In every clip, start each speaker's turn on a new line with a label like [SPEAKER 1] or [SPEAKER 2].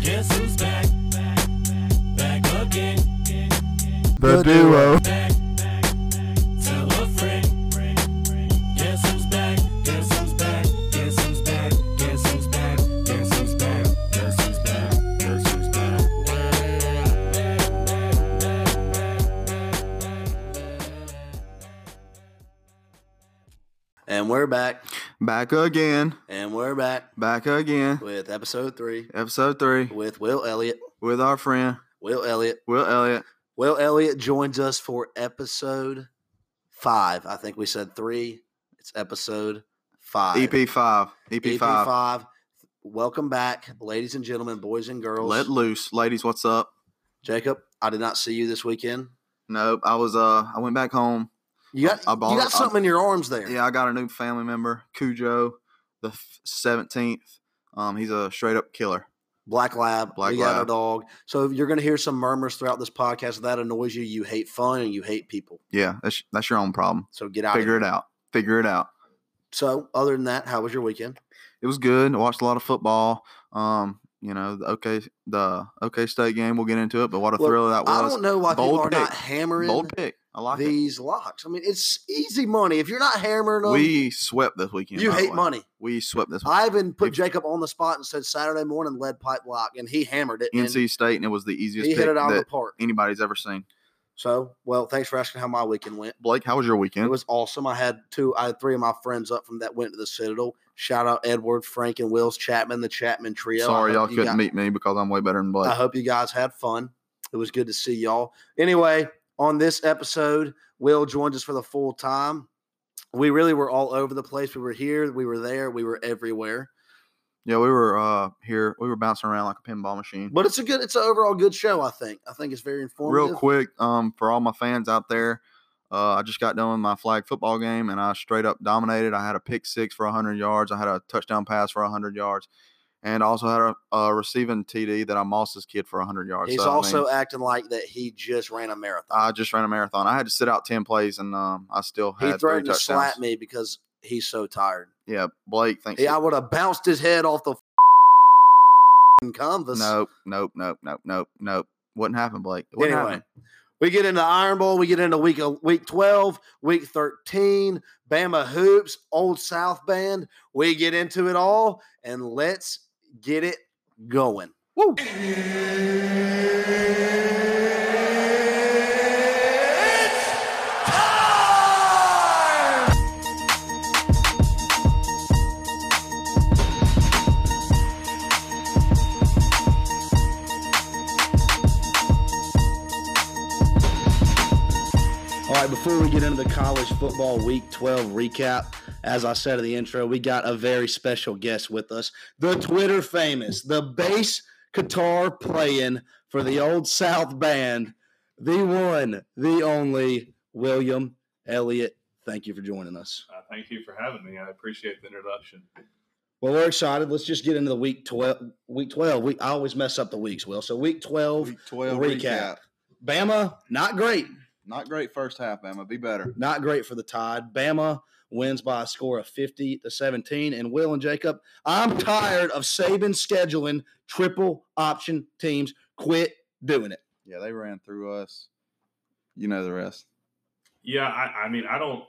[SPEAKER 1] Guess who's back? Back again.
[SPEAKER 2] The duo.
[SPEAKER 1] Tell a friend. Guess who's back? Guess who's back? Guess who's back? Guess who's back? Guess who's back? Guess who's back? Guess who's back?
[SPEAKER 3] And we're back.
[SPEAKER 2] Back again.
[SPEAKER 3] And we're back
[SPEAKER 2] Back again.
[SPEAKER 3] with episode three
[SPEAKER 2] Episode three
[SPEAKER 3] with Will Elliott.
[SPEAKER 2] with our friend
[SPEAKER 3] Will Elliott.
[SPEAKER 2] Will Elliott.
[SPEAKER 3] Will Elliott joins us for episode five. I think we said three. It's episode five.
[SPEAKER 2] EP five. EP
[SPEAKER 3] EP
[SPEAKER 2] E five.
[SPEAKER 3] E five. Welcome back, ladies and gentlemen, boys and girls.
[SPEAKER 2] Let loose, ladies. What's up?
[SPEAKER 3] Jacob, I did not see you this weekend.
[SPEAKER 2] Nope. I was uh. I went back home.
[SPEAKER 3] You got
[SPEAKER 2] I bought-
[SPEAKER 3] you
[SPEAKER 2] I-
[SPEAKER 3] got something in your arms there.
[SPEAKER 2] Yeah, I got a new family member, Cujo, the seventeenth. Um, he's a straight up killer.
[SPEAKER 3] Black Lab,
[SPEAKER 2] Black
[SPEAKER 3] Black we got our
[SPEAKER 2] Lab.
[SPEAKER 3] dog. So you're going to hear some murmurs throughout this podcast. If that annoys you, you hate fun and you hate people.
[SPEAKER 2] Yeah, that's that's your own problem.
[SPEAKER 3] So get out. of
[SPEAKER 2] Figure
[SPEAKER 3] here.
[SPEAKER 2] it out. Figure it out.
[SPEAKER 3] So other than that, how was your weekend?
[SPEAKER 2] It was good. I watched a lot of football. Um, you know, the OK the OK State game. We'll get into it, but what a
[SPEAKER 3] Well,
[SPEAKER 2] thrill that
[SPEAKER 3] I
[SPEAKER 2] was.
[SPEAKER 3] don't know why people
[SPEAKER 2] bold
[SPEAKER 3] are not
[SPEAKER 2] pick.
[SPEAKER 3] hammering
[SPEAKER 2] Bold pick. I like it.
[SPEAKER 3] these locks. I mean, it's easy money. If you're not hammering them,
[SPEAKER 2] We swept this weekend.
[SPEAKER 3] you
[SPEAKER 2] by the
[SPEAKER 3] hate
[SPEAKER 2] way.
[SPEAKER 3] money.
[SPEAKER 2] We swept this
[SPEAKER 3] I even put
[SPEAKER 2] If-
[SPEAKER 3] Jacob on the spot and said Saturday morning lead pipe lock, and he hammered it. and
[SPEAKER 2] NC State, and it was the easiest
[SPEAKER 3] he
[SPEAKER 2] pick
[SPEAKER 3] hit it out of
[SPEAKER 2] that
[SPEAKER 3] the park.
[SPEAKER 2] anybody's ever seen.
[SPEAKER 3] So, well, thanks for asking how my weekend went.
[SPEAKER 2] Blake, how was your weekend?
[SPEAKER 3] It was awesome. I had two, I had three of my friends up from that went to the Citadel. Shout out Edward, Frank, and Wills Chapman, the Chapman trio. I
[SPEAKER 2] Sorry,
[SPEAKER 3] hope
[SPEAKER 2] y'all
[SPEAKER 3] you
[SPEAKER 2] couldn't
[SPEAKER 3] got- Uh-huh.
[SPEAKER 2] meet me because I'm way better than
[SPEAKER 3] I
[SPEAKER 2] Blake.
[SPEAKER 3] hope you guys had fun. It was good to see y'all. Anyway, on this episode, Will joins us for the full time. We really were all over the place. We were here, we were there, we were everywhere.
[SPEAKER 2] Yeah, we were uh here. We were bouncing around like a pinball machine.
[SPEAKER 3] But it's a good, it's an overall good show. I think. I think it's very informative.
[SPEAKER 2] Mm-hmm. Real quick, um, for all my fans out there, uh, I just got done with my flag football game and I straight up dominated. I had a pick six for 100 yards. I had a touchdown pass for 100 yards, and I also had a, a receiving TD that I mossed this kid for 100 yards.
[SPEAKER 3] He's
[SPEAKER 2] So, I mean,
[SPEAKER 3] also acting like that he just ran a marathon.
[SPEAKER 2] I just ran a marathon. I had to sit out 10 plays and um, I still had
[SPEAKER 3] he
[SPEAKER 2] three
[SPEAKER 3] threatened to
[SPEAKER 2] touchdowns.
[SPEAKER 3] slap me because he's so tired.
[SPEAKER 2] Yeah, Blake thinks.
[SPEAKER 3] He, I would have bounced his head off the canvas.
[SPEAKER 2] Nope, nope, nope, nope, nope, nope. Wouldn't happen, Blake. It wouldn't
[SPEAKER 3] Anyway,
[SPEAKER 2] happen.
[SPEAKER 3] we get into Iron Bowl. We get into week el- week twelve, week thirteen, Bama hoops, Old South band. We get into it all, and let's get it going. Woo! All right, before we get into the college football week 12 recap, as I said in the intro, we got a very special guest with us. The Twitter famous, the bass guitar playing for the Old South Band, the one, the only William Elliott. Thank you for joining us.
[SPEAKER 4] Uh, thank you for having me. I appreciate the introduction.
[SPEAKER 3] Well, we're excited. Let's just get into the week 12. Week 12. We, I always mess up the weeks, Will. So, week 12,
[SPEAKER 2] Week 12
[SPEAKER 3] recap. Bama, not great.
[SPEAKER 2] Not great first half, Bama. Be better.
[SPEAKER 3] not great for the Tide. Bama wins by a score of 50 to 17. And Will and Jacob, I'm tired of Saban scheduling triple option teams. Quit doing it.
[SPEAKER 2] Yeah, they ran through us. You know the rest.
[SPEAKER 4] Yeah, I, I mean, I don't.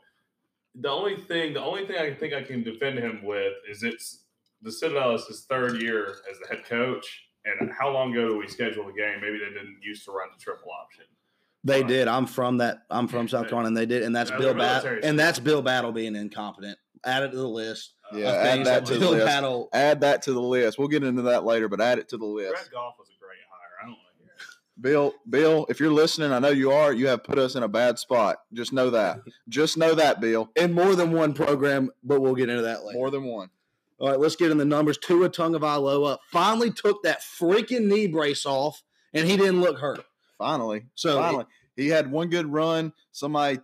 [SPEAKER 4] The only thing, the only thing I think I can defend him with is it's the Citadel is his third year as the head coach, and how long ago did we schedule the game? Maybe they didn't used to run the triple option.
[SPEAKER 3] They
[SPEAKER 4] Right.
[SPEAKER 3] did. I'm from that. I'm from South Carolina, and they did. And that's
[SPEAKER 4] Yeah,
[SPEAKER 3] Bill
[SPEAKER 4] they're
[SPEAKER 3] Battle.
[SPEAKER 4] military.
[SPEAKER 3] And that's Bill Battle being incompetent. Added to the list.
[SPEAKER 4] Uh,
[SPEAKER 2] Yeah,
[SPEAKER 3] of
[SPEAKER 2] add
[SPEAKER 3] things
[SPEAKER 2] that to the
[SPEAKER 3] Bill
[SPEAKER 2] list.
[SPEAKER 3] Battle.
[SPEAKER 2] Add that to the list. We'll get into that later, but add it to the
[SPEAKER 4] Brad
[SPEAKER 2] list.
[SPEAKER 4] Goff was a great hire. I don't want to hear. it.
[SPEAKER 2] Bill, Bill, if you're listening, I know you are. You have put us in a bad spot. Just know that. Just know that, Bill.
[SPEAKER 3] In more than one program, but we'll get into that later.
[SPEAKER 2] More than one.
[SPEAKER 3] All right, let's get in the numbers. Tua Tungavailoa finally took that freaking knee brace off, and he didn't look hurt.
[SPEAKER 2] Finally,
[SPEAKER 3] So it-
[SPEAKER 2] finally, he had one good run. Somebody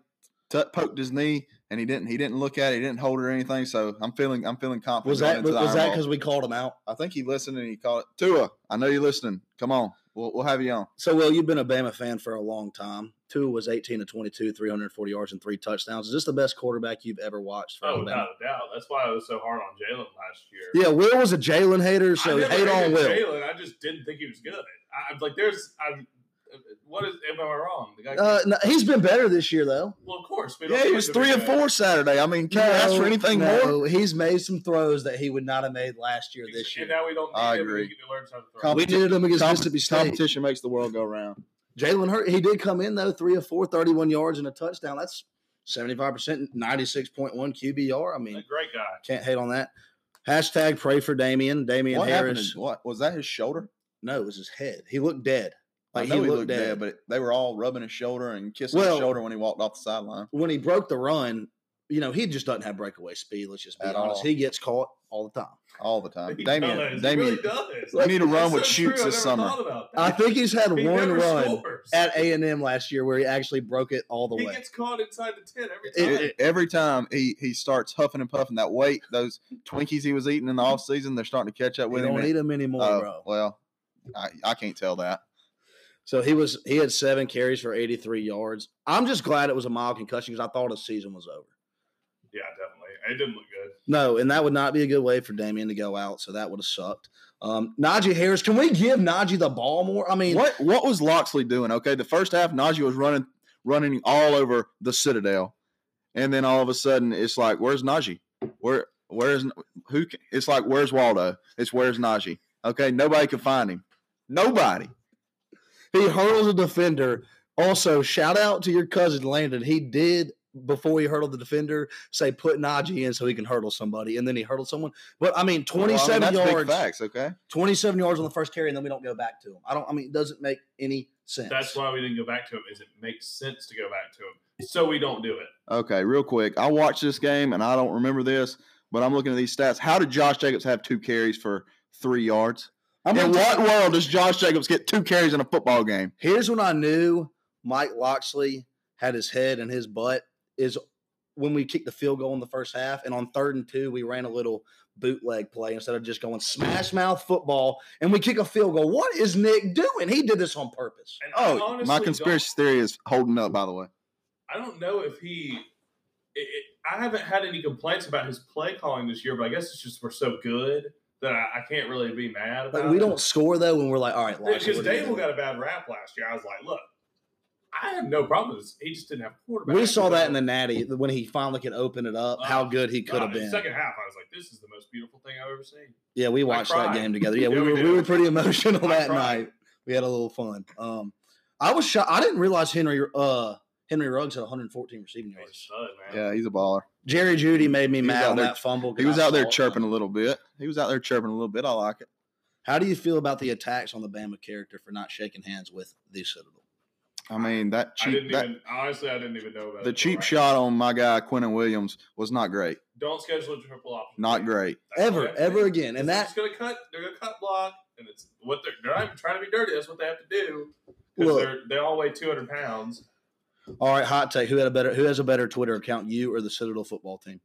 [SPEAKER 2] t- poked his knee, and he didn't. He didn't look at it. He didn't hold it or anything. So I'm feeling. I'm feeling confident.
[SPEAKER 3] Was
[SPEAKER 2] going
[SPEAKER 3] that
[SPEAKER 2] into
[SPEAKER 3] was,
[SPEAKER 2] the
[SPEAKER 3] was
[SPEAKER 2] Iron
[SPEAKER 3] that
[SPEAKER 2] Bowl.
[SPEAKER 3] because we called him out?
[SPEAKER 2] I think he listened and he called it Tua. I know you're listening. Come on, We'll, we'll have you on.
[SPEAKER 3] So, Will, you've been a Bama fan for a long time. Tua was 18 to 22, 340 yards and three touchdowns. Is this the best quarterback you've ever watched for
[SPEAKER 4] Oh,
[SPEAKER 3] Alabama?
[SPEAKER 4] without a doubt. That's why I was so hard on Jalen last year.
[SPEAKER 3] Yeah, Will was a Jalen hater,
[SPEAKER 4] I
[SPEAKER 3] so
[SPEAKER 4] never
[SPEAKER 3] hate on
[SPEAKER 4] hated
[SPEAKER 3] Will.
[SPEAKER 4] Jalen. I just didn't think he was good. I, I'm like, there's, I'm, what is, am I wrong? The guy,
[SPEAKER 3] Uh, no, he's been better this year, though.
[SPEAKER 4] well, of course. We don't
[SPEAKER 2] Yeah, he
[SPEAKER 4] play
[SPEAKER 2] was
[SPEAKER 4] the
[SPEAKER 2] three
[SPEAKER 4] big
[SPEAKER 2] and
[SPEAKER 4] guy.
[SPEAKER 2] four Saturday. I mean, can you ask for anything more?
[SPEAKER 3] He's made some throws that he would not have made last year this
[SPEAKER 4] And
[SPEAKER 3] year.
[SPEAKER 4] now we don't need
[SPEAKER 2] I
[SPEAKER 4] him. and
[SPEAKER 2] agree.
[SPEAKER 4] We can learn something.
[SPEAKER 2] Com-
[SPEAKER 4] from him.
[SPEAKER 3] We did him against
[SPEAKER 2] Com-
[SPEAKER 3] Mississippi State.
[SPEAKER 2] Competition makes the world go round.
[SPEAKER 3] Jalen Hurt, he did come in though, three of four, 31 yards and a touchdown. That's 75%, 96.1 QBR. I
[SPEAKER 4] He's
[SPEAKER 3] mean,
[SPEAKER 4] a great guy.
[SPEAKER 3] can't hate on that. Hashtag pray for Damian. Damian
[SPEAKER 2] What happened?
[SPEAKER 3] Harris.
[SPEAKER 2] To, what was that? His shoulder?
[SPEAKER 3] No, it was his head. He looked dead. Like
[SPEAKER 2] I know
[SPEAKER 3] he, looked, dead.
[SPEAKER 2] but it- they were all rubbing his shoulder and kissing
[SPEAKER 3] Well-
[SPEAKER 2] his shoulder when he walked off the sideline.
[SPEAKER 3] when he broke the run, you know, he just doesn't have breakaway speed. Let's just be
[SPEAKER 2] At
[SPEAKER 3] honest.
[SPEAKER 2] all.
[SPEAKER 3] He gets caught all the time.
[SPEAKER 2] All the time.
[SPEAKER 4] He
[SPEAKER 2] Uh, Damien,
[SPEAKER 4] does. He
[SPEAKER 2] Damien,
[SPEAKER 4] really does.
[SPEAKER 2] we need to run
[SPEAKER 4] That's
[SPEAKER 2] with
[SPEAKER 4] so
[SPEAKER 2] shoots
[SPEAKER 4] true. I
[SPEAKER 2] this
[SPEAKER 4] never
[SPEAKER 2] summer.
[SPEAKER 4] thought about that.
[SPEAKER 3] I think he's had
[SPEAKER 4] He
[SPEAKER 3] one
[SPEAKER 4] never
[SPEAKER 3] run
[SPEAKER 4] scores.
[SPEAKER 3] at A and M last year where he actually broke it all the
[SPEAKER 4] he
[SPEAKER 3] way.
[SPEAKER 4] gets caught inside the tent
[SPEAKER 3] Oh,
[SPEAKER 4] every
[SPEAKER 2] It-
[SPEAKER 4] time.
[SPEAKER 2] it- every time he he starts huffing and puffing that weight, those Twinkies he was eating in the off season, they're starting to catch up
[SPEAKER 3] we
[SPEAKER 2] with
[SPEAKER 3] Mm-hmm. don't
[SPEAKER 2] him.
[SPEAKER 3] need him anymore,
[SPEAKER 2] Oh,
[SPEAKER 3] bro.
[SPEAKER 2] well, I, I can't tell that.
[SPEAKER 3] So he was he had seven carries for 83 yards. I'm just glad it was a mild concussion because I thought his season was over.
[SPEAKER 4] yeah, definitely. It didn't look good.
[SPEAKER 3] No, and that would not be a good way for Damien to go out. So that would have sucked. Um, Najee Harris, can we give Najee the ball more? I mean,
[SPEAKER 2] What what was Loxley doing? Okay, the first half, Najee was running running all over the Citadel, and then all of a sudden, it's like, where's Najee? Where where's who? ca- It's like, where's Waldo? It's where's Najee? Okay, nobody can find him. Nobody.
[SPEAKER 3] he hurdles a defender. Also, shout out to your cousin Landon. He did before he hurdled the defender say put Najee in so he can hurdle somebody, and then he hurdled someone. But I mean,
[SPEAKER 2] Well, I mean,
[SPEAKER 3] 27
[SPEAKER 2] that's big
[SPEAKER 3] yards,
[SPEAKER 2] facts. Okay.
[SPEAKER 3] 27 yards on the first carry, and then we don't go back to him. I don't. I mean, it doesn't make any sense.
[SPEAKER 4] That's why we didn't go back to him. Is it makes sense to go back to him? So we don't do it.
[SPEAKER 2] Okay, real quick. I watched this game and I don't remember this, but I'm looking at these stats. How did Josh Jacobs have two carries for three yards?
[SPEAKER 3] I'm
[SPEAKER 2] In
[SPEAKER 3] gonna
[SPEAKER 2] what
[SPEAKER 3] tell-
[SPEAKER 2] world does Josh Jacobs get two carries in a football game?
[SPEAKER 3] Here's when I knew Mike Loxley had his head in his butt is when we kicked the field goal in the first half, and on third and two, we ran a little bootleg play instead of just going smash mouth football, and we kick a field goal. What is Nick doing? He did this on purpose.
[SPEAKER 4] And I
[SPEAKER 2] Oh,
[SPEAKER 4] honestly
[SPEAKER 2] my
[SPEAKER 4] don't-
[SPEAKER 2] conspiracy theory is holding up, by the way.
[SPEAKER 4] I don't know if he. It, it, I haven't had any complaints about his play calling this year, but I guess it's just we're so good that I, I can't really be mad about.
[SPEAKER 3] Like we
[SPEAKER 4] it.
[SPEAKER 3] don't score though, when we're like, all right, Loxley,
[SPEAKER 4] because
[SPEAKER 3] what are you
[SPEAKER 4] Dable
[SPEAKER 3] doing?
[SPEAKER 4] got a bad rap last year. I was like, look, I have no problem. with this. He just didn't have a quarterback.
[SPEAKER 3] we saw that in the Natty when he finally could open it up. How good he could
[SPEAKER 4] God,
[SPEAKER 3] have
[SPEAKER 4] in the
[SPEAKER 3] been.
[SPEAKER 4] Uh, second half. I was like, this is the most beautiful thing I've ever seen.
[SPEAKER 3] Yeah, we watched that
[SPEAKER 4] cried.
[SPEAKER 3] game together. Yeah,
[SPEAKER 4] Yeah,
[SPEAKER 3] we,
[SPEAKER 4] we
[SPEAKER 3] were, we
[SPEAKER 4] did.
[SPEAKER 3] were pretty emotional
[SPEAKER 4] I
[SPEAKER 3] that
[SPEAKER 4] cried.
[SPEAKER 3] night. We had a little fun. Um, I was shocked. I didn't realize Henry uh Henry Ruggs had 114 receiving
[SPEAKER 4] He's a
[SPEAKER 3] yards.
[SPEAKER 4] stud, man.
[SPEAKER 2] Yeah, he's a baller.
[SPEAKER 3] Jerry Judy made me
[SPEAKER 2] He was
[SPEAKER 3] mad
[SPEAKER 2] out
[SPEAKER 3] on
[SPEAKER 2] there-
[SPEAKER 3] that fumble. 'cause
[SPEAKER 2] He was
[SPEAKER 3] I
[SPEAKER 2] out there
[SPEAKER 3] saw it.
[SPEAKER 2] chirping a little bit. He was out there chirping a little bit. I like it.
[SPEAKER 3] How do you feel about the attacks on the Bama character for not shaking hands with the Citadel?
[SPEAKER 2] I mean, that
[SPEAKER 4] I didn't
[SPEAKER 2] cheap that,
[SPEAKER 4] even honestly. I didn't even know about it
[SPEAKER 2] the
[SPEAKER 4] until
[SPEAKER 2] cheap
[SPEAKER 4] right now.
[SPEAKER 2] shot on my guy Quentin Williams was not great.
[SPEAKER 4] Don't schedule a triple option.
[SPEAKER 2] Not great.
[SPEAKER 4] That's
[SPEAKER 3] Ever,
[SPEAKER 4] what they have to
[SPEAKER 3] ever
[SPEAKER 4] do.
[SPEAKER 3] again. And
[SPEAKER 4] They're
[SPEAKER 3] that
[SPEAKER 4] just gonna cut. They're gonna cut block, and it's what they're. They're not even trying to be dirty. That's what they have to do. Because
[SPEAKER 3] Look.
[SPEAKER 4] they're they all weigh two hundred pounds.
[SPEAKER 3] all right, hot take. Who had a better who has a better Twitter account, you or the Citadel football team?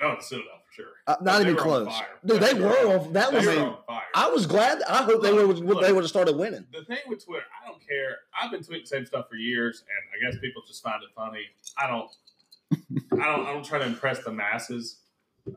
[SPEAKER 4] Oh, the Citadel for sure.
[SPEAKER 3] Uh, not
[SPEAKER 4] They
[SPEAKER 3] even
[SPEAKER 4] were on
[SPEAKER 3] close.
[SPEAKER 4] fire.
[SPEAKER 3] Dude, they were on that
[SPEAKER 4] They
[SPEAKER 3] was
[SPEAKER 4] were on fire.
[SPEAKER 3] I was glad I hope they
[SPEAKER 4] Look,
[SPEAKER 3] would
[SPEAKER 4] look.
[SPEAKER 3] they would have started winning.
[SPEAKER 4] the thing with Twitter, I don't care. I've been tweeting the same stuff for years, and I guess people just find it funny. I don't, I don't, I don't try to impress the masses.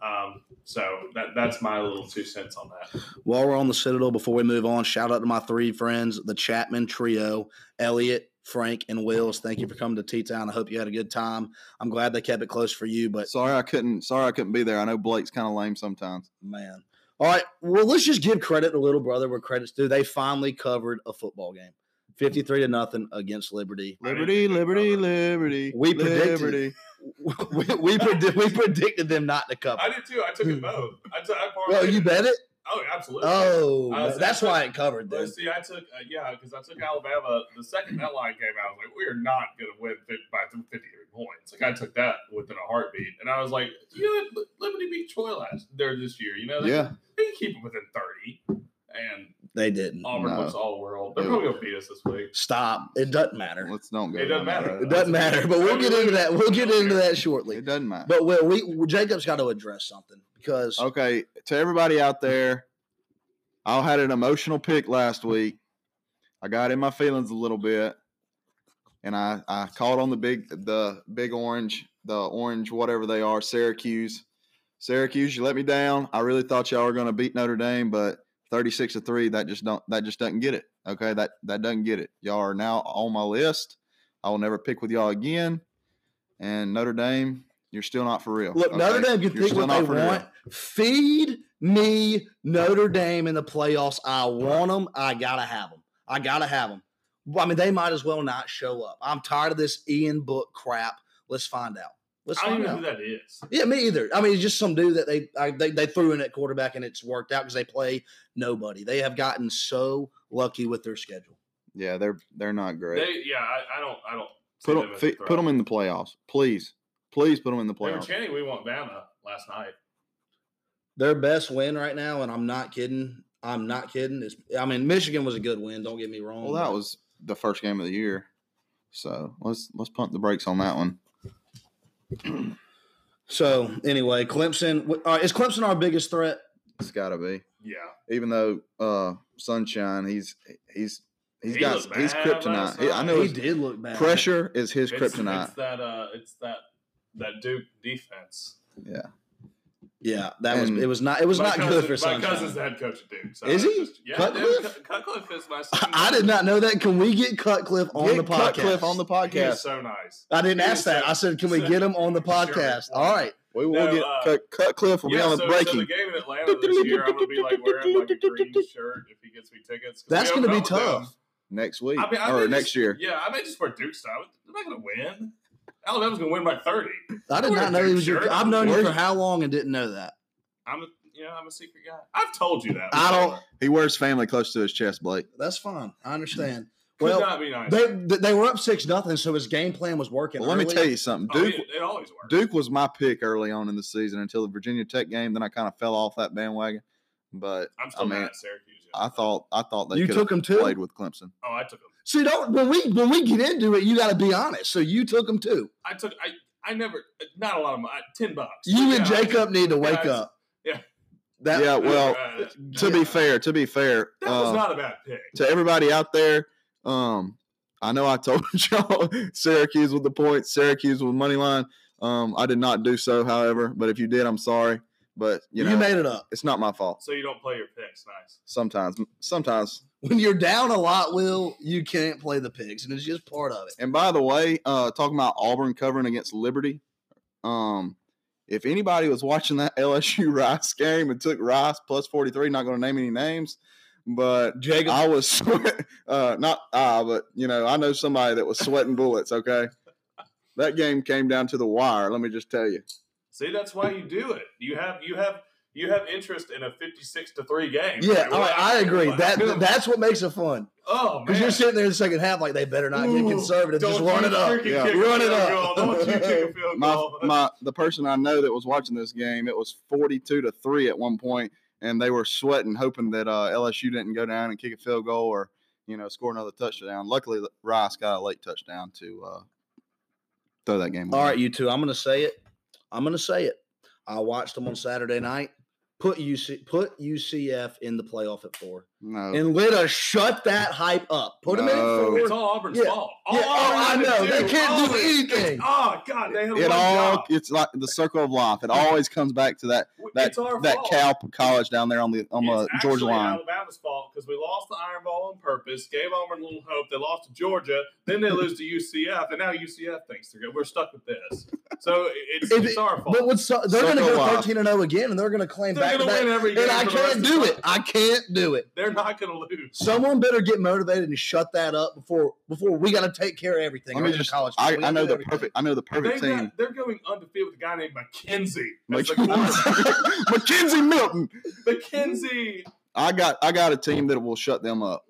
[SPEAKER 4] Um, so that that's my little two cents on that.
[SPEAKER 3] While we're on the Citadel, before we move on, shout out to my three friends, the Chapman Trio, Elliot, Frank, and Wills. Thank you for coming to T Town. I hope you had a good time. I'm glad they kept it close for you, but
[SPEAKER 2] Sorry I couldn't sorry I couldn't be there. I know Blake's kind of lame sometimes.
[SPEAKER 3] man. All right. Well, let's just give credit to Little Brother where credit's due. They finally covered a football game 53 to nothing against Liberty.
[SPEAKER 4] I didn't Liberty, think Liberty, about
[SPEAKER 2] liberty.
[SPEAKER 3] We predicted liberty. we, we, predi- we predicted them not to cover.
[SPEAKER 4] I did too. I took it both. I took. I
[SPEAKER 3] Well, you bet it?
[SPEAKER 4] Oh, absolutely.
[SPEAKER 3] Oh,
[SPEAKER 4] I was-
[SPEAKER 3] that's why it covered
[SPEAKER 4] But
[SPEAKER 3] them.
[SPEAKER 4] see, I took uh, yeah because I took Alabama the second that line came out. I was like, we are not going to win 50, by fifty three points. Like I took that within a heartbeat, and I was like, you know, what? Liberty beat Troy last there this year. You know, they,
[SPEAKER 2] Yeah.
[SPEAKER 4] they can keep it within thirty, and
[SPEAKER 3] They didn't.
[SPEAKER 4] Auburn
[SPEAKER 2] No.
[SPEAKER 4] looks all world. They're
[SPEAKER 2] It-
[SPEAKER 4] probably going to beat us this week.
[SPEAKER 3] Stop. It doesn't matter.
[SPEAKER 2] Let's don't go.
[SPEAKER 4] It doesn't
[SPEAKER 2] down that
[SPEAKER 4] matter.
[SPEAKER 2] road.
[SPEAKER 3] It doesn't matter, but we'll get into that. We'll get into that shortly.
[SPEAKER 2] It doesn't matter.
[SPEAKER 3] But well, we Jacob's got to address something because
[SPEAKER 2] Okay, to everybody out there, I had an emotional pick last week. I got in my feelings a little bit, and I I called on the big the big orange the orange whatever they are Syracuse. Syracuse, you let me down. I really thought y'all were going to beat Notre Dame, but thirty six to three that just don't that just doesn't get it. Okay, that that doesn't get it. Y'all are now on my list. I will never pick with y'all again. And Notre Dame, you're still not for real.
[SPEAKER 3] Look, Notre
[SPEAKER 2] okay?
[SPEAKER 3] Dame can
[SPEAKER 2] You're
[SPEAKER 3] think
[SPEAKER 2] still
[SPEAKER 3] what
[SPEAKER 2] not
[SPEAKER 3] they
[SPEAKER 2] for real.
[SPEAKER 3] want. Feed me Notre Dame in the playoffs. I want them. I gotta have them. I gotta have them. I mean, they might as well not show up. I'm tired of this Ian Book crap. Let's find out. Let's
[SPEAKER 4] I don't
[SPEAKER 3] find
[SPEAKER 4] even know
[SPEAKER 3] out.
[SPEAKER 4] who that is.
[SPEAKER 3] Yeah, me either. I mean, it's just some dude that they I, they, they threw in at quarterback and it's worked out because they play nobody. They have gotten so lucky with their schedule.
[SPEAKER 2] Yeah, they're they're not great.
[SPEAKER 4] They, yeah, I, I don't. I don't.
[SPEAKER 2] put
[SPEAKER 4] see
[SPEAKER 2] them,
[SPEAKER 4] as a
[SPEAKER 2] fi-
[SPEAKER 4] threat.
[SPEAKER 2] put them in the playoffs, please, please put them in the
[SPEAKER 4] They were
[SPEAKER 2] playoffs.
[SPEAKER 4] chanting, "We want Bama" last night.
[SPEAKER 3] Their best win right now, and I'm not kidding. I'm not kidding. Is I mean, Michigan was a good win. Don't get me wrong.
[SPEAKER 2] Well, that
[SPEAKER 3] but-
[SPEAKER 2] was the first game of the year, so let's let's pump the brakes on that one.
[SPEAKER 3] So anyway, Clemson w- uh, is Clemson our biggest threat?
[SPEAKER 2] It's got to be,
[SPEAKER 4] Yeah,
[SPEAKER 2] even though uh, Sunshine, he's he's he's
[SPEAKER 4] He
[SPEAKER 2] got
[SPEAKER 4] looked
[SPEAKER 2] he's
[SPEAKER 4] bad
[SPEAKER 2] kryptonite.
[SPEAKER 4] last
[SPEAKER 2] He- I
[SPEAKER 4] night.
[SPEAKER 2] know
[SPEAKER 3] he
[SPEAKER 2] his
[SPEAKER 3] did look bad.
[SPEAKER 2] pressure is his
[SPEAKER 4] it's,
[SPEAKER 2] kryptonite.
[SPEAKER 4] It's that. Uh, it's that. That Duke defense.
[SPEAKER 2] yeah,
[SPEAKER 3] Yeah, that
[SPEAKER 2] And-
[SPEAKER 3] was it. Was not it was
[SPEAKER 4] my
[SPEAKER 3] not
[SPEAKER 4] cousin,
[SPEAKER 3] good for
[SPEAKER 4] My
[SPEAKER 3] Sunshine.
[SPEAKER 4] cousin's the head coach at Duke. So
[SPEAKER 3] Is
[SPEAKER 4] it's
[SPEAKER 3] he?
[SPEAKER 4] Just, yeah,
[SPEAKER 3] Cutcliffe?
[SPEAKER 4] Dude, Cut- Cutcliffe is my. Son.
[SPEAKER 3] I, I did not know that. Can we get Cutcliffe on
[SPEAKER 2] Get
[SPEAKER 3] the podcast?
[SPEAKER 2] Cutcliffe on the
[SPEAKER 4] He is
[SPEAKER 2] podcast.
[SPEAKER 4] so nice.
[SPEAKER 3] I didn't
[SPEAKER 4] He
[SPEAKER 3] ask
[SPEAKER 4] is
[SPEAKER 3] that.
[SPEAKER 4] so-
[SPEAKER 3] I said, can we
[SPEAKER 4] so-
[SPEAKER 3] get him on the
[SPEAKER 4] Sure.
[SPEAKER 3] podcast? All right.
[SPEAKER 2] We will
[SPEAKER 4] No,
[SPEAKER 2] get
[SPEAKER 4] uh,
[SPEAKER 2] Cut Cutcliffe will be on the
[SPEAKER 4] so,
[SPEAKER 2] breaking.
[SPEAKER 4] So the game in Atlanta this year, I'm gonna be like wearing like a green shirt if he gets me tickets. 'cause we
[SPEAKER 3] That's
[SPEAKER 4] don't
[SPEAKER 3] going to be
[SPEAKER 4] know them.
[SPEAKER 3] tough.
[SPEAKER 2] next week
[SPEAKER 4] I mean, I
[SPEAKER 2] or
[SPEAKER 4] may
[SPEAKER 2] next
[SPEAKER 4] just-
[SPEAKER 2] year.
[SPEAKER 4] Yeah, I may just wear Duke style. They're not gonna win. Alabama's gonna win by thirty.
[SPEAKER 3] I did
[SPEAKER 4] Wear a
[SPEAKER 3] not know he
[SPEAKER 4] Duke
[SPEAKER 3] was your.
[SPEAKER 4] shirt.
[SPEAKER 3] I've known you
[SPEAKER 2] Where's-
[SPEAKER 3] for how long and didn't know that.
[SPEAKER 4] I'm a, you know, I'm a secret guy. I've told you that.
[SPEAKER 3] I don't.
[SPEAKER 4] before.
[SPEAKER 2] He wears family close to his chest, Blake.
[SPEAKER 3] That's fine. I understand.
[SPEAKER 4] Could
[SPEAKER 3] Well,
[SPEAKER 4] not be nice.
[SPEAKER 3] they they were up six nothing, so his game plan was working.
[SPEAKER 2] Well, let me
[SPEAKER 3] early.
[SPEAKER 2] tell you something.
[SPEAKER 4] oh,
[SPEAKER 2] Duke
[SPEAKER 4] it, it always works.
[SPEAKER 2] Duke was my pick early on in the season until the Virginia Tech game. Then I kind of fell off that bandwagon. But
[SPEAKER 3] oh,
[SPEAKER 4] I'm still
[SPEAKER 2] I mean,
[SPEAKER 4] mad at Syracuse. yeah.
[SPEAKER 2] I thought I thought they
[SPEAKER 3] You
[SPEAKER 2] could
[SPEAKER 3] took
[SPEAKER 2] have
[SPEAKER 3] 'em too?
[SPEAKER 2] played with Clemson.
[SPEAKER 4] oh, I took him.
[SPEAKER 3] See, don't when we when we get into it, you got to be honest. So you took him too.
[SPEAKER 4] I took. I I never. Not a lot of money. Ten bucks.
[SPEAKER 3] You and
[SPEAKER 4] Yeah, I-
[SPEAKER 3] Jacob need to wake
[SPEAKER 4] guys,
[SPEAKER 3] up.
[SPEAKER 4] yeah.
[SPEAKER 3] That,
[SPEAKER 2] yeah, well,
[SPEAKER 4] uh,
[SPEAKER 2] to
[SPEAKER 3] yeah.
[SPEAKER 2] be fair, to be fair,
[SPEAKER 4] that was
[SPEAKER 2] uh,
[SPEAKER 4] not a bad pick.
[SPEAKER 2] to everybody out there, um, I know I told y'all Syracuse with the points, Syracuse with money line. Um, I did not do so, however, but if you did, I'm sorry. But you
[SPEAKER 3] you,
[SPEAKER 2] know,
[SPEAKER 3] made it up.
[SPEAKER 2] it's not my fault.
[SPEAKER 4] So you don't play your picks. Nice.
[SPEAKER 2] Sometimes, sometimes
[SPEAKER 3] When you're down a lot, Will, you can't play the pigs, and it's just part of it.
[SPEAKER 2] And by the way, uh, talking about Auburn covering against Liberty, um, if anybody was watching that LSU Rice game and took Rice plus forty three, not going to name any names, but
[SPEAKER 3] Jacob,
[SPEAKER 2] I was sweat- uh, not I, but you know I know somebody that was sweating bullets. Okay, that game came down to the wire. Let me just tell you.
[SPEAKER 4] See, that's why you do it. You have you have you have interest in a fifty-six to three game.
[SPEAKER 3] yeah,
[SPEAKER 4] Like,
[SPEAKER 3] all right,
[SPEAKER 4] wow,
[SPEAKER 3] I agree.
[SPEAKER 4] wow.
[SPEAKER 3] That that's what makes it fun
[SPEAKER 4] oh man.
[SPEAKER 3] because you're sitting there in the second half like they better not get
[SPEAKER 4] Ooh,
[SPEAKER 3] conservative. Just
[SPEAKER 4] Don't
[SPEAKER 3] run
[SPEAKER 4] you
[SPEAKER 3] it up.
[SPEAKER 4] freaking
[SPEAKER 2] Yeah.
[SPEAKER 4] kick a
[SPEAKER 3] Run it
[SPEAKER 4] field
[SPEAKER 3] up.
[SPEAKER 4] goal. Don't you kick a field
[SPEAKER 2] My
[SPEAKER 4] goal.
[SPEAKER 2] my the person I know that was watching this game, it was forty two to three at one point, and they were sweating, hoping that uh, LSU didn't go down and kick a field goal or you know score another touchdown. Luckily, Rice got a late touchdown to uh, throw that game.
[SPEAKER 3] All
[SPEAKER 2] away.
[SPEAKER 3] right, you two. I'm gonna say it. I'm gonna say it. I watched them on Saturday night. Put UC put UCF in the playoff at four,
[SPEAKER 2] no,
[SPEAKER 3] and let us shut that hype up. Put them
[SPEAKER 2] No.
[SPEAKER 3] in at
[SPEAKER 4] it's
[SPEAKER 3] four.
[SPEAKER 4] all Auburn's
[SPEAKER 3] Yeah.
[SPEAKER 4] fault. All
[SPEAKER 3] Yeah, oh, I
[SPEAKER 4] Auburn had
[SPEAKER 3] know.
[SPEAKER 4] to
[SPEAKER 3] They can't do
[SPEAKER 4] Auburn-
[SPEAKER 3] anything.
[SPEAKER 4] Oh God, they had
[SPEAKER 2] it
[SPEAKER 4] one
[SPEAKER 2] all
[SPEAKER 4] job.
[SPEAKER 2] it's like the circle of life. It always comes back to that
[SPEAKER 4] it's our
[SPEAKER 2] that
[SPEAKER 4] fault.
[SPEAKER 2] Cal college down there on the
[SPEAKER 3] um,
[SPEAKER 2] on
[SPEAKER 3] uh,
[SPEAKER 2] the
[SPEAKER 4] it's actually
[SPEAKER 2] Georgia line.
[SPEAKER 4] Alabama's fault because we lost the Iron Bowl on purpose, gave Auburn a little hope. They lost to Georgia, then they lose to UCF, and now UCF thinks they're good. We're stuck with this. So it- it's,
[SPEAKER 3] If
[SPEAKER 4] it's
[SPEAKER 3] it-
[SPEAKER 4] our fault.
[SPEAKER 3] But what's they're going to
[SPEAKER 2] Circle
[SPEAKER 3] go
[SPEAKER 2] life.
[SPEAKER 3] 13 and 0 again, and they're going to claim
[SPEAKER 4] they're
[SPEAKER 3] back to
[SPEAKER 4] going to
[SPEAKER 3] back.
[SPEAKER 4] win every game.
[SPEAKER 3] and I
[SPEAKER 4] for the rest
[SPEAKER 3] can't
[SPEAKER 4] of
[SPEAKER 3] do
[SPEAKER 4] the-
[SPEAKER 3] it. I can't do it.
[SPEAKER 4] They're not going to lose.
[SPEAKER 3] Someone better get motivated and shut that up before before we got to take care of everything.
[SPEAKER 2] Let me
[SPEAKER 3] right in
[SPEAKER 2] just-
[SPEAKER 3] college.
[SPEAKER 2] I,
[SPEAKER 3] football. We
[SPEAKER 2] I
[SPEAKER 3] gotta
[SPEAKER 2] know
[SPEAKER 3] do
[SPEAKER 2] the
[SPEAKER 3] everything.
[SPEAKER 2] perfect. I know the perfect
[SPEAKER 4] They've
[SPEAKER 2] team.
[SPEAKER 4] got, they're going undefeated with a guy named McKenzie. as the quarterback.
[SPEAKER 2] Mackenzie Milton.
[SPEAKER 4] McKenzie.
[SPEAKER 2] I got I got a team that will shut them up.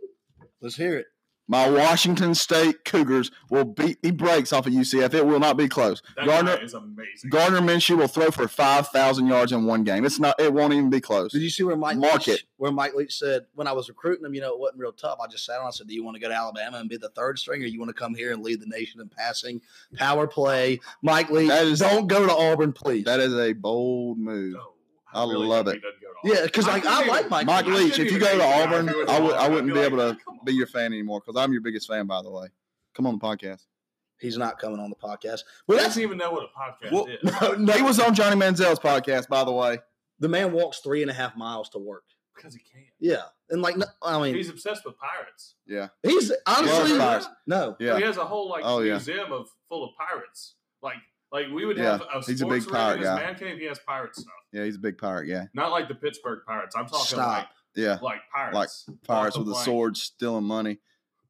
[SPEAKER 3] Let's hear it.
[SPEAKER 2] My Washington State Cougars will beat the brakes off of UCF. It will not be close.
[SPEAKER 4] That
[SPEAKER 2] Gardner
[SPEAKER 4] guy is amazing.
[SPEAKER 2] Gardner Minshew will throw for five thousand yards in one game. It's not. It won't even be close.
[SPEAKER 3] Did you see where Mike
[SPEAKER 2] Mark
[SPEAKER 3] Leach,
[SPEAKER 2] it.
[SPEAKER 3] where Mike Leach said when I was recruiting him, you know, it wasn't real tough. I just sat on. I said, "Do you want to go to Alabama and be the third string, or you want to come here and lead the nation in passing, power play?" Mike Leach,
[SPEAKER 2] That is-
[SPEAKER 3] don't go to Auburn, please.
[SPEAKER 2] That is a bold move.
[SPEAKER 4] No,
[SPEAKER 2] I
[SPEAKER 4] really
[SPEAKER 2] love
[SPEAKER 4] hope
[SPEAKER 2] it.
[SPEAKER 4] he doesn't go to Auburn.
[SPEAKER 3] yeah, because like
[SPEAKER 4] couldn't
[SPEAKER 3] I
[SPEAKER 4] even-
[SPEAKER 3] like Mike.
[SPEAKER 2] Mike
[SPEAKER 4] I
[SPEAKER 2] Leach,
[SPEAKER 4] couldn't
[SPEAKER 2] if you
[SPEAKER 4] even
[SPEAKER 2] go
[SPEAKER 4] make the
[SPEAKER 2] to
[SPEAKER 4] guy
[SPEAKER 2] Auburn,
[SPEAKER 4] do it
[SPEAKER 2] I would- I
[SPEAKER 4] I'd
[SPEAKER 2] wouldn't be able to-
[SPEAKER 4] Come
[SPEAKER 2] be your fan anymore because I'm your biggest fan, by the way. Come on the podcast.
[SPEAKER 3] He's not coming on the podcast.
[SPEAKER 4] He
[SPEAKER 3] But that's
[SPEAKER 4] doesn't even know what a podcast
[SPEAKER 2] Well,
[SPEAKER 4] is.
[SPEAKER 2] no, no, he was on Johnny Manziel's podcast, by the way.
[SPEAKER 3] the man walks three and a half miles to work.
[SPEAKER 4] Because he can't.
[SPEAKER 3] Yeah, and like no, I mean,
[SPEAKER 4] He's obsessed with pirates.
[SPEAKER 3] he's, honestly
[SPEAKER 2] Loves pirates.
[SPEAKER 3] no.
[SPEAKER 4] He
[SPEAKER 2] Yeah,
[SPEAKER 4] has a whole like
[SPEAKER 2] Oh, yeah.
[SPEAKER 4] museum of full of pirates. Like like we would
[SPEAKER 2] Yeah,
[SPEAKER 4] have a sports
[SPEAKER 2] he's a big
[SPEAKER 4] room
[SPEAKER 2] pirate
[SPEAKER 4] in his
[SPEAKER 2] guy.
[SPEAKER 4] man cave. He has pirate stuff.
[SPEAKER 2] yeah, he's a big pirate guy.
[SPEAKER 4] Not like the Pittsburgh Pirates. I'm talking
[SPEAKER 3] Stop.
[SPEAKER 2] Yeah,
[SPEAKER 4] like like pirates.
[SPEAKER 2] pirates
[SPEAKER 4] Walk the
[SPEAKER 2] with a
[SPEAKER 4] plank.
[SPEAKER 2] sword, stealing money.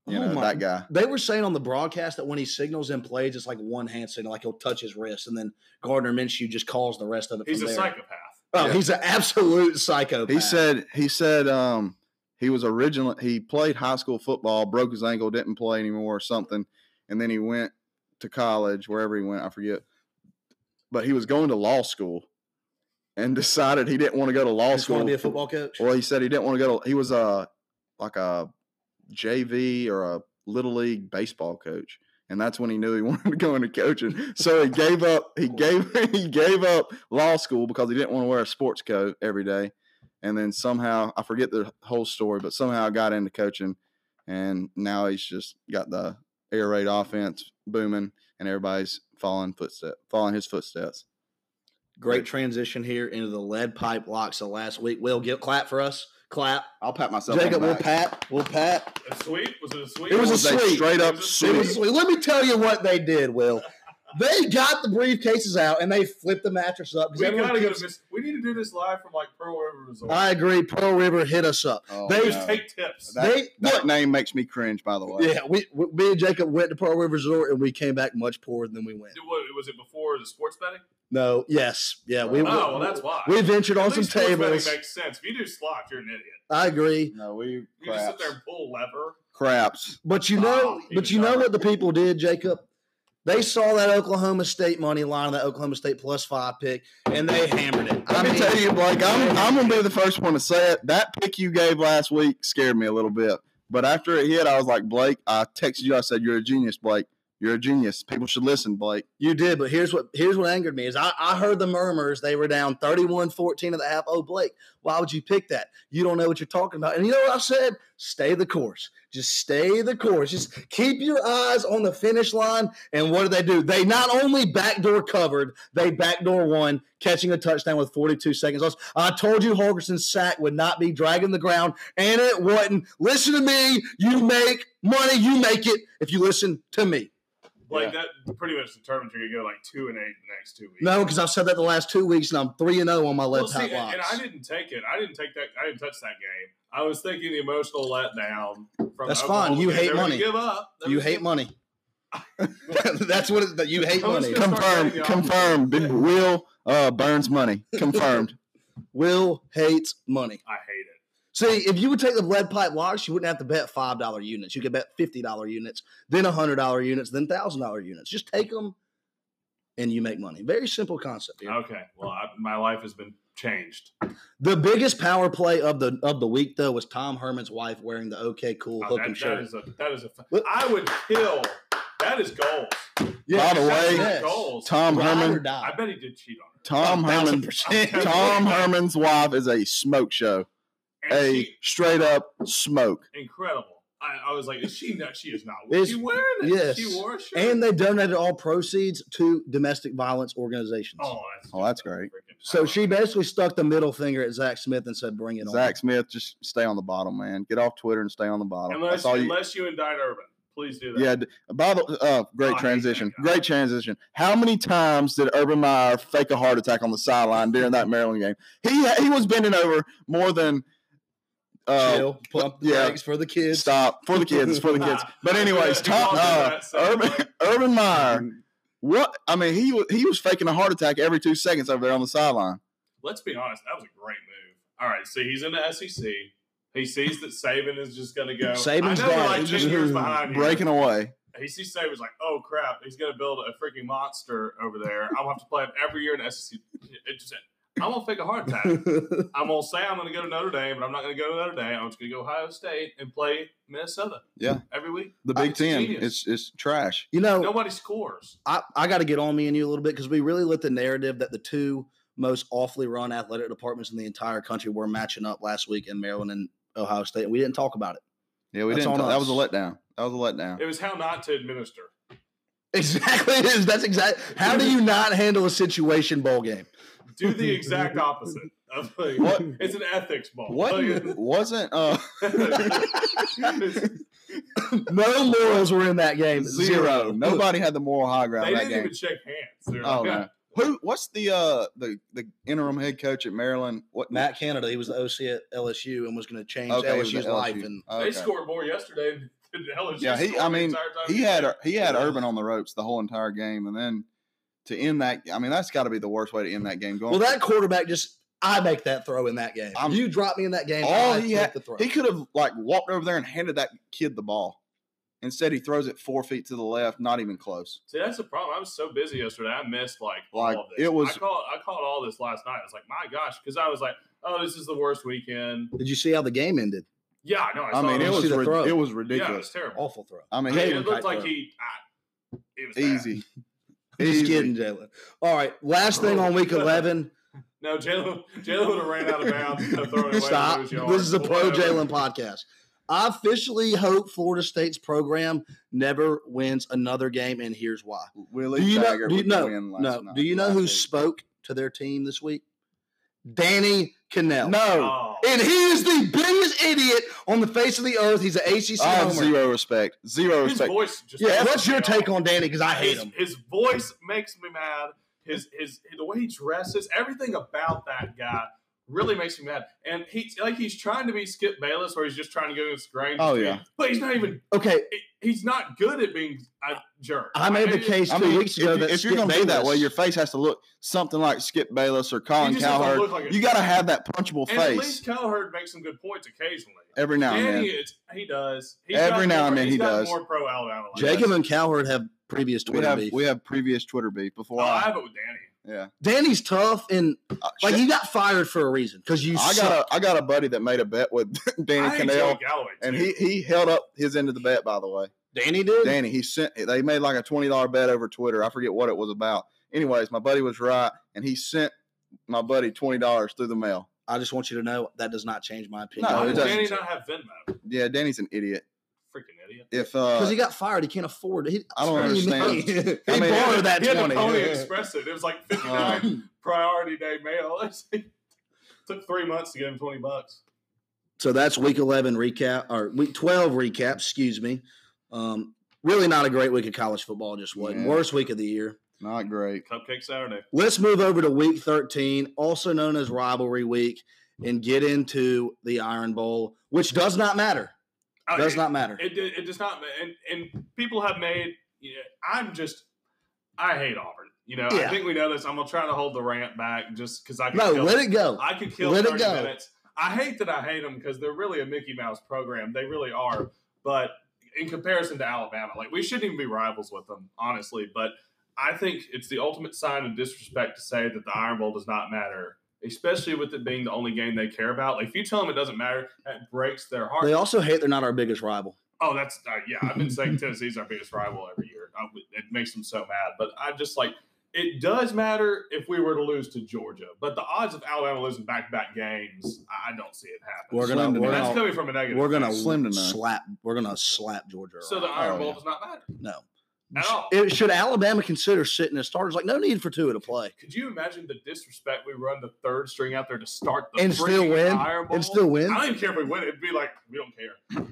[SPEAKER 2] You
[SPEAKER 3] Oh
[SPEAKER 2] know
[SPEAKER 3] my-
[SPEAKER 2] that guy.
[SPEAKER 3] They were saying on the broadcast that when he signals and plays, it's like one hand signal, like he'll touch his wrist, and then Gardner Minshew just calls the rest of it.
[SPEAKER 4] He's a
[SPEAKER 3] from there.
[SPEAKER 4] psychopath.
[SPEAKER 3] Oh,
[SPEAKER 2] Yeah.
[SPEAKER 3] he's an absolute psychopath.
[SPEAKER 2] He said he said um he was originally he played high school football, broke his ankle, didn't play anymore or something, and then he went to college wherever he went, I forget. But he was going to law school and decided he didn't want to go to law
[SPEAKER 3] he's
[SPEAKER 2] school.
[SPEAKER 3] going to be a football coach.
[SPEAKER 2] Well, he said he didn't want to go to he was a like a JV or a little league baseball coach. And that's when he knew he wanted to go into coaching. So he gave up he gave he gave up law school because he didn't want to wear a sports coat every day. And then somehow I forget the whole story, but somehow got into coaching and now he's just got the air raid offense booming and everybody's following footstep following his footsteps.
[SPEAKER 3] Great transition here into the lead pipe locks of last week. Will give clap for us. Clap.
[SPEAKER 2] I'll pat myself. on
[SPEAKER 3] Jacob,
[SPEAKER 2] the
[SPEAKER 3] we'll
[SPEAKER 2] back.
[SPEAKER 3] pat. We'll pat.
[SPEAKER 4] A sweep? Was it a sweep?
[SPEAKER 3] It was a
[SPEAKER 2] was a
[SPEAKER 3] sweep.
[SPEAKER 2] straight up
[SPEAKER 4] It was a
[SPEAKER 3] It
[SPEAKER 2] sweep.
[SPEAKER 3] was sweet. Let me tell you what they did, Will. They got the briefcases out and they flipped the mattress up. 'cause
[SPEAKER 4] We
[SPEAKER 3] everyone
[SPEAKER 4] gotta go
[SPEAKER 3] keeps-
[SPEAKER 4] to Miss- We need to do this live from like Pearl River Resort.
[SPEAKER 3] I agree. Pearl River hit us up.
[SPEAKER 2] Oh,
[SPEAKER 3] They-
[SPEAKER 4] Just
[SPEAKER 2] no.
[SPEAKER 4] take tips.
[SPEAKER 2] That-
[SPEAKER 3] they
[SPEAKER 2] That
[SPEAKER 3] look,
[SPEAKER 2] name makes me cringe, by the way.
[SPEAKER 3] yeah, we, we me and Jacob went to Pearl River Resort and we came back much poorer than we went.
[SPEAKER 4] Did- what, was it before the sports betting?
[SPEAKER 3] No, yes, yeah, we
[SPEAKER 2] Oh,
[SPEAKER 4] Oh,
[SPEAKER 3] we-
[SPEAKER 4] well, that's why.
[SPEAKER 3] we ventured
[SPEAKER 4] At
[SPEAKER 3] on
[SPEAKER 4] least
[SPEAKER 3] some
[SPEAKER 4] sports betting
[SPEAKER 3] tables.
[SPEAKER 4] makes sense. If you do slot, you're an idiot.
[SPEAKER 3] I agree,
[SPEAKER 2] No, we
[SPEAKER 4] You just sit
[SPEAKER 2] craps.
[SPEAKER 4] there and pull lever.
[SPEAKER 2] Craps.
[SPEAKER 3] but you know,
[SPEAKER 4] Oh, he
[SPEAKER 3] but
[SPEAKER 4] was
[SPEAKER 3] you know
[SPEAKER 4] right.
[SPEAKER 3] what the people did, Jacob. They saw that Oklahoma State money line, that Oklahoma State plus five pick, and they hammered it.
[SPEAKER 2] Let me tell you, Blake, I'm, I'm going to be the first one to say it. That pick you gave last week scared me a little bit. But after it hit, I was like, Blake, I texted you. I said, You're a genius, Blake. You're a genius. People should listen, Blake.
[SPEAKER 3] You did, but here's what here's what angered me is I, I heard the murmurs they were down 31-14 at the half. Oh, Blake, why would you pick that? You don't know what you're talking about. And you know what I said? Stay the course. Just stay the course. Just keep your eyes on the finish line. And what did they do? They not only backdoor covered, they backdoor won, catching a touchdown with 42 seconds left. I told you Holgerson's sack would not be dragging the ground, and it wasn't. Listen to me. You make money. You make it if you listen to me.
[SPEAKER 4] Like that pretty much determines you're gonna go like two and eight the next two weeks.
[SPEAKER 3] No, because I've said that the last two weeks, and I'm three and zero on my lead
[SPEAKER 4] Well,
[SPEAKER 3] well,
[SPEAKER 4] see,
[SPEAKER 3] pipe
[SPEAKER 4] and, and I
[SPEAKER 3] locks.
[SPEAKER 4] didn't take it. I didn't take that. I didn't touch that game. I was thinking the emotional letdown. From
[SPEAKER 3] That's
[SPEAKER 4] Oklahoma
[SPEAKER 3] fine. You
[SPEAKER 4] because
[SPEAKER 3] hate
[SPEAKER 4] they were gonna
[SPEAKER 3] money.
[SPEAKER 4] Give up. They
[SPEAKER 3] You
[SPEAKER 4] were
[SPEAKER 3] hate
[SPEAKER 4] gonna-
[SPEAKER 3] money. That's what it, that you hate
[SPEAKER 4] I was
[SPEAKER 3] money.
[SPEAKER 4] gonna-
[SPEAKER 2] Confirmed.
[SPEAKER 4] Yeah.
[SPEAKER 2] Confirmed. B- Will uh, Burns money. Confirmed.
[SPEAKER 3] Will hates money.
[SPEAKER 4] I hate it.
[SPEAKER 3] See, if you would take the lead pipe locks, you wouldn't have to bet five dollar units. You could bet fifty dollar units, then hundred dollar units, then thousand dollar units. Just take them, and you make money. Very simple concept here.
[SPEAKER 4] Okay. Well, I, my life has been changed.
[SPEAKER 3] The biggest power play of the of the week though was Tom Herman's wife wearing the OK Cool
[SPEAKER 4] Uh,
[SPEAKER 3] hook
[SPEAKER 4] that,
[SPEAKER 3] and
[SPEAKER 4] that
[SPEAKER 3] shirt.
[SPEAKER 4] is a. That is a.
[SPEAKER 3] Look-
[SPEAKER 4] I would kill. That is goals.
[SPEAKER 2] By the
[SPEAKER 4] That's
[SPEAKER 2] way,
[SPEAKER 4] not goals.
[SPEAKER 2] Tom
[SPEAKER 3] Ride or
[SPEAKER 2] Herman.
[SPEAKER 3] die.
[SPEAKER 4] I bet he did cheat on
[SPEAKER 2] Tom Herman.
[SPEAKER 3] 1000%.
[SPEAKER 4] I'm
[SPEAKER 2] Tom Herman's wife is a smoke show.
[SPEAKER 4] her. And
[SPEAKER 2] A
[SPEAKER 4] she-
[SPEAKER 2] straight up smoke.
[SPEAKER 4] incredible. I, I was like, is she not? She is not.
[SPEAKER 3] It's-
[SPEAKER 4] she wearing it?
[SPEAKER 3] yes.
[SPEAKER 4] She wore a shirt.
[SPEAKER 3] and they donated all proceeds to domestic violence organizations.
[SPEAKER 4] oh, that's,
[SPEAKER 2] Oh, that's great.
[SPEAKER 4] freaking
[SPEAKER 3] So
[SPEAKER 4] power.
[SPEAKER 3] she basically stuck the middle finger at Zach Smith and said, "Bring it
[SPEAKER 2] Zach Smith, just stay on the bottom, man. Get off Twitter and stay on the bottom.
[SPEAKER 4] Unless,
[SPEAKER 2] That's all oh, you.
[SPEAKER 4] unless you indict Urban, please do that.
[SPEAKER 2] Yeah. d- By the uh,
[SPEAKER 4] Oh, I hate
[SPEAKER 2] great
[SPEAKER 4] that
[SPEAKER 2] transition.
[SPEAKER 4] guy.
[SPEAKER 2] Great transition. How many times did Urban Meyer fake a heart attack on the sideline during that Maryland game? He he was bending over more than.
[SPEAKER 3] on."
[SPEAKER 2] Uh,
[SPEAKER 3] Chill, pump the
[SPEAKER 2] yeah.
[SPEAKER 3] brakes for the kids.
[SPEAKER 2] stop for the kids. It's for the kids. But anyways, Tom uh, Urban Urban Meyer.
[SPEAKER 3] Mm-hmm.
[SPEAKER 2] What I mean, he wa- he was faking a heart attack every two seconds over there on the sideline.
[SPEAKER 4] Let's be honest, that was a great move. All right, so he's in the SEC. He sees that Saban is just going to go.
[SPEAKER 3] Saban's
[SPEAKER 4] I know we're
[SPEAKER 3] gone.
[SPEAKER 4] like
[SPEAKER 3] He's
[SPEAKER 4] ten years
[SPEAKER 3] just
[SPEAKER 4] behind. here.
[SPEAKER 2] Breaking away.
[SPEAKER 4] He sees Saban's like, oh crap, he's going to build a freaking monster over there. I'm gonna have to play him every year in the SEC. It just- I'm gonna fake a heart attack. I'm gonna say I'm gonna go to Notre Dame, but I'm not gonna go to Notre Dame. I'm just gonna go Ohio State and play Minnesota.
[SPEAKER 2] Yeah. Oh.
[SPEAKER 4] every week.
[SPEAKER 2] The Big
[SPEAKER 4] It's
[SPEAKER 2] Ten.
[SPEAKER 4] genius.
[SPEAKER 2] It's it's trash.
[SPEAKER 3] you know,
[SPEAKER 4] Nobody scores.
[SPEAKER 3] I, I got to get on me and you a little bit because we really let the narrative that the two most awfully run athletic departments in the entire country were matching up last week in Maryland and Ohio State, and we didn't talk about it.
[SPEAKER 2] Yeah, we
[SPEAKER 3] That's
[SPEAKER 2] didn't.
[SPEAKER 3] on
[SPEAKER 2] That was a
[SPEAKER 3] us.
[SPEAKER 2] letdown. That was a letdown.
[SPEAKER 4] It was how not to administer.
[SPEAKER 3] Exactly. It is. That's exact. How do you not handle a situation bowl game?
[SPEAKER 4] Do the exact opposite. Of like,
[SPEAKER 2] What-
[SPEAKER 4] It's an ethics ball.
[SPEAKER 2] What
[SPEAKER 4] Like,
[SPEAKER 2] wasn't uh
[SPEAKER 4] it's-
[SPEAKER 3] No morals were in that game.
[SPEAKER 2] zero. Nobody had the moral high ground
[SPEAKER 4] they
[SPEAKER 2] in that
[SPEAKER 4] didn't
[SPEAKER 2] game.
[SPEAKER 4] even shake hands. They're
[SPEAKER 2] Oh
[SPEAKER 4] like,
[SPEAKER 2] no. Who what's the uh the, the interim head coach at Maryland? What
[SPEAKER 3] Matt Canada, he was the OC at LSU and was going to change
[SPEAKER 2] okay, it was
[SPEAKER 3] LSU's
[SPEAKER 2] at
[SPEAKER 3] life.
[SPEAKER 2] LSU.
[SPEAKER 3] And
[SPEAKER 4] They
[SPEAKER 2] Okay.
[SPEAKER 4] scored more yesterday than LSU.
[SPEAKER 2] Yeah, he-
[SPEAKER 4] scored
[SPEAKER 2] I
[SPEAKER 4] the
[SPEAKER 2] mean,
[SPEAKER 4] entire time
[SPEAKER 2] He
[SPEAKER 4] we
[SPEAKER 2] had
[SPEAKER 4] played.
[SPEAKER 2] he had Urban on the ropes the whole entire game and then to end that I mean that's gotta be the worst way to end that game going.
[SPEAKER 3] well, that quarterback just I make that throw in that game.
[SPEAKER 2] I'm-
[SPEAKER 3] you drop me in that game.
[SPEAKER 2] All
[SPEAKER 3] I
[SPEAKER 2] he
[SPEAKER 3] make
[SPEAKER 2] had-
[SPEAKER 3] the throw.
[SPEAKER 2] he could have like walked over there and handed that kid the ball. Instead he throws it four feet to the left, not even close.
[SPEAKER 4] See, that's the problem. I was so busy yesterday. I missed like,
[SPEAKER 2] Like,
[SPEAKER 4] all of
[SPEAKER 2] it
[SPEAKER 4] this.
[SPEAKER 2] was-
[SPEAKER 4] I called. I called all this last night. I was like, my gosh, because I was like, oh, this is the worst weekend.
[SPEAKER 3] Did you see how the game ended?
[SPEAKER 4] Yeah, no, I,
[SPEAKER 2] I
[SPEAKER 4] saw
[SPEAKER 2] mean
[SPEAKER 4] it.
[SPEAKER 2] it
[SPEAKER 3] You
[SPEAKER 2] was
[SPEAKER 3] see the
[SPEAKER 2] rid-
[SPEAKER 3] throw.
[SPEAKER 2] it was
[SPEAKER 4] yeah, it was
[SPEAKER 2] ridiculous.
[SPEAKER 4] terrible.
[SPEAKER 3] Awful throw.
[SPEAKER 2] I mean,
[SPEAKER 4] I mean,
[SPEAKER 2] he
[SPEAKER 4] it looked like
[SPEAKER 2] throw.
[SPEAKER 4] he. I, it was bad.
[SPEAKER 2] easy.
[SPEAKER 3] Just
[SPEAKER 2] Easy.
[SPEAKER 3] kidding, Jalen. All right, last thing on week eleven.
[SPEAKER 4] No, Jalen. Jalen would have ran out of bounds. And kept throwing it away
[SPEAKER 3] Stop.
[SPEAKER 4] from those yards.
[SPEAKER 3] This is a pro
[SPEAKER 4] Whatever.
[SPEAKER 3] Jalen podcast. I officially hope Florida State's program never wins another game, and here's why.
[SPEAKER 2] Willie
[SPEAKER 3] Do you know?
[SPEAKER 2] Taggart
[SPEAKER 3] Do you,
[SPEAKER 2] with the
[SPEAKER 3] no,
[SPEAKER 2] win last
[SPEAKER 3] no.
[SPEAKER 2] night-
[SPEAKER 3] Do you know
[SPEAKER 2] last
[SPEAKER 3] who
[SPEAKER 2] week.
[SPEAKER 3] spoke to their team this week? Danny Cannell.
[SPEAKER 2] No,
[SPEAKER 4] Oh,
[SPEAKER 3] And he is the biggest idiot on the face of the earth. He's an ACC
[SPEAKER 2] I have
[SPEAKER 3] homer.
[SPEAKER 2] zero respect. Zero
[SPEAKER 4] his
[SPEAKER 2] respect.
[SPEAKER 4] voice. Just
[SPEAKER 3] Yeah,
[SPEAKER 4] pissed
[SPEAKER 3] what's
[SPEAKER 4] me
[SPEAKER 3] your
[SPEAKER 4] off.
[SPEAKER 3] take on Danny? Because I hate
[SPEAKER 4] His,
[SPEAKER 3] him.
[SPEAKER 4] his voice makes me mad. His his the way he dresses, everything about that guy really makes me mad. And he's like he's trying to be Skip Bayless, where he's just trying to go against the grain.
[SPEAKER 2] Oh, yeah.
[SPEAKER 4] but he's not even.
[SPEAKER 3] Okay,
[SPEAKER 4] He's not good at being a jerk.
[SPEAKER 3] I made the
[SPEAKER 4] Like, it-
[SPEAKER 3] case two
[SPEAKER 2] I mean,
[SPEAKER 3] weeks
[SPEAKER 2] if,
[SPEAKER 3] ago
[SPEAKER 2] you-
[SPEAKER 3] that
[SPEAKER 2] if you're
[SPEAKER 3] Skip
[SPEAKER 2] going to be that
[SPEAKER 3] Bayless-
[SPEAKER 2] way, your face has to look something like Skip Bayless or
[SPEAKER 4] He
[SPEAKER 2] Colin
[SPEAKER 4] just doesn't
[SPEAKER 2] Cowherd.
[SPEAKER 4] look like a
[SPEAKER 2] You got to
[SPEAKER 4] jerk.
[SPEAKER 2] have that punchable
[SPEAKER 4] And at least
[SPEAKER 2] face
[SPEAKER 4] Cowherd makes some good points occasionally.
[SPEAKER 2] every now and
[SPEAKER 4] Danny,
[SPEAKER 2] then.
[SPEAKER 4] it's, he does. He's got
[SPEAKER 2] Every now
[SPEAKER 4] more-
[SPEAKER 2] and then
[SPEAKER 4] he's
[SPEAKER 2] he
[SPEAKER 4] got
[SPEAKER 2] does.
[SPEAKER 4] More pro Alabama. like that.
[SPEAKER 3] Jacob and Cowherd have previous
[SPEAKER 2] We
[SPEAKER 3] Twitter
[SPEAKER 2] have
[SPEAKER 3] beef.
[SPEAKER 2] we have previous Twitter beef
[SPEAKER 4] Oh,
[SPEAKER 2] before.
[SPEAKER 4] I
[SPEAKER 2] I,
[SPEAKER 4] have it with Danny.
[SPEAKER 2] yeah,
[SPEAKER 3] Danny's tough, and
[SPEAKER 2] Uh,
[SPEAKER 3] like
[SPEAKER 2] shit,
[SPEAKER 3] he got fired for a reason because you.
[SPEAKER 2] I
[SPEAKER 3] suck.
[SPEAKER 2] got a I got a buddy that made a bet with Danny
[SPEAKER 4] I hate Joey
[SPEAKER 2] Cannell,
[SPEAKER 4] Galloway,
[SPEAKER 2] and
[SPEAKER 4] too.
[SPEAKER 2] he he held up his end of the bet. By the way,
[SPEAKER 3] Danny did.
[SPEAKER 2] Danny, he sent. They made like a twenty dollar bet over Twitter. I forget what it was about. Anyways, my buddy was right, and he sent my buddy twenty dollars through the mail.
[SPEAKER 3] I just want you to know that does not change my opinion.
[SPEAKER 2] No,
[SPEAKER 4] Why
[SPEAKER 2] it
[SPEAKER 4] does
[SPEAKER 2] uh, doesn't
[SPEAKER 4] Danny not have Venmo?
[SPEAKER 2] Yeah, Danny's an idiot.
[SPEAKER 4] Freaking idiot.
[SPEAKER 2] If
[SPEAKER 3] because
[SPEAKER 2] uh,
[SPEAKER 3] he got fired. He can't afford it. He,
[SPEAKER 2] I don't
[SPEAKER 3] What do you
[SPEAKER 2] understand.
[SPEAKER 3] mean? he
[SPEAKER 2] I mean,
[SPEAKER 3] borrowed that
[SPEAKER 4] he had
[SPEAKER 3] twenty.
[SPEAKER 4] a Pony Express it. It was like 59
[SPEAKER 2] uh,
[SPEAKER 4] priority day mail. It took three months to get him 20 bucks.
[SPEAKER 3] So that's week 11 recap or week 12 recap, excuse me. Um, really not a great week of college football, just wasn't.
[SPEAKER 2] Yeah.
[SPEAKER 3] Worst week of the year.
[SPEAKER 2] not great.
[SPEAKER 4] Cupcake Saturday.
[SPEAKER 3] Let's move over to week 13, also known as rivalry week, and get into the Iron Bowl, which does not matter.
[SPEAKER 4] Oh,
[SPEAKER 3] Does
[SPEAKER 4] it,
[SPEAKER 3] not matter.
[SPEAKER 4] It, it, does not. ma- And, and people have made. You know, I'm just. I hate Auburn. You know,
[SPEAKER 3] Yeah.
[SPEAKER 4] I think we know this. I'm gonna try to hold the rant back just because I can
[SPEAKER 3] No,
[SPEAKER 4] kill
[SPEAKER 3] let it go.
[SPEAKER 4] I could kill
[SPEAKER 3] Let it
[SPEAKER 4] 30
[SPEAKER 3] go.
[SPEAKER 4] minutes. I hate that I hate them because they're really a Mickey Mouse program. They really are. But in comparison to Alabama, like we shouldn't even be rivals with them, honestly. But I think it's the ultimate sign of disrespect to say that the Iron Bowl does not matter, especially with it being the only game they care about. Like if you tell them it doesn't matter, that breaks their heart.
[SPEAKER 3] They also hate they're not our biggest rival.
[SPEAKER 4] Oh, that's uh, yeah. I've been saying Tennessee's our biggest rival every year. I, would- it makes them so mad. But I just like it does matter if we were to lose to Georgia, but the odds of Alabama losing back-to-back games, I I don't see it happen.
[SPEAKER 3] We're
[SPEAKER 2] Slim
[SPEAKER 3] gonna
[SPEAKER 2] to
[SPEAKER 3] we're
[SPEAKER 4] and
[SPEAKER 2] none.
[SPEAKER 4] that's
[SPEAKER 3] gonna,
[SPEAKER 4] coming from a negative.
[SPEAKER 3] we're gonna
[SPEAKER 2] Slim to none.
[SPEAKER 3] slap we're gonna slap Georgia.
[SPEAKER 4] so the
[SPEAKER 3] around.
[SPEAKER 4] Iron
[SPEAKER 2] Oh,
[SPEAKER 4] Bowl
[SPEAKER 2] yeah.
[SPEAKER 4] does not matter
[SPEAKER 3] no.
[SPEAKER 4] at all.
[SPEAKER 3] It, should Alabama consider sitting as starters? Like, no need for Tua to play.
[SPEAKER 4] Could you imagine the disrespect we run the third string out there to start the
[SPEAKER 3] And still
[SPEAKER 4] freaking
[SPEAKER 3] win?
[SPEAKER 4] Iron Bowl?
[SPEAKER 3] And still win.
[SPEAKER 4] I don't even care if we win. It'd be like we don't care.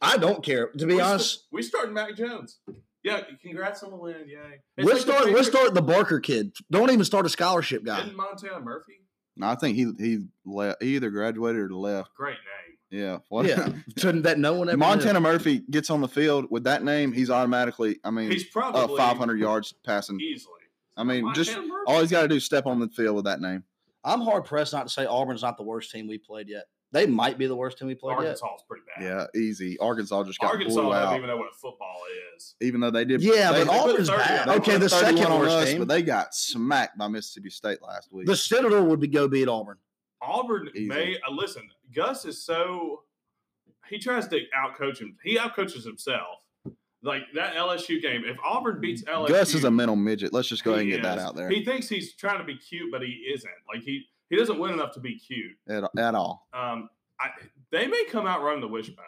[SPEAKER 3] I don't care. To be
[SPEAKER 4] we
[SPEAKER 3] honest,
[SPEAKER 4] we starting Mac Jones. Yeah, congrats on the win. Yay.
[SPEAKER 3] We'll
[SPEAKER 4] It's like the
[SPEAKER 3] start. We'll
[SPEAKER 4] favorite-
[SPEAKER 3] start the Barker kid. Don't even start a scholarship guy.
[SPEAKER 4] Didn't Montana Murphy?
[SPEAKER 2] No, I think he he left. He either graduated or left.
[SPEAKER 4] Great name.
[SPEAKER 2] Yeah. What?
[SPEAKER 3] Yeah. So that no one ever.
[SPEAKER 2] Montana Murphy gets on the field with that name. He's automatically. I mean,
[SPEAKER 4] He's probably
[SPEAKER 2] uh, 500 yards passing.
[SPEAKER 4] easily.
[SPEAKER 2] I mean,
[SPEAKER 4] Montana
[SPEAKER 2] just
[SPEAKER 4] Murphy.
[SPEAKER 2] all he's got to do is step on the field with that name.
[SPEAKER 3] knew. I'm hard pressed not to say Auburn's not the worst team we played yet. They might be the worst team we played yet.
[SPEAKER 4] Arkansas is pretty bad.
[SPEAKER 2] Yeah, easy. Arkansas just got
[SPEAKER 4] Arkansas
[SPEAKER 2] blew
[SPEAKER 4] doesn't
[SPEAKER 2] out, even,
[SPEAKER 4] even know what football is.
[SPEAKER 2] though they did.
[SPEAKER 3] Yeah,
[SPEAKER 2] they,
[SPEAKER 3] but
[SPEAKER 2] they-
[SPEAKER 3] Auburn's
[SPEAKER 4] thirty
[SPEAKER 3] bad.
[SPEAKER 4] out.
[SPEAKER 2] they
[SPEAKER 3] Okay,
[SPEAKER 2] put
[SPEAKER 3] the
[SPEAKER 2] 31
[SPEAKER 3] second
[SPEAKER 2] on
[SPEAKER 3] worst
[SPEAKER 2] us,
[SPEAKER 3] team.
[SPEAKER 2] but they got smacked by Mississippi State last week.
[SPEAKER 3] the Citadel would be go beat Auburn.
[SPEAKER 4] Auburn
[SPEAKER 2] Easy.
[SPEAKER 4] may uh, listen. Gus is so he tries to outcoach him. He outcoaches himself. Like that LSU game. If Auburn beats LSU,
[SPEAKER 2] Gus is a mental midget. Let's just go ahead and
[SPEAKER 4] he
[SPEAKER 2] get that
[SPEAKER 4] is.
[SPEAKER 2] out there
[SPEAKER 4] He thinks he's trying to be cute, but he isn't. Like he he doesn't win enough to be cute.
[SPEAKER 2] at, at all.
[SPEAKER 4] Um, I, they may come out running the wishbone.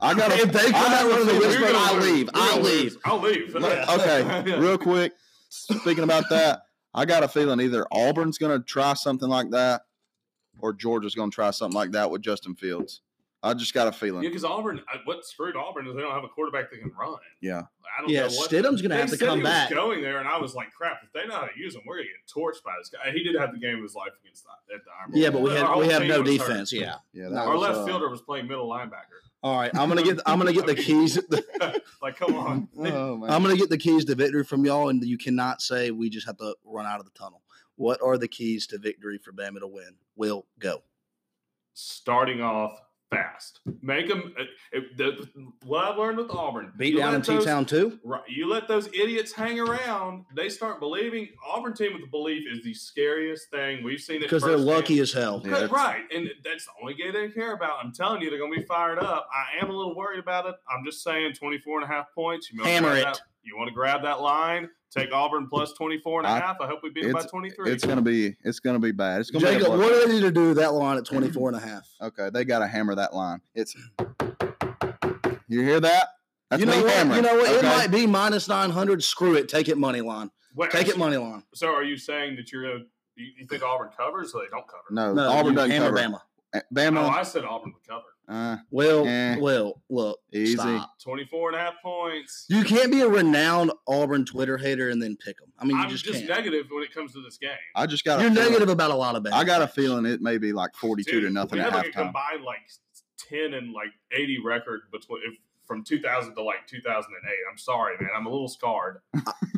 [SPEAKER 3] I got. If they come out running the
[SPEAKER 4] We're
[SPEAKER 3] whisper,
[SPEAKER 4] gonna
[SPEAKER 3] I
[SPEAKER 4] lose.
[SPEAKER 3] leave.
[SPEAKER 4] We're
[SPEAKER 3] I
[SPEAKER 4] gonna
[SPEAKER 3] leave.
[SPEAKER 4] lose. I'll leave.
[SPEAKER 2] Let-
[SPEAKER 4] Yeah.
[SPEAKER 2] okay, real quick. Speaking about that, I got a feeling either Auburn's going to try something like that, or Georgia's going to try something like that with Justin Fields. I just got a
[SPEAKER 4] Yeah,
[SPEAKER 2] feeling.
[SPEAKER 4] because Auburn, I- what screwed Auburn is they don't have a quarterback that can run.
[SPEAKER 2] Yeah.
[SPEAKER 4] I don't
[SPEAKER 3] Yeah,
[SPEAKER 4] know what.
[SPEAKER 3] Stidham's gonna
[SPEAKER 4] They
[SPEAKER 3] have to
[SPEAKER 4] said
[SPEAKER 3] come
[SPEAKER 4] he was
[SPEAKER 3] back.
[SPEAKER 4] Going there, and I was like, "Crap! If they know how to use him, we're gonna get torched by this guy." He did have the game of his life against that. At the Iron Bowl.
[SPEAKER 3] Yeah, but we had
[SPEAKER 4] Our
[SPEAKER 3] we
[SPEAKER 4] whole
[SPEAKER 3] have
[SPEAKER 4] team
[SPEAKER 3] no
[SPEAKER 4] was hurt.
[SPEAKER 3] defense. Yeah.
[SPEAKER 2] Yeah,
[SPEAKER 3] No,
[SPEAKER 2] that
[SPEAKER 4] Our
[SPEAKER 2] was,
[SPEAKER 4] left
[SPEAKER 2] uh,
[SPEAKER 4] fielder was playing middle linebacker.
[SPEAKER 3] All right, I'm gonna get I'm gonna get the keys.
[SPEAKER 4] like, come on.
[SPEAKER 2] oh, man.
[SPEAKER 3] I'm gonna get the keys to victory from y'all, and you cannot say we just have to run out of the tunnel. What are the keys to victory for Bama to win? Will go.
[SPEAKER 4] starting off fast. Make them. the, what I've learned with Auburn,
[SPEAKER 3] Beat
[SPEAKER 4] you
[SPEAKER 3] down in
[SPEAKER 4] let
[SPEAKER 3] T
[SPEAKER 4] those-
[SPEAKER 3] Town too.
[SPEAKER 4] Right, you let those idiots hang around. They start believing. Auburn team with the belief is the scariest thing we've seen. it
[SPEAKER 3] Because they're
[SPEAKER 4] firsthand.
[SPEAKER 3] lucky as hell.
[SPEAKER 2] Yeah.
[SPEAKER 4] Good, right, and that's the only game they care about. I'm telling you, they're going to be fired up. I am a little worried about it. I'm just saying 24 and a half points. You wanna
[SPEAKER 3] Hammer
[SPEAKER 4] grab
[SPEAKER 3] it.
[SPEAKER 4] That, you want to grab that line, take Auburn plus 24 and a
[SPEAKER 2] I-
[SPEAKER 4] half. I hope we beat them by 23.
[SPEAKER 2] It's going to be it's going to be bad. It's going to be a
[SPEAKER 3] Jacob,
[SPEAKER 2] blow-
[SPEAKER 3] what do they need to do with that line at 24 and a half?
[SPEAKER 2] Okay, they got to hammer that line. It's You hear that? That's
[SPEAKER 3] you know
[SPEAKER 2] me
[SPEAKER 3] what?
[SPEAKER 2] hammering.
[SPEAKER 3] You know what? It
[SPEAKER 2] okay?
[SPEAKER 3] might be minus 900. Screw it. Take it money line.
[SPEAKER 4] Wait,
[SPEAKER 3] Take it money line.
[SPEAKER 4] So are you saying that you're going to – you think Auburn covers or they don't cover?
[SPEAKER 2] No,
[SPEAKER 3] No,
[SPEAKER 2] Auburn
[SPEAKER 3] you
[SPEAKER 2] doesn't
[SPEAKER 3] hammer
[SPEAKER 2] cover.
[SPEAKER 3] Bama.
[SPEAKER 2] Uh,
[SPEAKER 4] Oh,
[SPEAKER 2] Bama.
[SPEAKER 4] I said Auburn would cover.
[SPEAKER 2] Uh,
[SPEAKER 3] Well,
[SPEAKER 2] Eh.
[SPEAKER 3] well, look.
[SPEAKER 2] Easy.
[SPEAKER 3] Stop.
[SPEAKER 4] 24 and a half points.
[SPEAKER 3] You can't be a renowned Auburn Twitter hater and then pick them. I mean, you
[SPEAKER 4] I'm just,
[SPEAKER 3] just, can't.
[SPEAKER 4] negative when it comes to this game.
[SPEAKER 2] I just got a
[SPEAKER 3] You're
[SPEAKER 2] feeling-
[SPEAKER 3] negative about a lot of Bama.
[SPEAKER 2] I got a
[SPEAKER 3] fans.
[SPEAKER 2] feeling it may be like 42 to
[SPEAKER 4] Dude,
[SPEAKER 2] nothing
[SPEAKER 4] We
[SPEAKER 2] at
[SPEAKER 4] have like a
[SPEAKER 2] halftime.
[SPEAKER 4] combined like 10 and like 80 record between if, from 2000 to like 2008. I'm sorry, man. I'm a little scarred.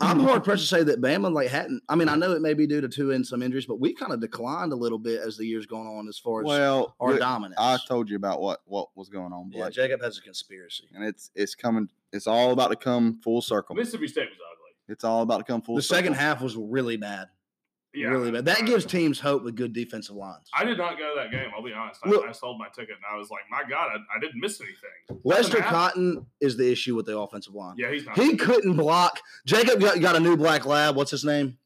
[SPEAKER 3] I'm hard pressed to say that Bama like hadn't. I mean, I know it may be due to two and some injuries, but we kind of declined a little bit as the years gone on as far as
[SPEAKER 2] Well,
[SPEAKER 3] our
[SPEAKER 2] we-
[SPEAKER 3] dominance.
[SPEAKER 2] I told you about what what was going on,
[SPEAKER 3] yeah,
[SPEAKER 2] Blake,
[SPEAKER 3] Jacob has a conspiracy.
[SPEAKER 2] and it's it's coming. It's all about to come full circle.
[SPEAKER 4] Mississippi State was ugly.
[SPEAKER 2] It's all about to come full.
[SPEAKER 3] The
[SPEAKER 2] circle.
[SPEAKER 3] second half was really bad,
[SPEAKER 4] Yeah,
[SPEAKER 3] really bad.
[SPEAKER 4] I-
[SPEAKER 3] That gives teams hope with good defensive lines.
[SPEAKER 4] I did not go to that game. I'll be honest. I,
[SPEAKER 3] Look-
[SPEAKER 4] I sold my ticket and I was like, my God, I, I didn't miss anything.
[SPEAKER 3] Lester
[SPEAKER 4] happen.
[SPEAKER 3] Cotton is the issue with the offensive line.
[SPEAKER 4] Yeah, he's not.
[SPEAKER 3] He couldn't block. Jacob got, got a new black lab. What's his name?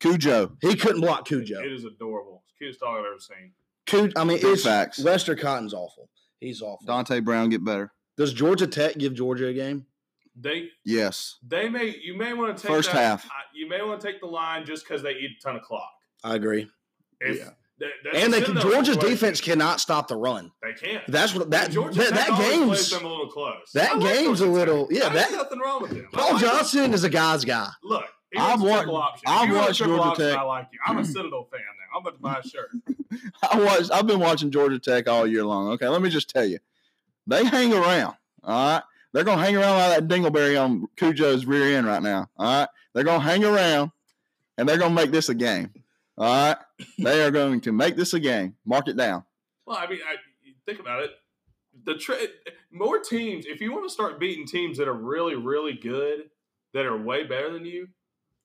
[SPEAKER 2] Cujo.
[SPEAKER 3] He couldn't block
[SPEAKER 4] It
[SPEAKER 3] Cujo.
[SPEAKER 4] is adorable. It's the cutest dog I've ever seen.
[SPEAKER 3] Cujo I mean,
[SPEAKER 2] Big
[SPEAKER 3] it's
[SPEAKER 2] facts.
[SPEAKER 3] Lester Cotton's awful. He's awful.
[SPEAKER 2] Dante Brown get better.
[SPEAKER 3] Does Georgia Tech give Georgia a game?
[SPEAKER 4] They
[SPEAKER 2] Yes.
[SPEAKER 4] they may you may want to take
[SPEAKER 2] First
[SPEAKER 4] that-
[SPEAKER 2] half.
[SPEAKER 4] I- you may want to take the line just because they eat a ton of clock.
[SPEAKER 3] I agree.
[SPEAKER 4] If
[SPEAKER 2] Yeah.
[SPEAKER 4] that- that's
[SPEAKER 3] and
[SPEAKER 4] the
[SPEAKER 3] they can,
[SPEAKER 4] Citadel
[SPEAKER 3] Georgia's
[SPEAKER 4] situation.
[SPEAKER 3] defense cannot stop the run.
[SPEAKER 4] They can't.
[SPEAKER 3] That's what that
[SPEAKER 4] Georgia
[SPEAKER 3] that,
[SPEAKER 4] Tech
[SPEAKER 3] that
[SPEAKER 4] always plays
[SPEAKER 3] game's.
[SPEAKER 4] them a little close.
[SPEAKER 3] that
[SPEAKER 4] I like
[SPEAKER 3] game's
[SPEAKER 4] Georgia
[SPEAKER 3] a
[SPEAKER 4] Tech.
[SPEAKER 3] little- yeah,
[SPEAKER 4] I think
[SPEAKER 3] that-
[SPEAKER 4] there's nothing wrong with them. I
[SPEAKER 3] Paul
[SPEAKER 4] like them.
[SPEAKER 3] Johnson is a guy's guy.
[SPEAKER 4] Look, he
[SPEAKER 2] I've
[SPEAKER 4] runs a triple
[SPEAKER 2] watched-
[SPEAKER 4] option.
[SPEAKER 2] I've
[SPEAKER 4] You run a
[SPEAKER 2] watched
[SPEAKER 4] triple
[SPEAKER 2] Georgia
[SPEAKER 4] option,
[SPEAKER 2] Tech.
[SPEAKER 4] I like you. I'm a Citadel fan now. I'm about to buy a shirt.
[SPEAKER 2] I watched. I've been watching Georgia Tech all year long. Okay, let me just tell you, they hang around. All right, they're gonna hang around like that dingleberry on Cujo's rear end right now. All right, they're gonna hang around, and they're gonna make this a game. All right, they are going to make this a game. Mark it down.
[SPEAKER 4] Well, I mean, I, you think about it. The tra- more teams, if you want to start beating teams that are really, really good, that are way better than you,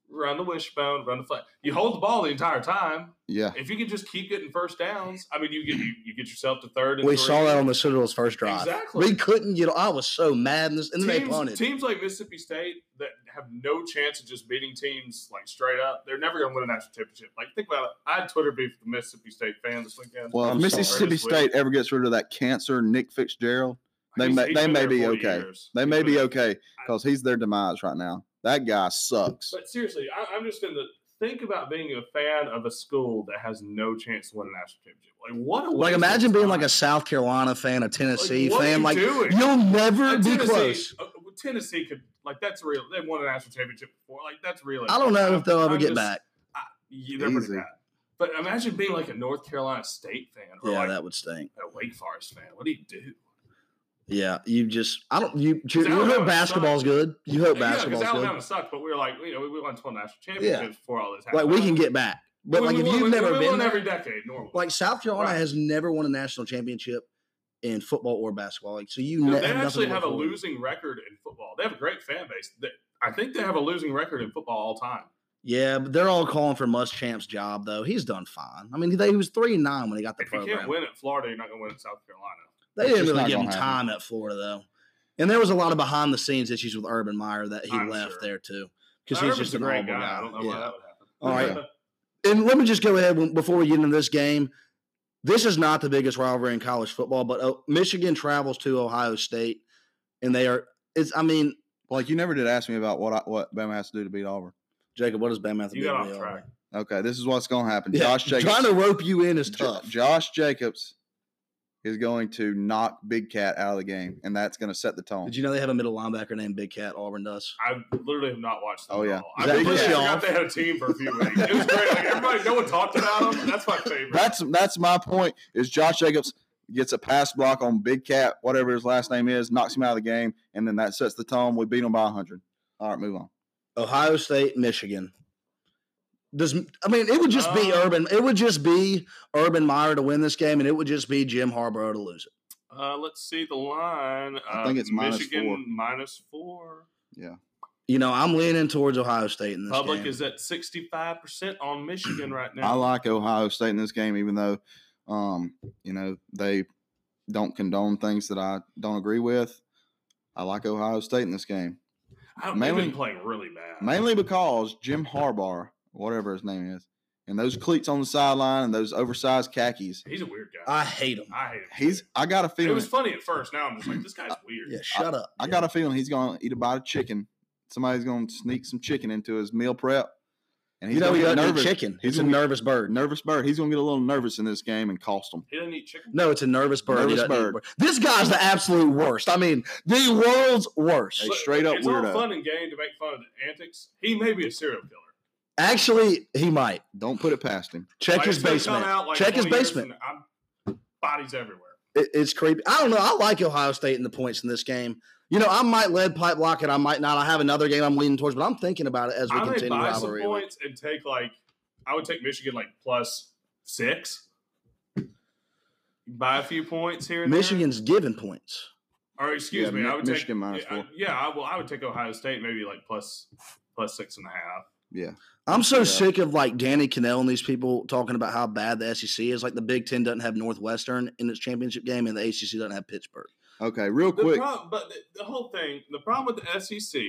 [SPEAKER 4] run the wishbone, run the flat. You hold the ball the entire time.
[SPEAKER 2] Yeah.
[SPEAKER 4] If you can just keep getting first downs, I mean, you get you, you get yourself to third. And
[SPEAKER 3] We
[SPEAKER 4] three.
[SPEAKER 3] saw that on the Citadel's first drive.
[SPEAKER 4] Exactly.
[SPEAKER 3] We couldn't get. I was so mad, in this, and then they punted.
[SPEAKER 4] teams, teams like Mississippi State that have no chance of just beating teams like straight up, they're never going to win a national championship. Like think about it. I had Twitter beef with the Mississippi State fans this weekend.
[SPEAKER 2] Well,
[SPEAKER 3] I'm
[SPEAKER 2] if Mississippi
[SPEAKER 4] sorry.
[SPEAKER 2] State ever gets rid of that cancer, Nick Fitzgerald, they
[SPEAKER 4] He's-
[SPEAKER 2] may-
[SPEAKER 4] he's
[SPEAKER 2] they
[SPEAKER 4] been
[SPEAKER 2] may
[SPEAKER 4] there
[SPEAKER 2] be
[SPEAKER 4] 40
[SPEAKER 2] okay.
[SPEAKER 4] years.
[SPEAKER 2] they
[SPEAKER 4] He's
[SPEAKER 2] may
[SPEAKER 4] been
[SPEAKER 2] be
[SPEAKER 4] there.
[SPEAKER 2] okay because he's their demise right now. That guy sucks.
[SPEAKER 4] But seriously, I, I'm just in the think about being a fan of a school that has no chance to win a national championship. Like what? A
[SPEAKER 3] like imagine being like a South Carolina fan, a Tennessee
[SPEAKER 4] what are
[SPEAKER 3] fan.
[SPEAKER 4] you
[SPEAKER 3] Like
[SPEAKER 4] doing?
[SPEAKER 3] you'll never be
[SPEAKER 4] Tennessee,
[SPEAKER 3] close.
[SPEAKER 4] uh, Tennessee could like that's real. They won a national championship before. Like that's real.
[SPEAKER 3] I don't know if they'll ever
[SPEAKER 4] I'm
[SPEAKER 3] get
[SPEAKER 4] just-
[SPEAKER 3] back.
[SPEAKER 4] Yeah, they're pretty
[SPEAKER 2] Easy.
[SPEAKER 4] bad. But imagine being like a North Carolina State fan or
[SPEAKER 3] Yeah,
[SPEAKER 4] like
[SPEAKER 3] that would stink.
[SPEAKER 4] a Wake Forest fan. What do you do?
[SPEAKER 3] Yeah, you just. I don't. You. You,
[SPEAKER 4] Alabama
[SPEAKER 3] hope
[SPEAKER 4] sucks.
[SPEAKER 3] basketball's good. You hope
[SPEAKER 4] yeah, because
[SPEAKER 3] Oh, basketball's
[SPEAKER 4] Alabama
[SPEAKER 3] good.
[SPEAKER 4] sucked, but we were like, you know, we won 12 national championships before all this
[SPEAKER 3] Like
[SPEAKER 4] happened.
[SPEAKER 3] we can get back, but
[SPEAKER 4] We-
[SPEAKER 3] like
[SPEAKER 4] we
[SPEAKER 3] if
[SPEAKER 4] won-
[SPEAKER 3] you've
[SPEAKER 4] we-
[SPEAKER 3] never
[SPEAKER 4] we
[SPEAKER 3] been
[SPEAKER 4] won
[SPEAKER 3] there,
[SPEAKER 4] every decade, normal.
[SPEAKER 3] like South Carolina
[SPEAKER 4] Right.
[SPEAKER 3] has never won a national championship in football or basketball. Like so, you
[SPEAKER 4] Dude,
[SPEAKER 3] ne-
[SPEAKER 4] they
[SPEAKER 3] have
[SPEAKER 4] actually
[SPEAKER 3] nothing to look
[SPEAKER 4] have a
[SPEAKER 3] forward to.
[SPEAKER 4] losing record in football. They have a great fan base. They, I think they have a losing record in football all time.
[SPEAKER 3] Yeah, but they're all calling for Muschamp's job though. He's done fine. I mean, they, he was three and nine when he got the
[SPEAKER 4] If you
[SPEAKER 3] program.
[SPEAKER 4] can't win at Florida, you're not going to win at South Carolina.
[SPEAKER 3] they
[SPEAKER 2] It's
[SPEAKER 3] didn't
[SPEAKER 2] just
[SPEAKER 3] really
[SPEAKER 2] not
[SPEAKER 3] give him
[SPEAKER 2] gonna happen.
[SPEAKER 3] time at Florida though, and there was a lot of behind the scenes issues with Urban Meyer that he
[SPEAKER 4] I'm
[SPEAKER 3] left
[SPEAKER 4] sure.
[SPEAKER 3] there too because
[SPEAKER 4] Now,
[SPEAKER 3] he's
[SPEAKER 4] Urban's
[SPEAKER 3] just
[SPEAKER 4] a
[SPEAKER 3] an
[SPEAKER 4] great
[SPEAKER 3] Auburn guy.
[SPEAKER 4] I don't know why
[SPEAKER 3] Yeah.
[SPEAKER 4] that would happen.
[SPEAKER 3] All right. And let me just go ahead when- before we get into this game. This is not the biggest rivalry in college football, but uh, Michigan travels to Ohio State, and they are. It's. I mean,
[SPEAKER 2] Like you never did ask me about what I, what Bama has to do to beat Auburn.
[SPEAKER 3] Jacob, what does Bama have to
[SPEAKER 4] You
[SPEAKER 3] do?
[SPEAKER 4] got
[SPEAKER 3] to
[SPEAKER 4] off
[SPEAKER 3] be
[SPEAKER 4] track.
[SPEAKER 3] Auburn?
[SPEAKER 2] Okay, this is what's going to happen.
[SPEAKER 3] Yeah,
[SPEAKER 2] Josh Jacobs.
[SPEAKER 3] trying to rope you in is
[SPEAKER 2] Jo-
[SPEAKER 3] tough.
[SPEAKER 2] Josh Jacobs is going to knock Big Cat out of the game, and that's going to set the tone.
[SPEAKER 3] Did you know they have a middle linebacker named Big Cat? Auburn does.
[SPEAKER 4] I literally have not watched. Them
[SPEAKER 2] Oh,
[SPEAKER 4] at
[SPEAKER 2] yeah.
[SPEAKER 4] all.
[SPEAKER 3] Does
[SPEAKER 4] I
[SPEAKER 3] that
[SPEAKER 4] really
[SPEAKER 3] piss you
[SPEAKER 4] forgot
[SPEAKER 3] off?
[SPEAKER 4] they had a team for a few weeks. It was great. Like everybody, no one talked about them. That's my favorite.
[SPEAKER 2] that's that's my point. Is Josh Jacobs gets a pass block on Big Cat, whatever his last name is, knocks him out of the game, and then that sets the tone. We beat him by 100. All right, move on.
[SPEAKER 3] Ohio State, Michigan. Does I mean it would just be
[SPEAKER 4] Um,
[SPEAKER 3] Urban? It would just be Urban Meyer to win this game, and it would just be Jim Harbaugh to lose it.
[SPEAKER 4] Uh, let's see the line.
[SPEAKER 2] I think it's
[SPEAKER 4] uh,
[SPEAKER 2] minus
[SPEAKER 4] Michigan
[SPEAKER 2] four.
[SPEAKER 4] minus four.
[SPEAKER 3] You know, I'm leaning towards Ohio State in this
[SPEAKER 4] Public
[SPEAKER 3] game.
[SPEAKER 4] is at sixty five percent on Michigan right now.
[SPEAKER 2] I like Ohio State in this game, even though, um, you know, they don't condone things that I don't agree with. I like Ohio State in this game,
[SPEAKER 4] I don't, they've
[SPEAKER 2] mainly-
[SPEAKER 4] been playing really bad.
[SPEAKER 2] mainly because Jim Harbaugh, whatever his name is, and those cleats on the sideline and those oversized khakis.
[SPEAKER 4] he's a weird guy.
[SPEAKER 3] I hate him.
[SPEAKER 4] I, hate him.
[SPEAKER 2] He's. I got a
[SPEAKER 4] It
[SPEAKER 2] feeling.
[SPEAKER 4] was funny at first. Now I'm just like, this guy's weird.
[SPEAKER 3] Yeah, shut up.
[SPEAKER 2] I got a feeling he's going to eat a bite of chicken. Somebody's going to sneak some chicken into his meal prep, and he's
[SPEAKER 3] you know he
[SPEAKER 2] going to get
[SPEAKER 3] doesn't eat
[SPEAKER 2] nervous.
[SPEAKER 3] chicken.
[SPEAKER 2] He's
[SPEAKER 3] He's a
[SPEAKER 2] gonna get-
[SPEAKER 3] nervous bird.
[SPEAKER 2] Nervous bird. He's going to get a little nervous in this game and cost him.
[SPEAKER 4] He doesn't eat chicken.
[SPEAKER 3] No, it's a nervous bird. He
[SPEAKER 2] Nervous
[SPEAKER 3] doesn't eat
[SPEAKER 2] bird.
[SPEAKER 3] bird. This guy's the absolute worst. I mean, the world's worst.
[SPEAKER 2] Hey, straight up
[SPEAKER 4] it's
[SPEAKER 2] weirdo.
[SPEAKER 4] all fun and game to make fun of the antics. He may be a serial killer.
[SPEAKER 3] Actually, he might
[SPEAKER 2] Don't put it past him.
[SPEAKER 3] check
[SPEAKER 4] Like,
[SPEAKER 3] his
[SPEAKER 4] it's gonna come
[SPEAKER 3] basement.
[SPEAKER 4] out, like,
[SPEAKER 3] check his
[SPEAKER 4] 20 years
[SPEAKER 3] basement.
[SPEAKER 4] from now, I'm- Bodies everywhere.
[SPEAKER 3] It, it's creepy. I don't know. I like Ohio State in the points in this game. You know, I might lead pipe lock it. I might not. I have another game I'm leaning towards, but I'm thinking about it as we
[SPEAKER 4] I may
[SPEAKER 3] continue
[SPEAKER 4] buy some
[SPEAKER 3] rivalry. week.
[SPEAKER 4] points and take like I would take Michigan like plus six. Buy a few points here. And there.
[SPEAKER 3] Michigan's given points.
[SPEAKER 4] Or excuse
[SPEAKER 2] Yeah,
[SPEAKER 4] me,
[SPEAKER 2] Mi-
[SPEAKER 4] I would
[SPEAKER 2] Michigan
[SPEAKER 4] take
[SPEAKER 2] minus
[SPEAKER 4] yeah, I-
[SPEAKER 2] four.
[SPEAKER 4] yeah, I, well, I would take Ohio State maybe like plus plus six and a half.
[SPEAKER 2] Yeah.
[SPEAKER 3] I'm so
[SPEAKER 2] Yeah.
[SPEAKER 3] sick of like Danny Cannell and these people talking about how bad the SEC is. Like the Big Ten doesn't have Northwestern in its championship game, and the ACC doesn't have Pittsburgh.
[SPEAKER 2] Okay. Real
[SPEAKER 4] The
[SPEAKER 2] quick.
[SPEAKER 4] prob- but the, the whole thing, the problem with the SEC,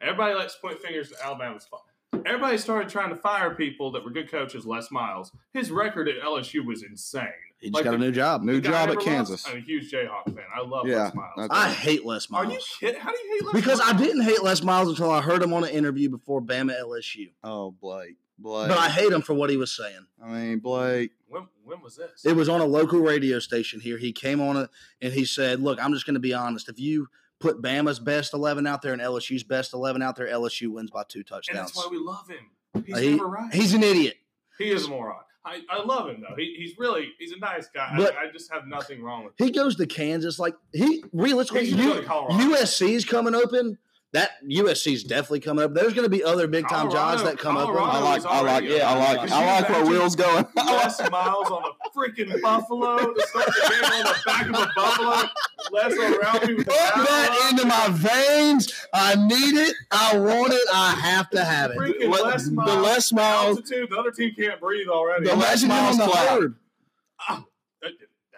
[SPEAKER 4] everybody likes to point fingers at Alabama's fault. Everybody started trying to fire people that were good coaches. Les Miles, his record at LSU was insane.
[SPEAKER 3] He just
[SPEAKER 4] Like
[SPEAKER 3] got a
[SPEAKER 4] the-
[SPEAKER 3] new job.
[SPEAKER 2] New
[SPEAKER 4] The guy
[SPEAKER 2] job at
[SPEAKER 4] everyone
[SPEAKER 2] Kansas.
[SPEAKER 4] else- I'm a huge Jayhawk fan. I love
[SPEAKER 2] Yeah,
[SPEAKER 4] Les Miles.
[SPEAKER 2] okay.
[SPEAKER 3] I hate Les
[SPEAKER 4] Are you
[SPEAKER 3] Miles
[SPEAKER 4] kidding? How do you hate Les
[SPEAKER 3] because I
[SPEAKER 4] Miles?
[SPEAKER 3] didn't hate Les Miles until I heard him on an interview before Bama LSU.
[SPEAKER 2] Oh, Blake. Blake.
[SPEAKER 3] But I hate him for what he was saying.
[SPEAKER 2] I mean, Blake.
[SPEAKER 4] When, when was this?
[SPEAKER 3] It was on a local radio station here. He came on it and he said, "Look, I'm just going to be honest. If you put Bama's best eleven out there and LSU's best eleven out there, LSU wins by two
[SPEAKER 4] and that's
[SPEAKER 3] touchdowns."
[SPEAKER 4] why we love him. He's
[SPEAKER 3] He-
[SPEAKER 4] never right.
[SPEAKER 3] He's an idiot.
[SPEAKER 4] He is a moron. I, I love him though. He, he's really he's a nice guy.
[SPEAKER 3] But-
[SPEAKER 4] I, I just have nothing wrong with him.
[SPEAKER 3] He goes to Kansas like he realistically.
[SPEAKER 4] He should go
[SPEAKER 3] You,
[SPEAKER 4] to Colorado.
[SPEAKER 3] USC's coming open. That USC's definitely coming up. There's going to be other big time jobs
[SPEAKER 4] Colorado-
[SPEAKER 3] that come
[SPEAKER 2] I
[SPEAKER 4] Colorado
[SPEAKER 3] up.
[SPEAKER 2] like.
[SPEAKER 4] was
[SPEAKER 2] I like.
[SPEAKER 4] already-
[SPEAKER 2] Yeah, I like.
[SPEAKER 4] Could
[SPEAKER 2] I
[SPEAKER 4] you
[SPEAKER 2] like where
[SPEAKER 4] imagine-
[SPEAKER 2] Will's going.
[SPEAKER 4] Les Miles on a freaking buffalo to start the game on the back of a buffalo. Les O'Reilly with
[SPEAKER 3] Put
[SPEAKER 4] the barrel
[SPEAKER 3] that
[SPEAKER 4] up.
[SPEAKER 3] into my veins. I need it. I want it. I have to have it.
[SPEAKER 4] Freaking
[SPEAKER 2] Let-
[SPEAKER 4] Les
[SPEAKER 2] the
[SPEAKER 4] Miles.
[SPEAKER 2] Les Miles-
[SPEAKER 4] Altitude. The other team can't breathe already.
[SPEAKER 2] The Les
[SPEAKER 3] Imagine him on
[SPEAKER 2] Miles
[SPEAKER 3] the
[SPEAKER 2] clap.
[SPEAKER 3] third,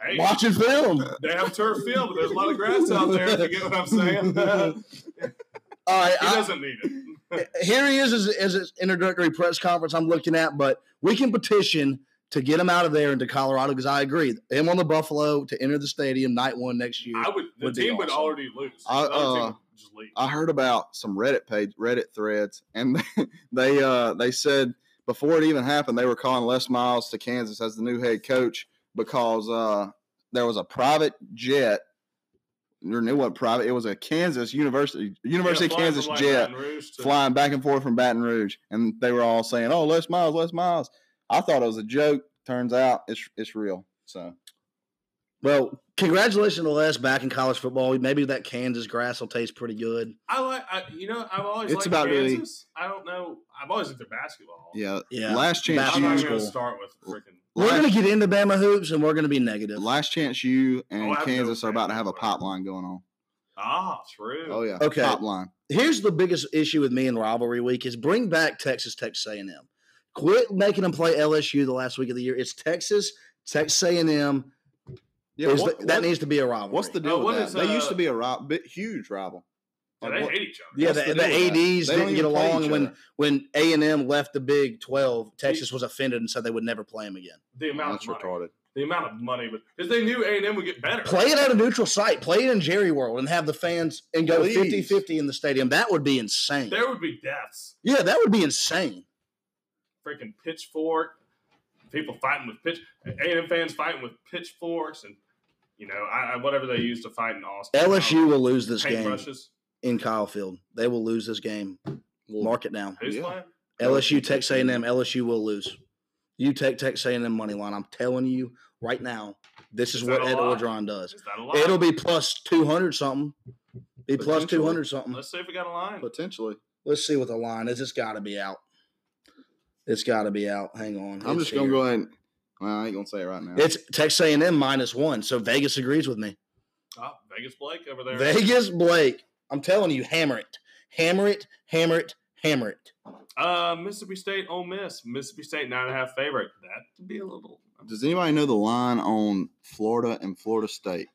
[SPEAKER 4] Hey,
[SPEAKER 3] watching film.
[SPEAKER 4] they have turf field, but there's a lot of grass out there. If you get what I'm saying? he
[SPEAKER 3] All right, I-
[SPEAKER 4] doesn't need it.
[SPEAKER 3] here he is as, as his introductory press conference I'm looking at, but we can petition to get him out of there into Colorado because I agree. Him on the Buffalo to enter the stadium night one next year.
[SPEAKER 4] I would. The
[SPEAKER 3] Would be
[SPEAKER 4] team would
[SPEAKER 3] awesome.
[SPEAKER 4] already lose.
[SPEAKER 2] I-
[SPEAKER 4] The other
[SPEAKER 2] uh,
[SPEAKER 4] team would just leave.
[SPEAKER 2] I heard about some Reddit page, Reddit threads, and they uh, they said before it even happened, they were calling Les Miles to Kansas as the new head coach because uh, there was a private jet. Or it wasn't private; it was a Kansas University University
[SPEAKER 4] Yeah, flying
[SPEAKER 2] of Kansas
[SPEAKER 4] from, like,
[SPEAKER 2] jet
[SPEAKER 4] Baton Rouge to-
[SPEAKER 2] flying back and forth from Baton Rouge, and they were all saying, "Oh, Les Miles, Les Miles." I thought it was a joke. Turns out it's it's real. So
[SPEAKER 3] well, congratulations to Les back in college football. Maybe that Kansas grass will taste pretty good.
[SPEAKER 4] I like. I, you know, I've always
[SPEAKER 2] It's
[SPEAKER 4] liked
[SPEAKER 2] about really-
[SPEAKER 4] Kansas. I don't know. I've always liked their basketball.
[SPEAKER 2] yeah,
[SPEAKER 3] Yeah.
[SPEAKER 2] last chance
[SPEAKER 4] I'm
[SPEAKER 3] Basketball.
[SPEAKER 4] not
[SPEAKER 2] you,
[SPEAKER 4] going to
[SPEAKER 3] Usual.
[SPEAKER 4] start with freaking.
[SPEAKER 3] we're
[SPEAKER 2] last-
[SPEAKER 3] going to get into Bama hoops and we're going to be negative.
[SPEAKER 2] last chance you and
[SPEAKER 4] Oh, I have no
[SPEAKER 2] Kansas are about to have a
[SPEAKER 4] idea.
[SPEAKER 2] pipeline going on.
[SPEAKER 4] Ah, true.
[SPEAKER 2] Oh yeah.
[SPEAKER 3] Okay.
[SPEAKER 2] Pipeline.
[SPEAKER 3] Here's the biggest issue with me in rivalry week is bring back Texas Texas A&M. Quit making them play LSU the last week of the year. It's Texas Texas A&M.
[SPEAKER 2] Yeah.
[SPEAKER 3] Is
[SPEAKER 2] what-
[SPEAKER 3] the- that
[SPEAKER 2] what- Oh,
[SPEAKER 3] needs to be a rivalry.
[SPEAKER 2] what's the
[SPEAKER 4] Uh,
[SPEAKER 2] deal?
[SPEAKER 4] what
[SPEAKER 2] with
[SPEAKER 4] is,
[SPEAKER 2] that? they used
[SPEAKER 4] uh,
[SPEAKER 2] to be a ri- bit huge rival.
[SPEAKER 4] Yeah,
[SPEAKER 2] Like,
[SPEAKER 4] they
[SPEAKER 2] what-
[SPEAKER 4] hate each other.
[SPEAKER 3] Yeah,
[SPEAKER 2] what's
[SPEAKER 3] the,
[SPEAKER 2] the
[SPEAKER 3] the
[SPEAKER 2] deal with that?
[SPEAKER 3] ads
[SPEAKER 2] They don't
[SPEAKER 3] didn't get
[SPEAKER 2] even play each
[SPEAKER 3] along when
[SPEAKER 2] other.
[SPEAKER 3] when A and M left the Big Twelve. Texas was offended and said they would never play him again.
[SPEAKER 4] The amount
[SPEAKER 2] That's
[SPEAKER 4] of money.
[SPEAKER 2] retarded.
[SPEAKER 4] the amount of money, but because they knew A and M would get better.
[SPEAKER 3] Play it at a neutral site. Play it in Jerry World and have the fans and go
[SPEAKER 2] Please.
[SPEAKER 3] 50 50 in the stadium. That would be insane.
[SPEAKER 4] There would be deaths.
[SPEAKER 3] yeah, that would be insane.
[SPEAKER 4] Freaking pitchfork. People fighting with pitch. A and M fans fighting with pitchforks and you know I, I, whatever they use to fight in Austin. Um,
[SPEAKER 3] LSU will lose this game
[SPEAKER 4] paintbrushes.
[SPEAKER 3] in Kyle Field. They will lose this game. Mark it down.
[SPEAKER 4] Who's
[SPEAKER 2] Yeah.
[SPEAKER 4] playing?
[SPEAKER 3] LSU, Texas A&M. LSU will lose. You take Texas A&M money line. I'm telling you right now, this is,
[SPEAKER 4] Is
[SPEAKER 3] what
[SPEAKER 4] that a
[SPEAKER 3] Ed
[SPEAKER 4] lot?
[SPEAKER 3] Orgeron does.
[SPEAKER 4] Is that a line?
[SPEAKER 3] It'll be plus 200 something. Be plus
[SPEAKER 2] Potentially.
[SPEAKER 3] 200 something.
[SPEAKER 4] Let's see if we got a line.
[SPEAKER 2] potentially.
[SPEAKER 3] Let's see what the line is. It's got to be out. It's got to be out. Hang on.
[SPEAKER 2] I'm
[SPEAKER 3] It's
[SPEAKER 2] just gonna
[SPEAKER 3] here.
[SPEAKER 2] go ahead. And, well, I ain't gonna say it right now.
[SPEAKER 3] It's Texas A&M minus one. So Vegas agrees with me.
[SPEAKER 4] Oh, Vegas Blake over there.
[SPEAKER 3] Vegas Blake. I'm telling you, hammer it, hammer it, hammer it, hammer it.
[SPEAKER 4] Uh, Mississippi State, Ole Miss. Mississippi State nine and a half favorite. That could be a little.
[SPEAKER 2] Does anybody know the line on Florida and Florida State?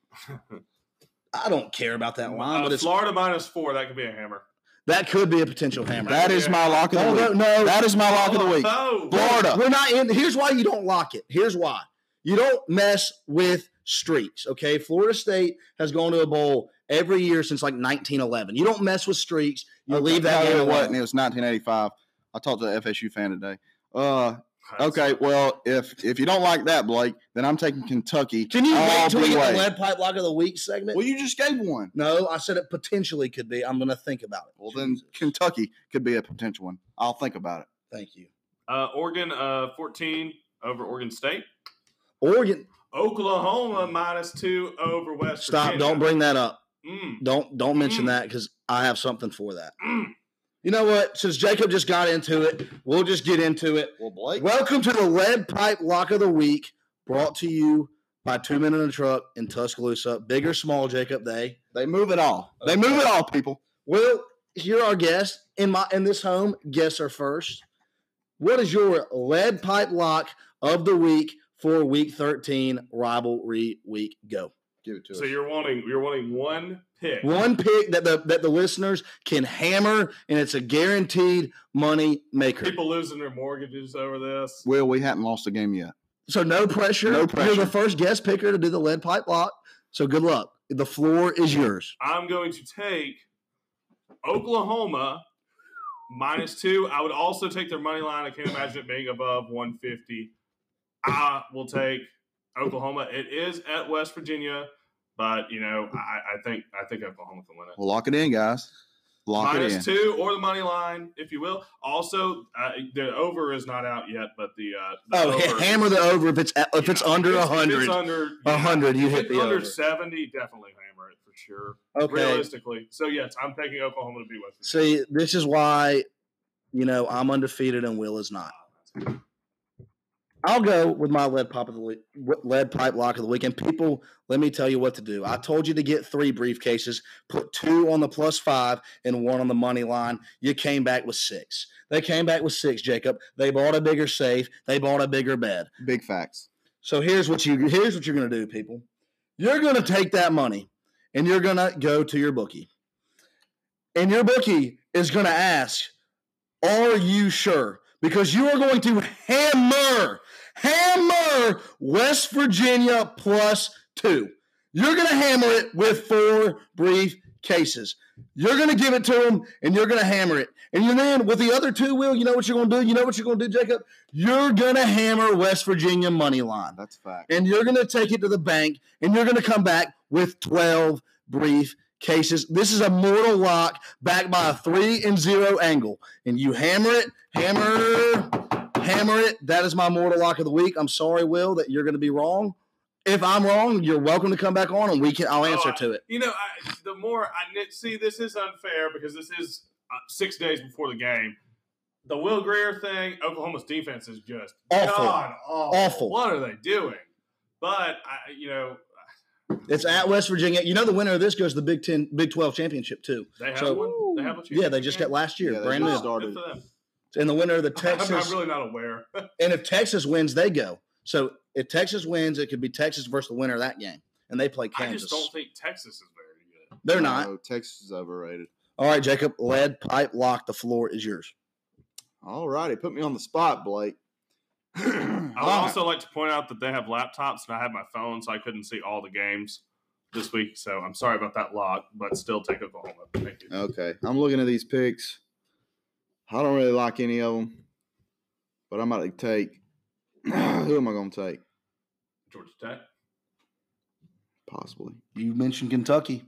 [SPEAKER 3] I don't care about that line,
[SPEAKER 4] Uh,
[SPEAKER 3] but it's
[SPEAKER 4] Florida minus four. That could be a hammer.
[SPEAKER 3] that could be a potential hammer.
[SPEAKER 2] That is my lock of
[SPEAKER 3] Oh,
[SPEAKER 2] the
[SPEAKER 3] no,
[SPEAKER 2] week.
[SPEAKER 3] no.
[SPEAKER 2] That is my lock of the week.
[SPEAKER 4] Oh,
[SPEAKER 2] Florida.
[SPEAKER 3] We're not in. Here's why you don't lock it. Here's why you don't mess with streaks. Okay, Florida State has gone to a bowl every year since like 1911. You don't mess with streaks. You
[SPEAKER 2] Okay,
[SPEAKER 3] leave that
[SPEAKER 2] no, you
[SPEAKER 3] game
[SPEAKER 2] know what?
[SPEAKER 3] alone.
[SPEAKER 2] And it was 1985. I talked to an FSU fan today. Uh,
[SPEAKER 4] That's-
[SPEAKER 2] okay, well, if if you don't like that, Blake, then I'm taking Kentucky.
[SPEAKER 3] Can you
[SPEAKER 2] all
[SPEAKER 3] wait till we
[SPEAKER 2] the
[SPEAKER 3] get
[SPEAKER 2] way.
[SPEAKER 3] the lead pipe lock of the week segment?
[SPEAKER 2] Well, you just gave one.
[SPEAKER 3] no, I said it potentially could be. I'm going to think about it.
[SPEAKER 2] Well, then Kentucky could be a potential one. I'll think about it.
[SPEAKER 3] Thank you.
[SPEAKER 4] Uh, Oregon uh, fourteen over Oregon State.
[SPEAKER 3] Oregon,
[SPEAKER 4] Oklahoma minus two over West.
[SPEAKER 3] stop!
[SPEAKER 4] Virginia.
[SPEAKER 3] Don't bring that up.
[SPEAKER 4] Mm,
[SPEAKER 3] Don't don't mention
[SPEAKER 4] Mm.
[SPEAKER 3] that because I have something for that.
[SPEAKER 4] Mm.
[SPEAKER 3] You know what? Since Jacob just got into it, we'll just get into it.
[SPEAKER 2] Well, Blake,
[SPEAKER 3] Welcome to the Lead Pipe Lock of the Week, brought to you by Two Men in a Truck in Tuscaloosa. Big or small, Jacob? They
[SPEAKER 2] they move it all. They
[SPEAKER 3] Okay.
[SPEAKER 2] move it all, people.
[SPEAKER 3] well. You're our guest in my in this home. Guests are first. What is your lead pipe lock of the week for Week 13 rivalry week? Go.
[SPEAKER 2] Give it to
[SPEAKER 4] So
[SPEAKER 2] us.
[SPEAKER 4] you're wanting you're wanting one pick.
[SPEAKER 3] one pick that the that the listeners can hammer, and it's a guaranteed money maker.
[SPEAKER 4] People losing their mortgages over this.
[SPEAKER 2] Well, we haven't lost a game yet.
[SPEAKER 3] So no pressure.
[SPEAKER 2] No
[SPEAKER 3] You're
[SPEAKER 2] pressure.
[SPEAKER 3] the first guest picker to do the lead pipe lock. So good luck. The floor is yours.
[SPEAKER 4] I'm going to take Oklahoma minus two. I would also take their money line. I can't imagine it being above 150. I will take Oklahoma. It is at West Virginia, but you know, I, I think I think Oklahoma can win it.
[SPEAKER 2] Well, lock it in, guys. Lock it in.
[SPEAKER 4] Minus two or the money line, if you will. Also, uh, the over is not out yet, but the, uh, the
[SPEAKER 3] Oh, ha- hammer the over if it's at- if it's under
[SPEAKER 4] a
[SPEAKER 3] a hundred.
[SPEAKER 4] under
[SPEAKER 3] A hundred, you
[SPEAKER 4] If
[SPEAKER 3] hit
[SPEAKER 4] it's
[SPEAKER 3] the
[SPEAKER 4] under
[SPEAKER 3] over.
[SPEAKER 4] 70, definitely hammer it for sure.
[SPEAKER 3] Okay.
[SPEAKER 4] Realistically, so yes, I'm taking Oklahoma to beat West Virginia.
[SPEAKER 3] See, this is why you know I'm undefeated and Will is not. I'll go with my lead pipe of the week, lead pipe lock of the week. And people, let me tell you what to do. I told you to get three briefcases, put two on the plus five and one on the money line. You came back with six. They came back with six, Jacob. They bought a bigger safe. They bought a bigger bed.
[SPEAKER 2] Big facts.
[SPEAKER 3] So here's what you here's what you're gonna do, people. You're gonna take that money and you're gonna go to your bookie. And your bookie is gonna ask, Are you sure? Because you are going to hammer, hammer West Virginia plus two. You're gonna hammer it with four brief cases. You're gonna give it to them and you're gonna hammer it. And then with the other two, Will, you know what you're gonna do? You know what you're gonna do, Jacob? You're gonna hammer West Virginia money line,
[SPEAKER 2] That's a fact.
[SPEAKER 3] and you're gonna take it to the bank, and you're gonna come back with twelve brief cases. This is a mortal lock backed by a three and zero angle, and you hammer it, hammer, hammer it. That is my mortal lock of the week. I'm sorry, Will, that you're gonna be wrong. If I'm wrong, you're welcome to come back on, and we can. I'll answer
[SPEAKER 4] I-
[SPEAKER 3] to it.
[SPEAKER 4] You know, I, the more I nit- see, this is unfair because this is uh, six days before the game. The Will Greer thing, Oklahoma's defense is just
[SPEAKER 3] Awful.
[SPEAKER 4] God awful.
[SPEAKER 3] Awful.
[SPEAKER 4] What are they doing? But I, you know,
[SPEAKER 3] It's at West Virginia. You know the winner of this goes to the Big Ten, Big Twelve championship too.
[SPEAKER 4] they have
[SPEAKER 3] So-
[SPEAKER 4] one. They have a
[SPEAKER 3] Yeah, they just got last year,
[SPEAKER 2] Yeah, they
[SPEAKER 3] brand
[SPEAKER 2] just
[SPEAKER 3] new.
[SPEAKER 2] started.
[SPEAKER 4] Good for them.
[SPEAKER 3] And the winner of the
[SPEAKER 4] I'm-
[SPEAKER 3] Texas.
[SPEAKER 4] I'm, really not aware.
[SPEAKER 3] And if Texas wins, they go. So if Texas wins, it could be Texas versus the winner of that game, and they play
[SPEAKER 4] I
[SPEAKER 3] Kansas.
[SPEAKER 4] just don't think Texas is very good.
[SPEAKER 3] They're not.
[SPEAKER 2] No, Uh, Texas is overrated.
[SPEAKER 3] All right, Jacob. Lead pipe lock. The floor is yours.
[SPEAKER 2] All righty, put me on the spot, Blake.
[SPEAKER 4] I would
[SPEAKER 2] Wow.
[SPEAKER 4] also like to point out that they have laptops, and I had my phone, so I couldn't see all the games this week. So I'm sorry about that lock, but still take Oklahoma. Thank you.
[SPEAKER 2] Okay, I'm looking at these picks. I don't really like any of them, but I'm about to take. who am I going to take?
[SPEAKER 4] Georgia Tech
[SPEAKER 2] Possibly.
[SPEAKER 3] You mentioned Kentucky.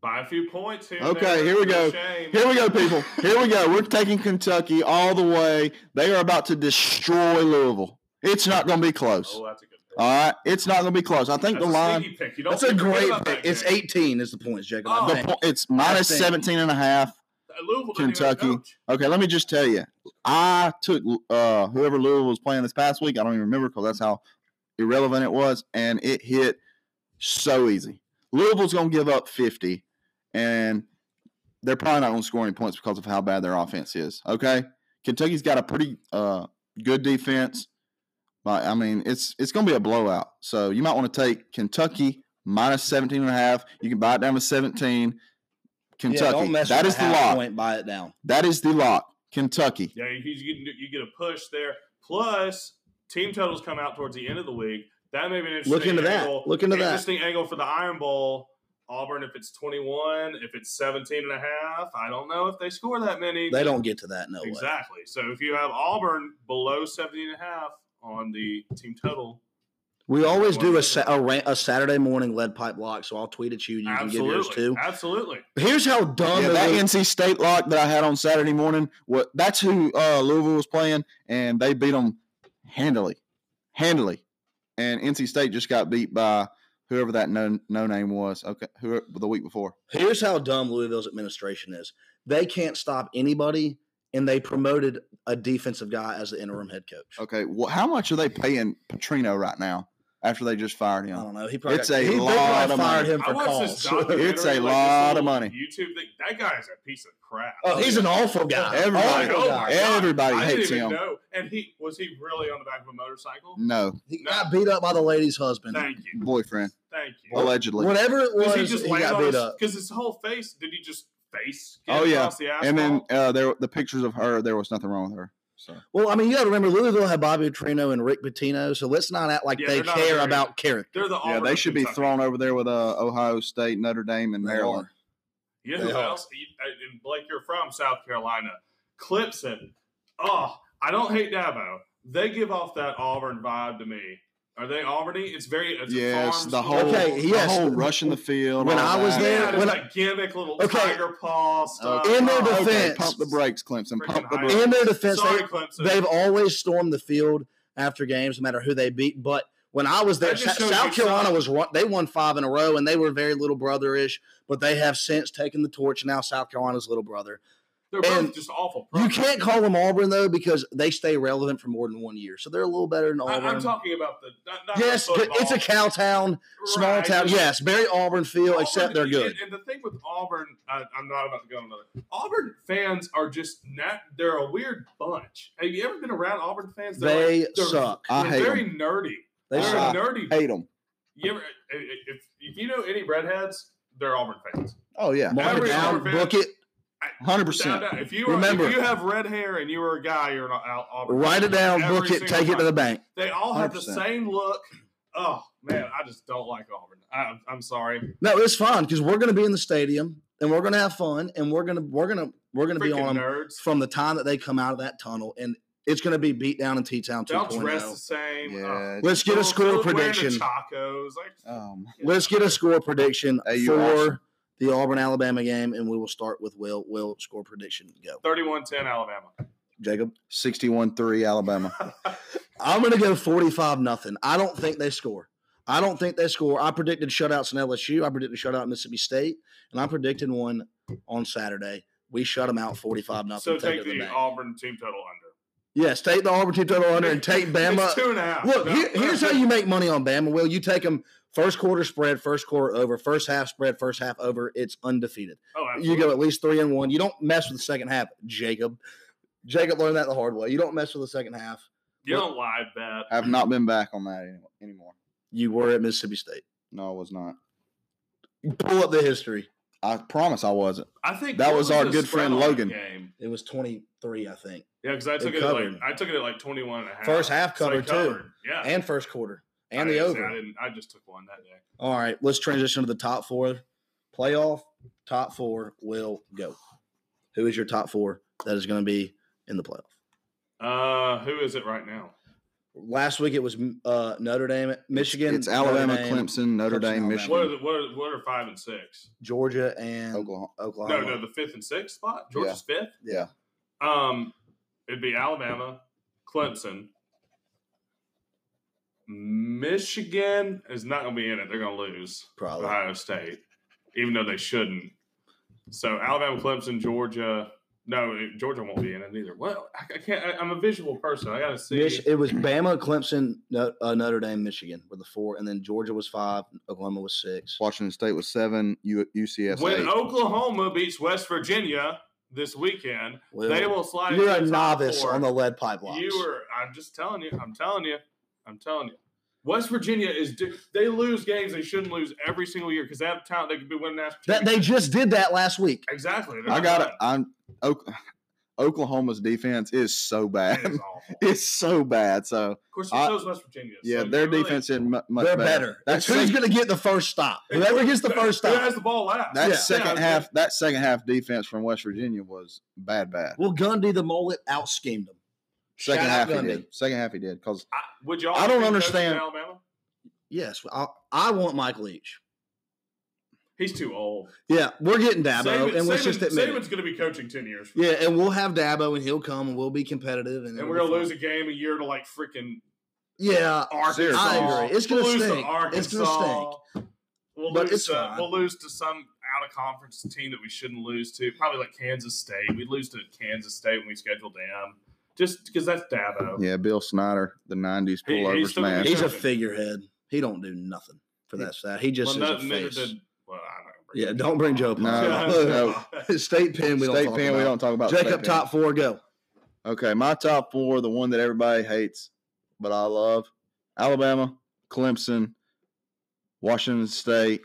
[SPEAKER 4] by a few points here.
[SPEAKER 2] Okay,
[SPEAKER 4] there.
[SPEAKER 2] here we
[SPEAKER 4] No
[SPEAKER 2] go.
[SPEAKER 4] shame.
[SPEAKER 2] Here we go, people. Here we go. We're taking Kentucky all the way. They are about to destroy Louisville. It's not going to be close.
[SPEAKER 4] Oh, that's a good. Pick.
[SPEAKER 2] All right, it's not going to be close. I think
[SPEAKER 4] That's
[SPEAKER 2] the
[SPEAKER 4] a
[SPEAKER 2] line.
[SPEAKER 4] sneaky pick. You don't
[SPEAKER 3] That's a
[SPEAKER 4] think
[SPEAKER 3] great
[SPEAKER 4] about that
[SPEAKER 3] pick. It's
[SPEAKER 4] game.
[SPEAKER 3] 18 is the points, Jacob. I
[SPEAKER 4] Oh.
[SPEAKER 2] The
[SPEAKER 3] think.
[SPEAKER 2] po- it's minus
[SPEAKER 3] think-
[SPEAKER 2] 17 and a half.
[SPEAKER 4] Louisville didn't even
[SPEAKER 2] Kentucky.
[SPEAKER 4] coach.
[SPEAKER 2] Okay, let me just tell you. I took uh, whoever Louisville was playing this past week. I don't even remember because that's how irrelevant it was, and it hit so easy. Louisville's going to give up 50, and they're probably not going to score any points because of how bad their offense is. Okay, Kentucky's got a pretty uh, good defense. But, I mean, it's it's going to be a blowout. So you might want to take Kentucky minus 17 and a half. You can buy it down to 17. Kentucky.
[SPEAKER 3] Yeah, don't mess
[SPEAKER 2] that
[SPEAKER 3] with
[SPEAKER 2] is
[SPEAKER 3] a
[SPEAKER 2] the
[SPEAKER 3] half
[SPEAKER 2] lock.
[SPEAKER 3] Point by it down.
[SPEAKER 2] That is the lock. Kentucky.
[SPEAKER 4] Yeah, you, you, can do- you get a push there. Plus, team totals come out towards the end of the week. That may be an interesting
[SPEAKER 3] Look into that.
[SPEAKER 4] angle.
[SPEAKER 3] Look into that.
[SPEAKER 4] interesting angle for the Iron Bowl. Auburn, if it's 21, if it's 17 and a half, I don't know if they score that many.
[SPEAKER 3] They don't get to that. No way.
[SPEAKER 4] exactly. So if you have Auburn below 17 and a half on the team total,
[SPEAKER 3] We always do a, sa- a, ra- a Saturday morning lead pipe lock, so I'll tweet at you. You can get yours
[SPEAKER 4] absolutely.
[SPEAKER 3] too.
[SPEAKER 4] Absolutely.
[SPEAKER 3] Here's how dumb
[SPEAKER 2] Yeah,
[SPEAKER 3] the
[SPEAKER 2] that
[SPEAKER 3] league-
[SPEAKER 2] NC State lock that I had on Saturday morning, what that's who uh, Louisville was playing, and they beat them handily, handily, and NC State just got beat by whoever that no no name was. Okay, who the week before?
[SPEAKER 3] Here's how dumb Louisville's administration is. They can't stop anybody, and they promoted a defensive guy as the interim head coach.
[SPEAKER 2] Okay, well, how much are they paying Petrino right now after they just fired
[SPEAKER 3] I
[SPEAKER 2] him?
[SPEAKER 3] don't know. He probably
[SPEAKER 2] It's
[SPEAKER 3] got-
[SPEAKER 2] a
[SPEAKER 3] he, they probably
[SPEAKER 2] lot of
[SPEAKER 3] fired
[SPEAKER 2] money.
[SPEAKER 3] him
[SPEAKER 4] I
[SPEAKER 3] for
[SPEAKER 4] watched this
[SPEAKER 3] calls.
[SPEAKER 4] documentary.
[SPEAKER 2] It's a
[SPEAKER 4] like this
[SPEAKER 2] lot of
[SPEAKER 4] little
[SPEAKER 2] money.
[SPEAKER 4] YouTube thing. That guy is a piece of crap.
[SPEAKER 3] oh, he's an awful guy.
[SPEAKER 2] Everybody-
[SPEAKER 3] Awful
[SPEAKER 4] Oh my
[SPEAKER 3] guy.
[SPEAKER 4] God.
[SPEAKER 2] Everybody
[SPEAKER 4] I
[SPEAKER 2] hates
[SPEAKER 4] didn't even
[SPEAKER 2] him.
[SPEAKER 4] know. And he was he really on the back of a motorcycle?
[SPEAKER 2] No,
[SPEAKER 3] He got beat up by the lady's husband.
[SPEAKER 4] Thank you.
[SPEAKER 2] boyfriend,
[SPEAKER 4] Thank you.
[SPEAKER 2] allegedly.
[SPEAKER 3] Whatever it was,
[SPEAKER 4] Was
[SPEAKER 3] he,
[SPEAKER 4] he just land
[SPEAKER 3] got
[SPEAKER 4] on
[SPEAKER 3] beat
[SPEAKER 4] his,
[SPEAKER 3] up.
[SPEAKER 4] Because his whole face, did he just face get
[SPEAKER 2] Oh, yeah.
[SPEAKER 4] across the asphalt?
[SPEAKER 2] And then uh, there, the pictures of her. There was nothing wrong with her. So
[SPEAKER 3] Well, I mean, you got to remember Louisville had Bobby Petrino and Rick Pitino, so let's not act like
[SPEAKER 4] Yeah,
[SPEAKER 3] they
[SPEAKER 4] they're not
[SPEAKER 3] care
[SPEAKER 4] very-
[SPEAKER 3] about character.
[SPEAKER 4] They're the
[SPEAKER 2] yeah,
[SPEAKER 4] Auburn
[SPEAKER 2] they
[SPEAKER 4] of
[SPEAKER 2] should be
[SPEAKER 4] Kentucky.
[SPEAKER 2] thrown over there with uh, Ohio State, Notre Dame, and
[SPEAKER 3] They
[SPEAKER 2] Maryland.
[SPEAKER 3] are.
[SPEAKER 4] You know
[SPEAKER 3] They
[SPEAKER 4] who
[SPEAKER 3] are.
[SPEAKER 4] else? You- And Blake, you're from South Carolina. Clemson. Oh, I don't hate Dabo. They give off that Auburn vibe to me. Are they Auburny? It's very it's a
[SPEAKER 2] Yes,
[SPEAKER 4] farm school.
[SPEAKER 2] the whole
[SPEAKER 3] Okay,
[SPEAKER 2] the
[SPEAKER 3] yes.
[SPEAKER 2] whole rush in the field.
[SPEAKER 3] When
[SPEAKER 2] all
[SPEAKER 3] I was
[SPEAKER 2] that.
[SPEAKER 3] there-
[SPEAKER 4] Yeah,
[SPEAKER 3] when
[SPEAKER 4] when a gimmick little
[SPEAKER 3] Okay.
[SPEAKER 4] tiger paw stuff.
[SPEAKER 3] In their
[SPEAKER 4] Oh,
[SPEAKER 3] defense-
[SPEAKER 2] okay, pump the brakes, Clemson.
[SPEAKER 4] Freaking
[SPEAKER 2] Pump the
[SPEAKER 4] high-
[SPEAKER 2] brakes.
[SPEAKER 3] In their defense,
[SPEAKER 4] Sorry,
[SPEAKER 3] they,
[SPEAKER 4] Clemson.
[SPEAKER 3] they've always stormed the field after games, no matter who they beat. But when I was there,
[SPEAKER 4] That just
[SPEAKER 3] Sa-
[SPEAKER 4] shows
[SPEAKER 3] South
[SPEAKER 4] you
[SPEAKER 3] Carolina
[SPEAKER 4] something.
[SPEAKER 3] was run, they won five in a row, and they were very little brotherish. But they have since taken the torch. Now South Carolina's little brother.
[SPEAKER 4] They're both
[SPEAKER 3] and
[SPEAKER 4] just awful.
[SPEAKER 3] You can't call them Auburn though, because they stay relevant for more than one year, so they're a little better than
[SPEAKER 4] I,
[SPEAKER 3] Auburn.
[SPEAKER 4] I'm talking about the not, not
[SPEAKER 3] yes,
[SPEAKER 4] the
[SPEAKER 3] good- it's a
[SPEAKER 4] football.
[SPEAKER 3] cow town, small
[SPEAKER 4] Right,
[SPEAKER 3] town.
[SPEAKER 4] just-
[SPEAKER 3] Yes, very Auburn feel, except
[SPEAKER 4] Auburn-
[SPEAKER 3] they're good.
[SPEAKER 4] And, and the thing with Auburn, I, I'm not about to go on another. Auburn fans are just not. They're a weird bunch. Have you ever been around Auburn fans? They're
[SPEAKER 3] They
[SPEAKER 4] like- they're-
[SPEAKER 3] suck.
[SPEAKER 2] I
[SPEAKER 4] they're
[SPEAKER 2] hate
[SPEAKER 4] very
[SPEAKER 2] 'em.
[SPEAKER 4] nerdy.
[SPEAKER 3] They
[SPEAKER 4] They're
[SPEAKER 2] I
[SPEAKER 3] suck.
[SPEAKER 4] a nerdy.
[SPEAKER 2] Hate them.
[SPEAKER 4] You ever, if, if you know any redheads, they're Auburn fans.
[SPEAKER 2] Oh yeah,
[SPEAKER 3] Mark it
[SPEAKER 4] Every
[SPEAKER 3] down,
[SPEAKER 4] Auburn fan-
[SPEAKER 3] book it,
[SPEAKER 2] hundred
[SPEAKER 4] Down,
[SPEAKER 2] percent.
[SPEAKER 4] down. If you are,
[SPEAKER 3] Remember-
[SPEAKER 4] if you have red hair and you are a guy, you're an Au- Auburn.
[SPEAKER 3] write it
[SPEAKER 4] fan.
[SPEAKER 3] down,
[SPEAKER 4] Every
[SPEAKER 3] book it,
[SPEAKER 4] single
[SPEAKER 3] take it to
[SPEAKER 4] time.
[SPEAKER 3] the bank.
[SPEAKER 4] They all have the
[SPEAKER 2] 100%.
[SPEAKER 4] same look. Oh man, I just don't like Auburn. I, I'm sorry.
[SPEAKER 3] No, it's fine because we're going to be in the stadium and we're going to have fun and we're going to we're going to we're going to be
[SPEAKER 4] Freaking
[SPEAKER 3] on 'em
[SPEAKER 4] nerds.
[SPEAKER 3] from the time that they come out of that tunnel and it's going to be beat down in T Town
[SPEAKER 4] They all dress the
[SPEAKER 3] 2.0.
[SPEAKER 4] same. Ugh.
[SPEAKER 2] Yeah.
[SPEAKER 3] oh. Let's get a
[SPEAKER 4] Little-
[SPEAKER 3] score
[SPEAKER 4] little wearing the
[SPEAKER 3] prediction. Uh,
[SPEAKER 4] Tacos. Like,
[SPEAKER 2] Um,
[SPEAKER 3] Let's get a score prediction
[SPEAKER 2] Hey,
[SPEAKER 3] for
[SPEAKER 2] you're awesome.
[SPEAKER 3] the Auburn Alabama game and we will start with Will. Will score prediction go.
[SPEAKER 4] 31-10 Alabama.
[SPEAKER 3] Jacob,
[SPEAKER 2] sixty-one three Alabama.
[SPEAKER 3] I'm going to go 45 nothing. I don't think they score. I don't think they score. I predicted shutouts in LSU. I predicted shutout in Mississippi State, and I predicted one on Saturday. We shut them out 45 nothing.
[SPEAKER 4] so take the
[SPEAKER 3] bank.
[SPEAKER 4] Auburn team total under.
[SPEAKER 3] Yes, take the Auburn team total under and take
[SPEAKER 4] It's
[SPEAKER 3] Bama.
[SPEAKER 4] two and a half.
[SPEAKER 3] Look,
[SPEAKER 4] No,
[SPEAKER 3] here- here's how you make money on Bama. Will you take them first quarter spread, first quarter over, first half spread, first half over? It's undefeated.
[SPEAKER 4] Oh,
[SPEAKER 3] You
[SPEAKER 4] absolutely.
[SPEAKER 3] go at least three and one. You don't mess with the second half, Jacob. Jacob learned that the hard way. You don't mess with the second half.
[SPEAKER 4] You don't lie, bet.
[SPEAKER 2] I've not been back on that any- anymore.
[SPEAKER 3] You were at Mississippi State.
[SPEAKER 2] No, I was not.
[SPEAKER 3] Pull up the history.
[SPEAKER 2] I promise I wasn't.
[SPEAKER 4] I think
[SPEAKER 2] That
[SPEAKER 4] what
[SPEAKER 2] was our
[SPEAKER 4] the
[SPEAKER 2] good
[SPEAKER 4] spread
[SPEAKER 2] friend
[SPEAKER 4] on that
[SPEAKER 2] Logan.
[SPEAKER 4] Game?
[SPEAKER 3] It was 23, I think.
[SPEAKER 4] Yeah, because I
[SPEAKER 3] They
[SPEAKER 4] took it at like
[SPEAKER 3] covered.
[SPEAKER 4] I took it at like 21 and a half.
[SPEAKER 3] First half
[SPEAKER 4] So they
[SPEAKER 3] covered, too.
[SPEAKER 4] Yeah.
[SPEAKER 3] and first quarter and
[SPEAKER 4] I
[SPEAKER 3] the
[SPEAKER 4] didn't- I,
[SPEAKER 3] over.
[SPEAKER 4] didn't, I just took one that day.
[SPEAKER 3] All right, let's transition to the top four. Playoff top four will go. Who is your top four that is going to be in the playoff?
[SPEAKER 4] Uh, who is it right now?
[SPEAKER 3] Last week it was uh, Notre Dame, Michigan,
[SPEAKER 2] It's Alabama,
[SPEAKER 3] Notre Dame,
[SPEAKER 2] Clemson, Notre
[SPEAKER 3] Clemson,
[SPEAKER 2] Dame,
[SPEAKER 3] Alabama.
[SPEAKER 2] Michigan,
[SPEAKER 4] What are the, what are, what are five and six?
[SPEAKER 3] Georgia, and
[SPEAKER 2] Oklahoma.
[SPEAKER 3] Oklahoma.
[SPEAKER 4] No, no, the fifth and sixth spot. Georgia's fifth.
[SPEAKER 2] Yeah.
[SPEAKER 4] Um, it'd be Alabama, Clemson, Michigan is not going to be in it. They're going to lose.
[SPEAKER 3] Probably.
[SPEAKER 4] Ohio State, even though they shouldn't. So Alabama, Clemson, Georgia. No, Georgia won't be in it either. Well, I, I can't. I, I'm a visual person. I got to see.
[SPEAKER 3] Mich- it was Bama, Clemson, no, uh, Notre Dame, Michigan were the four, and then Georgia was five, Oklahoma was six.
[SPEAKER 2] Washington State was seven. U- UCS
[SPEAKER 4] when
[SPEAKER 2] eight.
[SPEAKER 4] Oklahoma beats West Virginia this weekend,
[SPEAKER 3] Will,
[SPEAKER 4] they will slide.
[SPEAKER 3] you're
[SPEAKER 4] into
[SPEAKER 3] a
[SPEAKER 4] the top
[SPEAKER 3] novice
[SPEAKER 4] four.
[SPEAKER 3] on the lead pipelines.
[SPEAKER 4] You were. I'm just telling you. I'm telling you. I'm telling you. West Virginia is. do- They lose games they shouldn't lose every single year because they have talent. They could be winning national.
[SPEAKER 3] that they
[SPEAKER 4] championships.
[SPEAKER 3] just did that last week.
[SPEAKER 4] exactly.
[SPEAKER 2] I got it. I'm Ok- Oklahoma's defense is so
[SPEAKER 4] It
[SPEAKER 2] bad.
[SPEAKER 4] is awful. Of
[SPEAKER 2] it's so bad. So
[SPEAKER 4] course, it
[SPEAKER 2] I-
[SPEAKER 4] shows West Virginia.
[SPEAKER 2] yeah,
[SPEAKER 4] so
[SPEAKER 2] their
[SPEAKER 4] you really-
[SPEAKER 2] defense isn't mu- much
[SPEAKER 3] They're
[SPEAKER 2] better.
[SPEAKER 3] better.
[SPEAKER 2] That's
[SPEAKER 3] That's who's
[SPEAKER 2] sec-
[SPEAKER 3] going to get the first stop. Whoever gets the first
[SPEAKER 4] Who has
[SPEAKER 3] stop.
[SPEAKER 4] the ball last?
[SPEAKER 2] That
[SPEAKER 4] Yeah.
[SPEAKER 2] second
[SPEAKER 4] Yeah,
[SPEAKER 2] half, that second half defense from West Virginia was bad, bad.
[SPEAKER 3] Well, Gundy the mullet out schemed him.
[SPEAKER 2] Second
[SPEAKER 3] shout out
[SPEAKER 2] half he
[SPEAKER 3] Gundy.
[SPEAKER 2] did. Second half he did because
[SPEAKER 4] I, would y'all?
[SPEAKER 2] I don't
[SPEAKER 4] be coaching
[SPEAKER 2] understand.
[SPEAKER 4] in Alabama.
[SPEAKER 3] Yes, I, I want Mike Leach.
[SPEAKER 4] He's too old.
[SPEAKER 3] Yeah, we're getting Dabo,
[SPEAKER 4] Saban,
[SPEAKER 3] and let's
[SPEAKER 4] Saban-
[SPEAKER 3] just admit it.
[SPEAKER 4] Saban's going to be coaching ten years. from
[SPEAKER 3] Yeah, and we'll have Dabo, and he'll come, and we'll be competitive, and, it'll
[SPEAKER 4] now. and we're
[SPEAKER 3] be
[SPEAKER 4] going to
[SPEAKER 3] fun.
[SPEAKER 4] lose a game a year to like freaking
[SPEAKER 3] Yeah,
[SPEAKER 4] Arkansas.
[SPEAKER 2] I
[SPEAKER 3] agree. It's gonna
[SPEAKER 4] we'll
[SPEAKER 3] stink.
[SPEAKER 4] Lose
[SPEAKER 3] It's
[SPEAKER 4] to
[SPEAKER 3] gonna
[SPEAKER 4] Arkansas. We'll
[SPEAKER 3] But
[SPEAKER 4] lose
[SPEAKER 3] it's
[SPEAKER 4] to,
[SPEAKER 3] fine.
[SPEAKER 4] we'll lose to some out of conference team that we shouldn't lose to. Probably like Kansas State. We'd lose to Kansas State when we scheduled them. Just because that's Dabo.
[SPEAKER 2] yeah, Bill Snyder, the '90s
[SPEAKER 4] He- he's
[SPEAKER 2] pullover
[SPEAKER 4] still gonna
[SPEAKER 2] smash.
[SPEAKER 4] be
[SPEAKER 3] he's a
[SPEAKER 4] Perfect.
[SPEAKER 3] figurehead. He don't do nothing for that stat. He just
[SPEAKER 4] well,
[SPEAKER 3] is
[SPEAKER 4] no-
[SPEAKER 3] a
[SPEAKER 4] neither
[SPEAKER 3] face.
[SPEAKER 4] did- well, I'm not gonna bring
[SPEAKER 3] yeah,
[SPEAKER 4] it
[SPEAKER 3] don't bring Joe.
[SPEAKER 4] up.
[SPEAKER 2] No,
[SPEAKER 3] Pine. State pen. We don't.
[SPEAKER 2] State
[SPEAKER 3] talk
[SPEAKER 2] Penn,
[SPEAKER 3] about.
[SPEAKER 2] we don't talk about.
[SPEAKER 3] Jacob,
[SPEAKER 2] State Penn.
[SPEAKER 3] top four, go.
[SPEAKER 2] Okay, my top four, the one that everybody hates, but I love Alabama, Clemson, Washington State,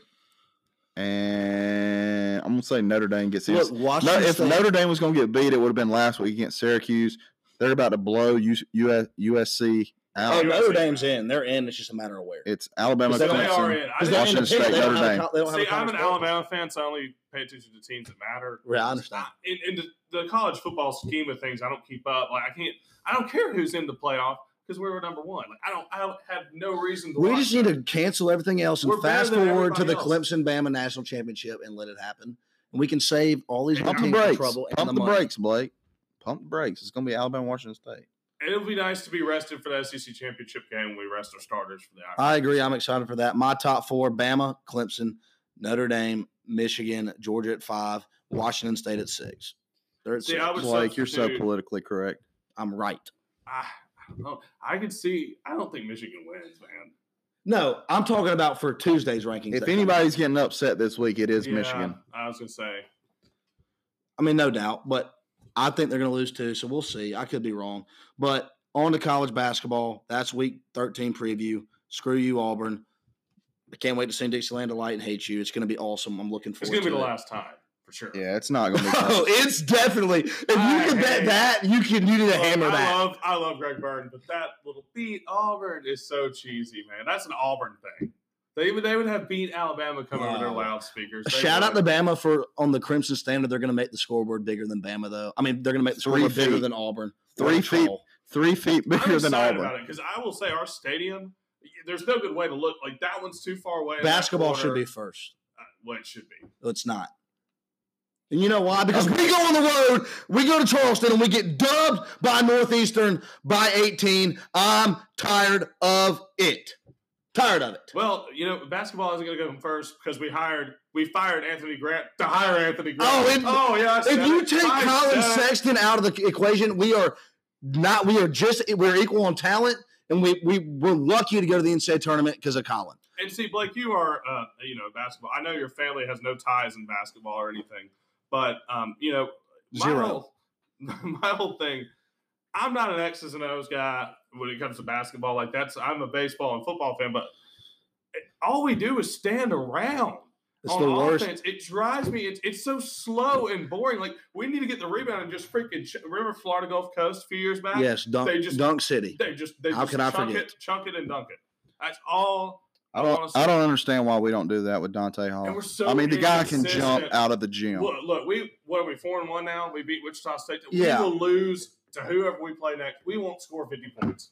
[SPEAKER 2] and I'm going to say Notre Dame gets in.
[SPEAKER 3] Look,
[SPEAKER 2] No,
[SPEAKER 3] Washington.
[SPEAKER 2] if
[SPEAKER 3] State-
[SPEAKER 2] Notre Dame was going to get beat, it would have been last week against Syracuse. They're about to blow U- US, USC
[SPEAKER 3] oh,
[SPEAKER 2] out.
[SPEAKER 4] yeah.
[SPEAKER 3] Notre Dame's in. They're in. It's just a matter of where.
[SPEAKER 2] It's Alabama,
[SPEAKER 3] Because
[SPEAKER 4] They are
[SPEAKER 2] Clemson.
[SPEAKER 4] in. I
[SPEAKER 3] Because
[SPEAKER 4] didn't-
[SPEAKER 3] they're
[SPEAKER 2] Washington
[SPEAKER 3] independent. They
[SPEAKER 2] State,
[SPEAKER 3] don't
[SPEAKER 2] Notre
[SPEAKER 3] have a
[SPEAKER 2] Dame.
[SPEAKER 3] co- they don't have a
[SPEAKER 4] See, I'm an
[SPEAKER 3] conference poll.
[SPEAKER 4] Alabama fan, so I only pay attention to teams that matter.
[SPEAKER 3] Yeah, I understand.
[SPEAKER 4] In, in the, the college football scheme of things, I don't keep up. Like I can't. I don't care who's in the playoff because we were number one. Like I don't. I don't have no reason to.
[SPEAKER 3] We
[SPEAKER 4] watch
[SPEAKER 3] just need
[SPEAKER 4] that.
[SPEAKER 3] to cancel everything else and
[SPEAKER 4] We're better
[SPEAKER 3] fast
[SPEAKER 4] than
[SPEAKER 3] forward to the
[SPEAKER 4] everybody else.
[SPEAKER 3] Clemson Bama national championship and let it happen. And we can save all these other
[SPEAKER 2] Pump the
[SPEAKER 3] teams from
[SPEAKER 2] brakes.
[SPEAKER 3] trouble and
[SPEAKER 2] Pump the
[SPEAKER 3] money.
[SPEAKER 2] brakes, Blake. Pump the brakes. It's going to be Alabama, Washington State.
[SPEAKER 4] And It'll be nice to be rested for the SEC championship game. when We rest our starters for that.
[SPEAKER 3] I agree. I'm excited for that. My top four: Bama, Clemson, Notre Dame, Michigan, Georgia at five, Washington State at six. They're at
[SPEAKER 4] See,
[SPEAKER 3] six.
[SPEAKER 4] I would
[SPEAKER 2] Blake, you're so
[SPEAKER 4] substitute-
[SPEAKER 2] politically correct.
[SPEAKER 3] I'm right.
[SPEAKER 4] I, I don't know. I could see. I don't think Michigan wins, man.
[SPEAKER 3] No, I'm talking about for Tuesday's rankings. that
[SPEAKER 2] If
[SPEAKER 3] come out.
[SPEAKER 2] anybody's getting upset this week, it is
[SPEAKER 4] Yeah,
[SPEAKER 2] Michigan.
[SPEAKER 4] I was gonna say.
[SPEAKER 3] I mean, no doubt, but I think they're going to lose too. So we'll see. I could be wrong. But on to college basketball. That's week 13 preview. Screw you, Auburn. I can't wait to sing Dixieland to light and hate you. It's going to be awesome. I'm looking
[SPEAKER 4] It's
[SPEAKER 3] forward
[SPEAKER 4] gonna be
[SPEAKER 3] to
[SPEAKER 4] the
[SPEAKER 3] it.
[SPEAKER 4] last time for sure.
[SPEAKER 2] Yeah, it's not going to be. close.
[SPEAKER 3] Oh, it's definitely. If you
[SPEAKER 4] I
[SPEAKER 3] can
[SPEAKER 4] hate-
[SPEAKER 3] bet that, you can you need to
[SPEAKER 4] Look,
[SPEAKER 3] hammer
[SPEAKER 4] I
[SPEAKER 3] that.
[SPEAKER 4] love I love Greg Byrne, but that little beat Auburn is so cheesy, man. That's an Auburn thing. They would they would have beat Alabama come over their
[SPEAKER 3] Wow.
[SPEAKER 4] loudspeakers.
[SPEAKER 3] A
[SPEAKER 4] They
[SPEAKER 3] Shout out to
[SPEAKER 4] would.
[SPEAKER 3] Bama for on the Crimson Standard. They're going to make the scoreboard bigger than Bama, though. I mean, they're going to make the
[SPEAKER 2] Three
[SPEAKER 3] scoreboard bigger
[SPEAKER 2] feet.
[SPEAKER 3] than Auburn.
[SPEAKER 2] Three
[SPEAKER 3] What a
[SPEAKER 2] feet.
[SPEAKER 3] call.
[SPEAKER 2] Three feet
[SPEAKER 4] I'm
[SPEAKER 2] bigger than
[SPEAKER 4] excited
[SPEAKER 2] Auburn.
[SPEAKER 4] because I will say our stadium. There's no good way to look like that one's too far away. in that
[SPEAKER 3] Basketball should
[SPEAKER 4] corner.
[SPEAKER 3] be first.
[SPEAKER 4] Uh, well, it should be.
[SPEAKER 3] It's not. And you know why? Because we go on the road, we go to Charleston, and we get dubbed by Northeastern by 18. I'm tired of it. Tired of it.
[SPEAKER 4] Well, you know, basketball isn't going to go first because we hired we fired Anthony Grant to hire Anthony Grant.
[SPEAKER 3] Oh, it-
[SPEAKER 4] yeah. I
[SPEAKER 3] If
[SPEAKER 4] said
[SPEAKER 3] you
[SPEAKER 4] it.
[SPEAKER 3] take
[SPEAKER 4] I
[SPEAKER 3] Colin
[SPEAKER 4] said it.
[SPEAKER 3] Sexton out of the equation, we are not. We are just. We're equal on talent, and we we we're lucky to go to the NCAA tournament because of Colin.
[SPEAKER 4] And see, Blake, you are, uh, you know, basketball. I know your family has no ties in basketball or anything, but um, you know, my
[SPEAKER 3] Zero.
[SPEAKER 4] Whole, my whole thing. I'm not an X's and O's guy when it comes to basketball. eh, Like that's, I'm a baseball and football fan, but all we do is stand around.
[SPEAKER 3] It's
[SPEAKER 4] on
[SPEAKER 3] the worst.
[SPEAKER 4] offense. It drives me. It's, it's so slow and boring. Like we need to get the rebound and just freaking. Ch- remember Florida Gulf Coast a few years back?
[SPEAKER 3] Yes, dunk,
[SPEAKER 4] They just-
[SPEAKER 3] dunk city.
[SPEAKER 4] They just they
[SPEAKER 3] How
[SPEAKER 4] just
[SPEAKER 3] could I
[SPEAKER 4] chunk
[SPEAKER 3] forget?
[SPEAKER 4] it, chunk it, and dunk it. That's all.
[SPEAKER 2] I
[SPEAKER 4] I wanna
[SPEAKER 2] don't.
[SPEAKER 4] see-
[SPEAKER 2] I don't understand why we don't do that with Dante Hall.
[SPEAKER 4] And we're so.
[SPEAKER 2] I mean, the guy can jump
[SPEAKER 4] inconsistent.
[SPEAKER 2] out of the gym.
[SPEAKER 4] Look, look, we what are we four and one now? We beat Wichita State.
[SPEAKER 3] Yeah.
[SPEAKER 4] We will lose to whoever we play next. We won't score fifty points.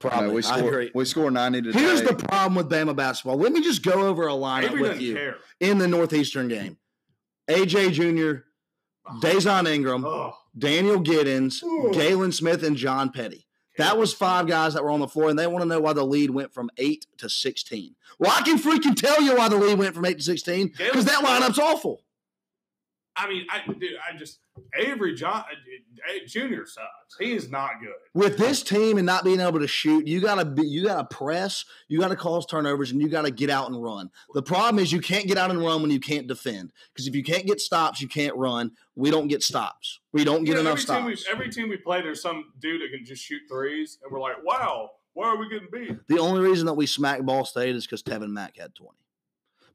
[SPEAKER 3] Probably.
[SPEAKER 2] No, we
[SPEAKER 3] I
[SPEAKER 2] score.
[SPEAKER 3] agree.
[SPEAKER 2] We score ninety today.
[SPEAKER 3] Here's the problem with Bama basketball. Let me just go over a lineup
[SPEAKER 4] Avery
[SPEAKER 3] with
[SPEAKER 4] doesn't
[SPEAKER 3] you
[SPEAKER 4] care.
[SPEAKER 3] in the Northeastern game. AJ Jr., Dazon Ingram,
[SPEAKER 4] Oh,
[SPEAKER 3] Daniel Giddens,
[SPEAKER 4] Ooh.
[SPEAKER 3] Galen Smith, and John Petty. That was five guys that were on the floor, and they want to know why the lead went from eight to sixteen. Well, I can freaking tell you why the lead went from eight to sixteen because that lineup's awful.
[SPEAKER 4] I mean, I dude, I just Avery John eh, Junior sucks. He is not good.
[SPEAKER 3] With this team and not being able to shoot, you gotta be, you gotta press, you gotta cause turnovers, and you gotta get out and run. The problem is you can't get out and run when you can't defend. Because if you can't get stops, you can't run. We don't get stops. We don't
[SPEAKER 4] You
[SPEAKER 3] get
[SPEAKER 4] know,
[SPEAKER 3] enough
[SPEAKER 4] every team we
[SPEAKER 3] stops.
[SPEAKER 4] every team we play, there's some dude that can just shoot threes, and we're like, wow, why are we getting beat?
[SPEAKER 3] The only reason that we smacked Ball State is because Tevin Mack had 20.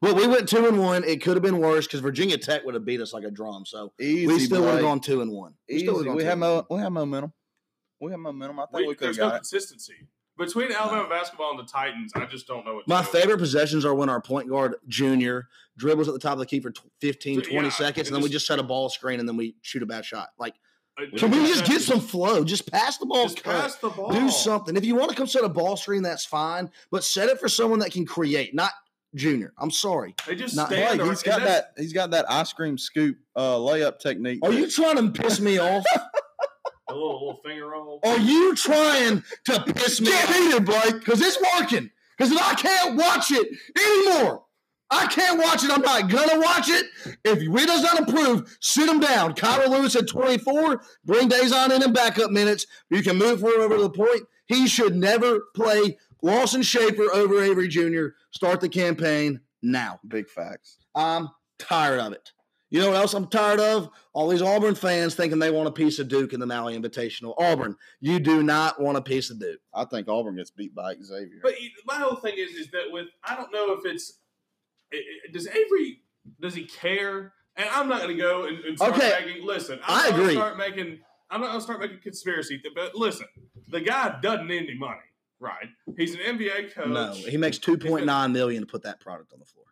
[SPEAKER 3] But we went two and one. It could have been worse because Virginia Tech would have beat us like a drum. So
[SPEAKER 2] easy.
[SPEAKER 3] we still would have
[SPEAKER 2] Blake.
[SPEAKER 3] gone two and one.
[SPEAKER 2] Easy.
[SPEAKER 3] still
[SPEAKER 2] We,
[SPEAKER 3] would've gone
[SPEAKER 2] have
[SPEAKER 3] two and
[SPEAKER 2] mo- we have momentum. We have momentum. I think we,
[SPEAKER 4] We,
[SPEAKER 2] could have
[SPEAKER 4] there's no
[SPEAKER 2] got it.
[SPEAKER 4] consistency between Alabama basketball and the Titans. I just don't know what. to
[SPEAKER 3] My
[SPEAKER 4] do.
[SPEAKER 3] favorite possessions are when our point guard junior dribbles at the top of the key for tw- 15,
[SPEAKER 4] Yeah,
[SPEAKER 3] 20 seconds, and
[SPEAKER 4] and
[SPEAKER 3] then we
[SPEAKER 4] just-
[SPEAKER 3] just set a ball screen and then we shoot a bad shot. Like,
[SPEAKER 4] Uh,
[SPEAKER 3] can we just get
[SPEAKER 4] possessions.
[SPEAKER 3] some flow? Just pass the ball.
[SPEAKER 4] Just
[SPEAKER 3] cut.
[SPEAKER 4] pass the ball.
[SPEAKER 3] Do something. If you want to come set a ball screen, that's fine, but set it for someone that can create, not junior. I'm sorry.
[SPEAKER 4] They just
[SPEAKER 3] Not-
[SPEAKER 4] stand.
[SPEAKER 2] Blake,
[SPEAKER 4] there,
[SPEAKER 2] he's
[SPEAKER 4] and
[SPEAKER 2] got
[SPEAKER 4] that's-
[SPEAKER 2] that. He's got that ice cream scoop uh, layup technique.
[SPEAKER 3] Are
[SPEAKER 2] that-
[SPEAKER 3] you trying to piss me off?
[SPEAKER 4] a little, little finger roll.
[SPEAKER 3] Are you trying to piss me off? Get it, Blake, because it's working. Because if I can't watch it anymore, I can't watch it. I'm not gonna watch it. If we does not approve, sit him down. Kyra Lewis at 24. Bring Days on in and backup minutes. You can move her over to the point. He should never play Lawson Schaefer over Avery Jr. Start the campaign now.
[SPEAKER 2] Big facts.
[SPEAKER 3] I'm tired of it. You know what else I'm tired of? All these Auburn fans thinking they want a piece of Duke in the Maui Invitational. Auburn, you do not want a piece of Duke.
[SPEAKER 2] I think Auburn gets beat by Xavier.
[SPEAKER 4] But you- my whole thing is, is that with I don't know if it's i- i- does Avery does he care? And I'm not going to go and, and start
[SPEAKER 3] Okay.
[SPEAKER 4] making. Listen,
[SPEAKER 3] I
[SPEAKER 4] I'm not gonna
[SPEAKER 3] agree.
[SPEAKER 4] Start making. I'm not going to start making conspiracy. Th- but listen, the guy doesn't need any money, right? He's an NBA coach.
[SPEAKER 3] No, he makes 2.9 million to put that product on the floor.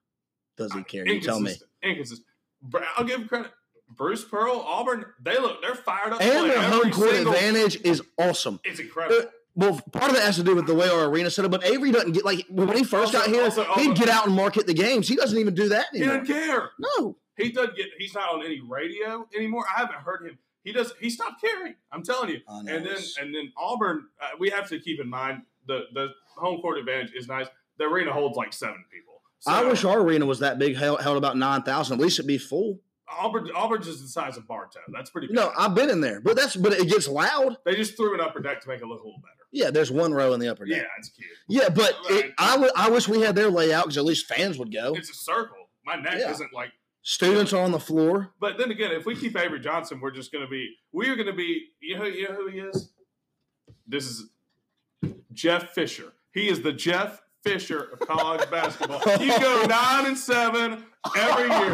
[SPEAKER 3] Does he care? You tell me.
[SPEAKER 4] Inconsistent. Inconsistent. Br- I'll give him credit. Bruce Pearl, Auburn, they look, they're fired up. to play
[SPEAKER 3] And their
[SPEAKER 4] every
[SPEAKER 3] home court
[SPEAKER 4] single-
[SPEAKER 3] advantage Uh, is awesome.
[SPEAKER 4] It's incredible.
[SPEAKER 3] Well, part of that has to do with the way our arena set up. But Avery doesn't get like when he first
[SPEAKER 4] Also-
[SPEAKER 3] got here,
[SPEAKER 4] also
[SPEAKER 3] he'd
[SPEAKER 4] Auburn-
[SPEAKER 3] get out and market the games. He doesn't even do that
[SPEAKER 4] He
[SPEAKER 3] anymore.
[SPEAKER 4] doesn't care.
[SPEAKER 3] No,
[SPEAKER 4] He doesn't get. He's not on any radio anymore. I haven't heard him. He does. He stopped caring. I'm telling you.
[SPEAKER 3] I know,
[SPEAKER 4] And then
[SPEAKER 3] it's-
[SPEAKER 4] and then Auburn. Uh, we have to keep in mind the the home court advantage is nice. The arena holds like seven people. So
[SPEAKER 3] I wish our arena was that big, held, held about nine thousand. At least it'd be full.
[SPEAKER 4] Auburn Auburn's is the size of Bartow. That's pretty. Big.
[SPEAKER 3] No, I've been in there, but that's but it gets loud.
[SPEAKER 4] they just threw an upper deck to make it look a little better.
[SPEAKER 3] Yeah, there's one row in the upper
[SPEAKER 4] Yeah,
[SPEAKER 3] deck.
[SPEAKER 4] it's cute.
[SPEAKER 3] Yeah, but it,
[SPEAKER 4] Right.
[SPEAKER 3] I would I wish we had their layout because at least fans would go.
[SPEAKER 4] It's a circle. My neck
[SPEAKER 3] Yeah.
[SPEAKER 4] isn't like.
[SPEAKER 3] Students are on the floor.
[SPEAKER 4] But then again, if we keep Avery Johnson, we're just going to be. We are going to be. You know, you know who he is. This is Jeff Fisher. He is the Jeff Fisher of college basketball. You go nine and seven every year.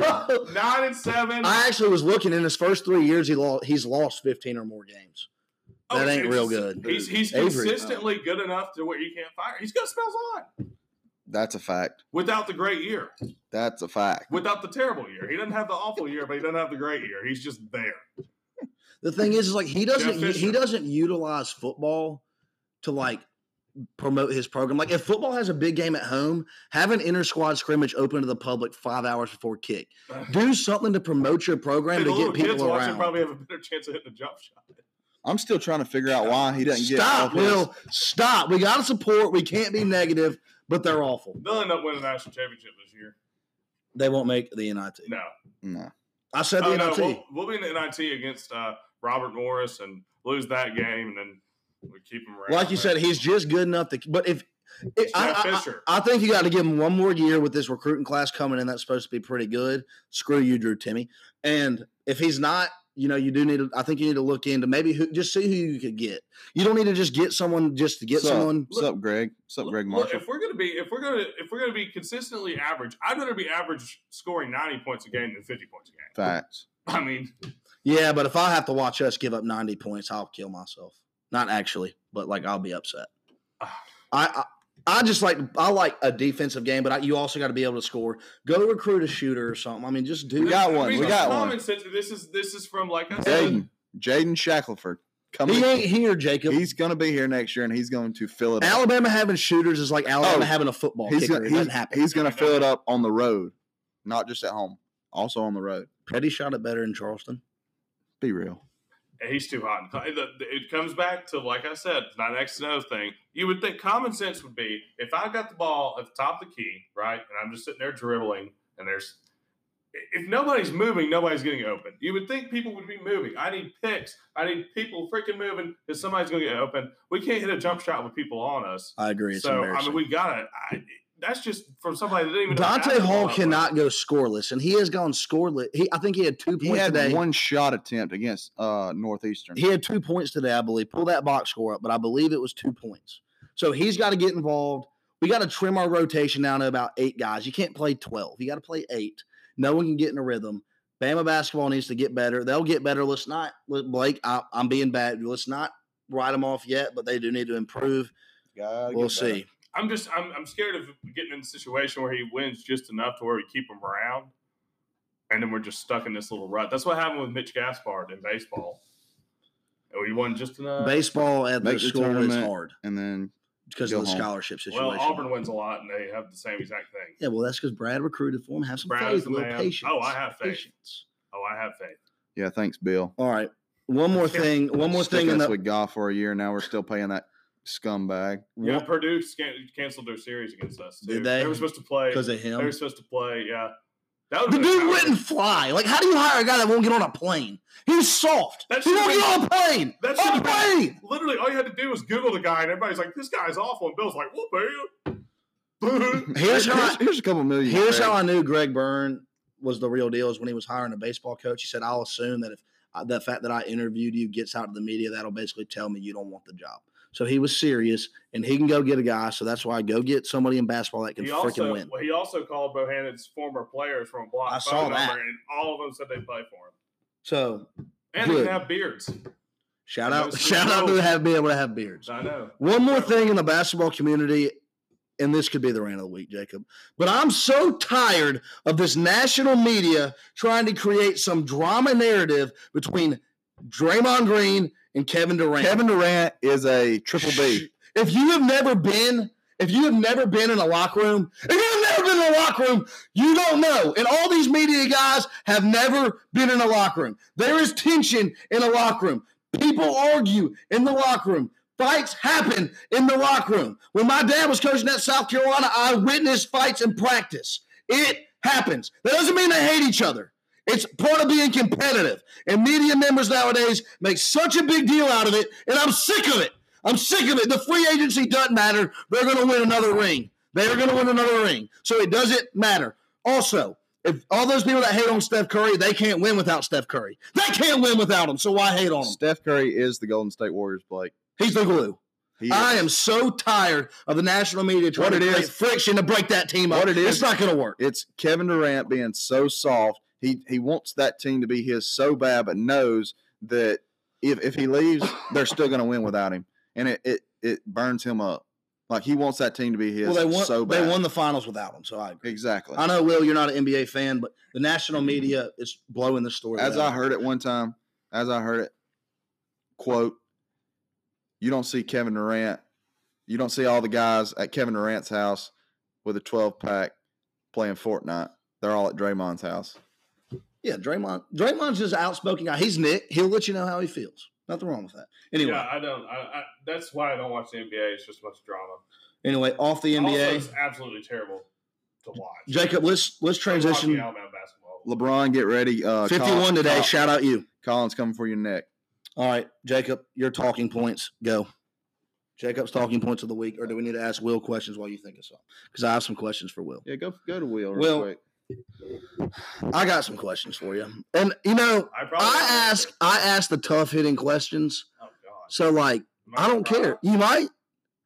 [SPEAKER 4] Nine and seven.
[SPEAKER 3] I actually was looking in his first three years. He lost. He's lost 15 or more games.
[SPEAKER 4] Oh,
[SPEAKER 3] that ain't
[SPEAKER 4] it's-
[SPEAKER 3] real good.
[SPEAKER 4] He's he's
[SPEAKER 3] Avery.
[SPEAKER 4] consistently good enough to where you can't fire. He's got smells on
[SPEAKER 2] That's a fact.
[SPEAKER 4] without the great year,
[SPEAKER 2] That's a fact.
[SPEAKER 4] without the terrible year. He doesn't have the awful year, but he doesn't have the great year. He's just there.
[SPEAKER 3] The thing is, is like he doesn't
[SPEAKER 4] Jeff
[SPEAKER 3] he
[SPEAKER 4] Fisher.
[SPEAKER 3] doesn't utilize football to like promote his program. Like if football has a big game at home, have an inter squad scrimmage open to the public five hours before kick. Do something to promote your program
[SPEAKER 4] And the
[SPEAKER 3] to
[SPEAKER 4] little
[SPEAKER 3] get
[SPEAKER 4] kids
[SPEAKER 3] people
[SPEAKER 4] watching
[SPEAKER 3] around.
[SPEAKER 4] probably have a better chance of hitting a jump shot.
[SPEAKER 2] I'm still trying to figure out why he doesn't get.
[SPEAKER 3] Stop,
[SPEAKER 2] all his-
[SPEAKER 3] Will. Stop. We got to support. We can't be negative, but they're awful.
[SPEAKER 4] They'll end up winning the national championship this year.
[SPEAKER 3] They won't make the NIT.
[SPEAKER 4] No.
[SPEAKER 2] No.
[SPEAKER 3] I said the
[SPEAKER 4] Oh, no,
[SPEAKER 3] NIT.
[SPEAKER 4] we'll, we'll be in the NIT against uh, Robert Morris and lose that game, and then we keep him around.
[SPEAKER 3] like you said, he's just good enough to. But if, if
[SPEAKER 4] Jeff
[SPEAKER 3] I, I- I-
[SPEAKER 4] Fisher.
[SPEAKER 3] I think you got to give him one more year with this recruiting class coming in. That's supposed to be pretty good. Screw you, Drew Timmy. And if he's not, you know, you do need to. I think you need to look into maybe who, just see who you could get. You don't need to just get someone just to get
[SPEAKER 2] Sup?
[SPEAKER 3] someone.
[SPEAKER 2] What's up, Greg? What's up,
[SPEAKER 4] Look-
[SPEAKER 2] Greg
[SPEAKER 4] look,
[SPEAKER 2] Marshall?
[SPEAKER 4] if we're gonna be if we're gonna if we're gonna be consistently average, I'd rather be average scoring ninety points a game than fifty points a game.
[SPEAKER 2] Facts.
[SPEAKER 4] I mean,
[SPEAKER 3] Yeah, but if I have to watch us give up 90 points, I'll kill myself. Not actually, but like I'll be upset. I, I I just like I like a defensive game, but I, you also got to be able to score. Go recruit a shooter or something. I mean, just do.
[SPEAKER 2] We got one.
[SPEAKER 4] I mean,
[SPEAKER 2] We got
[SPEAKER 4] common
[SPEAKER 2] one.
[SPEAKER 4] sense. This is this is from like I said.
[SPEAKER 2] Jaden. Jaden Shackelford. Coming.
[SPEAKER 3] He ain't here, Jacob.
[SPEAKER 2] He's gonna be here next year, and he's going to fill it. up.
[SPEAKER 3] Alabama having shooters is like Alabama
[SPEAKER 2] Oh,
[SPEAKER 3] having a football
[SPEAKER 2] He's
[SPEAKER 3] kicker.
[SPEAKER 2] gonna,
[SPEAKER 3] it
[SPEAKER 2] he's,
[SPEAKER 3] doesn't happen.
[SPEAKER 2] he's gonna fill it up on the road, not just at home. Also on the road.
[SPEAKER 3] Petty shot it better in Charleston.
[SPEAKER 2] Be real.
[SPEAKER 4] He's too hot. The- the- It comes back to like I said, it's not an X and O thing. You would think common sense would be if I got the ball at the top of the key, right, and I'm just sitting there dribbling, and there's if nobody's moving, nobody's getting open. You would think people would be moving. I need picks. I need people freaking moving because somebody's going to get open. We can't hit a jump shot with people on us.
[SPEAKER 3] I agree. It's
[SPEAKER 4] so I
[SPEAKER 3] embarrassing.
[SPEAKER 4] mean, we got to That's just from somebody that didn't even. know
[SPEAKER 3] Dante
[SPEAKER 4] basketball
[SPEAKER 3] Hall
[SPEAKER 4] that
[SPEAKER 3] cannot
[SPEAKER 4] well.
[SPEAKER 3] go scoreless, and he has gone scoreless. He, I think he had two
[SPEAKER 2] He
[SPEAKER 3] points
[SPEAKER 2] had
[SPEAKER 3] today.
[SPEAKER 2] one shot attempt against uh Northeastern.
[SPEAKER 3] He had two points today, I believe. Pull that box score up, but I believe it was two points. So he's got to get involved. We got to trim our rotation down to about eight guys. You can't play 12. You got to play eight. No one can get in a rhythm. Bama basketball needs to get better. They'll get better. Let's not, let- Blake, I, I'm being bad. Let's not write them off yet, but they do need to improve.
[SPEAKER 2] Gotta get
[SPEAKER 3] We'll
[SPEAKER 2] better.
[SPEAKER 3] see.
[SPEAKER 4] I'm just I'm, I'm scared of getting in a situation where he wins just enough to where we keep him around, and then we're just stuck in this little rut. That's what happened with Mitch Gaspard in baseball. And we won just enough.
[SPEAKER 3] Baseball at the
[SPEAKER 2] Uh, Make the
[SPEAKER 3] school is
[SPEAKER 2] tournament.
[SPEAKER 3] hard
[SPEAKER 2] And then
[SPEAKER 3] because
[SPEAKER 2] Go
[SPEAKER 3] of the
[SPEAKER 2] home.
[SPEAKER 3] scholarship situation.
[SPEAKER 4] well, Auburn wins a lot, and they have the same exact thing.
[SPEAKER 3] Yeah, well, that's because Brad recruited for him. Have some
[SPEAKER 4] Brad
[SPEAKER 3] faith,
[SPEAKER 4] is
[SPEAKER 3] a
[SPEAKER 4] the
[SPEAKER 3] little
[SPEAKER 4] man.
[SPEAKER 3] patience.
[SPEAKER 4] Oh, I have faith.
[SPEAKER 3] Patience.
[SPEAKER 4] Oh, I have faith.
[SPEAKER 2] yeah, thanks, Bill.
[SPEAKER 3] All right. One more thing. One more
[SPEAKER 2] Sticking
[SPEAKER 3] thing. In
[SPEAKER 2] us
[SPEAKER 3] the,
[SPEAKER 2] with golf for a year. Now we're still paying that scumbag.
[SPEAKER 4] Yeah,
[SPEAKER 3] one-
[SPEAKER 4] Purdue scan- canceled their series against us.
[SPEAKER 3] Did
[SPEAKER 4] too.
[SPEAKER 3] they?
[SPEAKER 4] were supposed to play.
[SPEAKER 3] because of
[SPEAKER 4] They were
[SPEAKER 3] him.
[SPEAKER 4] supposed to play. Yeah, that would've
[SPEAKER 3] The
[SPEAKER 4] been a
[SPEAKER 3] dude
[SPEAKER 4] power-
[SPEAKER 3] wouldn't fly. Like, how do you hire a guy that won't get on a plane? He's soft.
[SPEAKER 4] That
[SPEAKER 3] he
[SPEAKER 4] should've
[SPEAKER 3] won't
[SPEAKER 4] been-
[SPEAKER 3] get on a plane.
[SPEAKER 4] That
[SPEAKER 3] On a
[SPEAKER 4] should've been-
[SPEAKER 3] plane.
[SPEAKER 4] Literally, all you had to do was Google the guy, and everybody's like, "This guy's awful," and Bill's like, "Whoop, man."
[SPEAKER 3] Here's how I-
[SPEAKER 2] here's a couple million.
[SPEAKER 3] Here's
[SPEAKER 2] Greg.
[SPEAKER 3] how I knew Greg Byrne was the real deal: is when he was hiring a baseball coach. He said, "I'll assume that if I- the fact that I interviewed you gets out to the media, that'll basically tell me you don't want the job." So he was serious, and he can go get a guy. So that's why go get somebody in basketball that can
[SPEAKER 4] He
[SPEAKER 3] freaking
[SPEAKER 4] also,
[SPEAKER 3] win.
[SPEAKER 4] well, he also called Bohannon's former players from a block.
[SPEAKER 3] I
[SPEAKER 4] phone
[SPEAKER 3] saw that.
[SPEAKER 4] number, and all of them said they play for him.
[SPEAKER 3] So
[SPEAKER 4] And they
[SPEAKER 3] Good.
[SPEAKER 4] didn't have beards.
[SPEAKER 3] shout
[SPEAKER 4] And
[SPEAKER 3] out,
[SPEAKER 4] those
[SPEAKER 3] shout out to
[SPEAKER 4] people-
[SPEAKER 3] have being able to have beards.
[SPEAKER 4] I know.
[SPEAKER 3] One more
[SPEAKER 4] Incredible.
[SPEAKER 3] thing in the basketball community, and this could be the rant of the week, Jacob. But I'm so tired of this national media trying to create some drama narrative between Draymond Green and Kevin Durant.
[SPEAKER 2] Kevin Durant is a triple B.
[SPEAKER 3] If you have never been, if you have never been in a locker room, if you've never been in a locker room, you don't know. And all these media guys have never been in a locker room. There is tension in a locker room. People argue in the locker room. Fights happen in the locker room. When my dad was coaching at South Carolina, I witnessed fights in practice. It happens. That doesn't mean they hate each other. It's part of being competitive. And media members nowadays make such a big deal out of it, and I'm sick of it. I'm sick of it. The free agency doesn't matter. They're going to win another ring. They're going to win another ring. So it doesn't matter. Also, if all those people that hate on Steph Curry, they can't win without Steph Curry. They can't win without him. So why hate on him?
[SPEAKER 2] Steph Curry is the Golden State Warriors, Blake.
[SPEAKER 3] He's the glue.
[SPEAKER 2] He
[SPEAKER 3] I
[SPEAKER 2] is.
[SPEAKER 3] am so tired of the national media trying
[SPEAKER 2] What
[SPEAKER 3] to
[SPEAKER 2] it
[SPEAKER 3] create
[SPEAKER 2] is-
[SPEAKER 3] friction to break that team up.
[SPEAKER 2] What it is-
[SPEAKER 3] It's not going to work.
[SPEAKER 2] It's Kevin Durant being so soft. He he wants that team to be his so bad, but knows that if, if he leaves, they're still going to win without him, and it, it it burns him up. Like he wants that team to be his
[SPEAKER 3] Well, they won.
[SPEAKER 2] so bad.
[SPEAKER 3] they won the finals without him. So I agree.
[SPEAKER 2] exactly.
[SPEAKER 3] I know, Will, you're not an NBA fan, but the national media is blowing the story.
[SPEAKER 2] as
[SPEAKER 3] out.
[SPEAKER 2] I heard it one time, as I heard it, quote, you don't see Kevin Durant, you don't see all the guys at Kevin Durant's house with a 12 pack playing Fortnite. They're all at Draymond's house.
[SPEAKER 3] Yeah, Draymond. Draymond's just an outspoken guy. He's Nick. He'll let you know how he feels. Nothing wrong with that. Anyway,
[SPEAKER 4] Yeah, I don't. I, I, that's why I don't watch the NBA. It's just much drama.
[SPEAKER 3] anyway, off the NBA.
[SPEAKER 4] Also, it's absolutely terrible to watch.
[SPEAKER 3] Jacob, let's let's
[SPEAKER 4] I'm watching
[SPEAKER 3] transition.
[SPEAKER 4] Alabama basketball.
[SPEAKER 2] LeBron, get ready. Uh, Col-
[SPEAKER 3] 51 today.
[SPEAKER 2] Col-
[SPEAKER 3] Shout out you.
[SPEAKER 2] Collins coming for your neck.
[SPEAKER 3] All right, Jacob, your talking points go. Jacob's talking points of the week, or do we need to ask Will questions while you think of something? Because I have some questions for Will.
[SPEAKER 2] Yeah, go go to Will
[SPEAKER 3] Will, I got some questions for you, and you know,
[SPEAKER 4] I probably
[SPEAKER 3] I ask I ask the tough hitting questions.
[SPEAKER 4] Oh God.
[SPEAKER 3] So like,
[SPEAKER 4] Am
[SPEAKER 3] I don't care.
[SPEAKER 4] surprised?
[SPEAKER 3] You might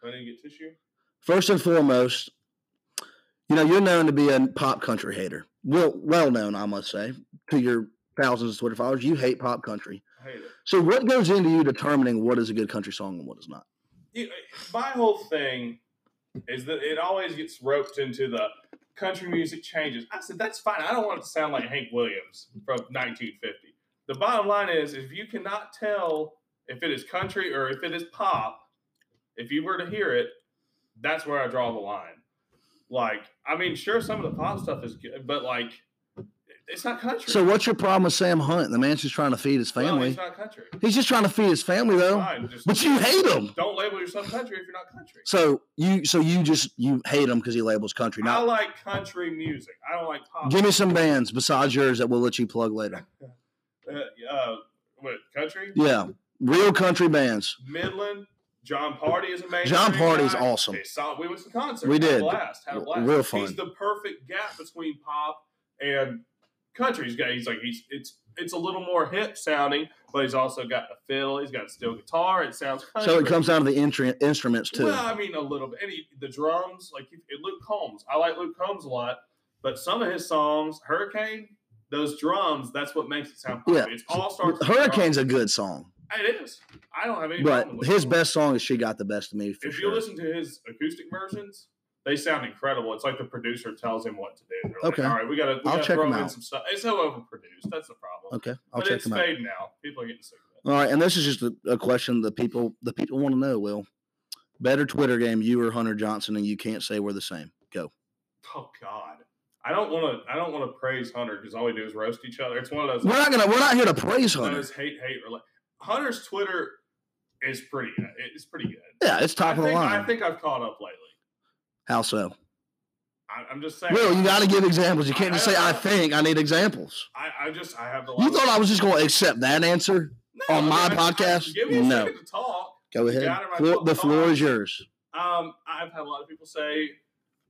[SPEAKER 4] I didn't get tissue.
[SPEAKER 3] first and foremost, you know, you're known to be a pop country hater. Well, well known, I must say, to your thousands of Twitter followers. You hate pop country.
[SPEAKER 4] I hate it.
[SPEAKER 3] So what goes into you determining what is a good country song and what is not?
[SPEAKER 4] You- my whole thing is that it always gets roped into the country music changes. I said that's fine. I don't want it to sound like Hank Williams from 1950. The bottom line is, if you cannot tell if it is country or if it is pop, if you were to hear it, that's where I draw the line. Like, I mean, sure, some of the pop stuff is good, but like, it's not country.
[SPEAKER 3] So what's your problem with Sam Hunt? The man's just trying to feed his
[SPEAKER 4] Well,
[SPEAKER 3] family.
[SPEAKER 4] it's not country.
[SPEAKER 3] He's just trying to feed his family though.
[SPEAKER 4] Fine, just-
[SPEAKER 3] But you hate him.
[SPEAKER 4] Don't label yourself country if you're not country.
[SPEAKER 3] So you so you just you hate him because he labels country.
[SPEAKER 4] I
[SPEAKER 3] Now
[SPEAKER 4] like country music. I don't like pop.
[SPEAKER 3] give me some bands besides yours that we'll let you plug later.
[SPEAKER 4] uh, uh, what country?
[SPEAKER 3] Yeah. Real country bands.
[SPEAKER 4] Midland. John Party is amazing.
[SPEAKER 3] John Party's awesome.
[SPEAKER 4] we went to the concert.
[SPEAKER 3] We
[SPEAKER 4] Had a
[SPEAKER 3] did.
[SPEAKER 4] blast. Had a blast.
[SPEAKER 3] Real fun.
[SPEAKER 4] He's the perfect gap between pop and country. He's got. He's like he's it's it's a little more hip sounding, but he's also got a fiddle. He's got steel guitar. It sounds country.
[SPEAKER 3] So it comes down to the intri- instruments too.
[SPEAKER 4] Well, I mean, a little bit. And he, the drums, like you- Luke Combs. I like Luke Combs a lot, but some of his songs, Hurricane, those drums, that's what makes it sound poppy.
[SPEAKER 3] Yeah.
[SPEAKER 4] It's all starts. with
[SPEAKER 3] Hurricane's a good song,
[SPEAKER 4] drums. It is. I don't have any
[SPEAKER 3] but
[SPEAKER 4] problem with
[SPEAKER 3] his
[SPEAKER 4] it.
[SPEAKER 3] best song is "She Got the Best of Me." For
[SPEAKER 4] If
[SPEAKER 3] sure.
[SPEAKER 4] you listen to his acoustic versions, they sound incredible. It's like the producer tells him what to do. They're like,
[SPEAKER 3] Okay.
[SPEAKER 4] All right, we got to.
[SPEAKER 3] I'll
[SPEAKER 4] gotta
[SPEAKER 3] check
[SPEAKER 4] throw
[SPEAKER 3] him
[SPEAKER 4] in
[SPEAKER 3] out.
[SPEAKER 4] some stuff. It's so overproduced. That's the problem.
[SPEAKER 3] okay, I'll
[SPEAKER 4] but
[SPEAKER 3] check
[SPEAKER 4] it's
[SPEAKER 3] them out.
[SPEAKER 4] fading now. People are getting sick of it.
[SPEAKER 3] All right, and this is just a, a question the people the people want to know. Will better Twitter game, you or Hunter Johnson, and you can't say we're the same. Go.
[SPEAKER 4] Oh God. I don't want to. I don't want to praise Hunter because all we do is roast each other. It's one of those.
[SPEAKER 3] We're not gonna. We're not here to praise Hunter.
[SPEAKER 4] Those hate hate rela- Hunter's Twitter is pretty uh, it's pretty good.
[SPEAKER 3] Yeah, it's top
[SPEAKER 4] I
[SPEAKER 3] of the
[SPEAKER 4] think, I
[SPEAKER 3] line.
[SPEAKER 4] think I've caught up lately.
[SPEAKER 3] How so?
[SPEAKER 4] I, I'm just saying.
[SPEAKER 3] Will you got to give examples. You can't just say I
[SPEAKER 4] I-
[SPEAKER 3] think. I need examples.
[SPEAKER 4] I, I just I have a lot
[SPEAKER 3] You
[SPEAKER 4] of-
[SPEAKER 3] thought I was just gonna accept that answer?
[SPEAKER 4] No,
[SPEAKER 3] on my
[SPEAKER 4] I- I-
[SPEAKER 3] podcast?
[SPEAKER 4] Give me a
[SPEAKER 3] No.
[SPEAKER 4] second to talk.
[SPEAKER 3] Go ahead.
[SPEAKER 4] got it right
[SPEAKER 3] Floor-
[SPEAKER 4] on
[SPEAKER 3] the
[SPEAKER 4] the
[SPEAKER 3] floor
[SPEAKER 4] line.
[SPEAKER 3] is yours.
[SPEAKER 4] Um, I've had a lot of people say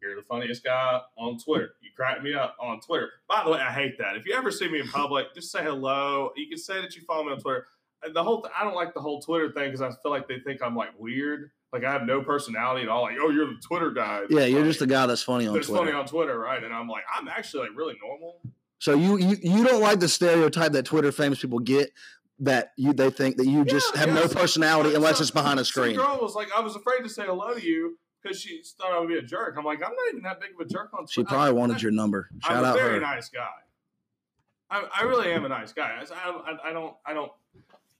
[SPEAKER 4] you're the funniest guy on Twitter. You crack me up on Twitter. By the way, I hate that. If you ever see me in public, just say hello. You can say that you follow me on Twitter. And the whole th- I don't like the whole Twitter thing because I feel like they think I'm like weird. Like I have no personality at all. Like oh, you're the Twitter guy.
[SPEAKER 3] Yeah, you're
[SPEAKER 4] Like,
[SPEAKER 3] just the guy that's funny on
[SPEAKER 4] That's
[SPEAKER 3] Twitter.
[SPEAKER 4] funny on Twitter, right? And I'm like, I'm actually like really normal.
[SPEAKER 3] So you, you you don't like the stereotype that Twitter famous people get that you they think that you just
[SPEAKER 4] Yeah,
[SPEAKER 3] have
[SPEAKER 4] yeah.
[SPEAKER 3] no personality
[SPEAKER 4] Some-
[SPEAKER 3] unless it's behind a
[SPEAKER 4] Some
[SPEAKER 3] screen.
[SPEAKER 4] girl was like, I was afraid to say hello to you because she thought I would be a jerk. I'm like, I'm not even that big of a jerk on Twitter.
[SPEAKER 3] She probably wanted your number.
[SPEAKER 4] I'm
[SPEAKER 3] Shout
[SPEAKER 4] a
[SPEAKER 3] out
[SPEAKER 4] very
[SPEAKER 3] her.
[SPEAKER 4] nice guy. I, I really am a nice guy. I, I, I don't I don't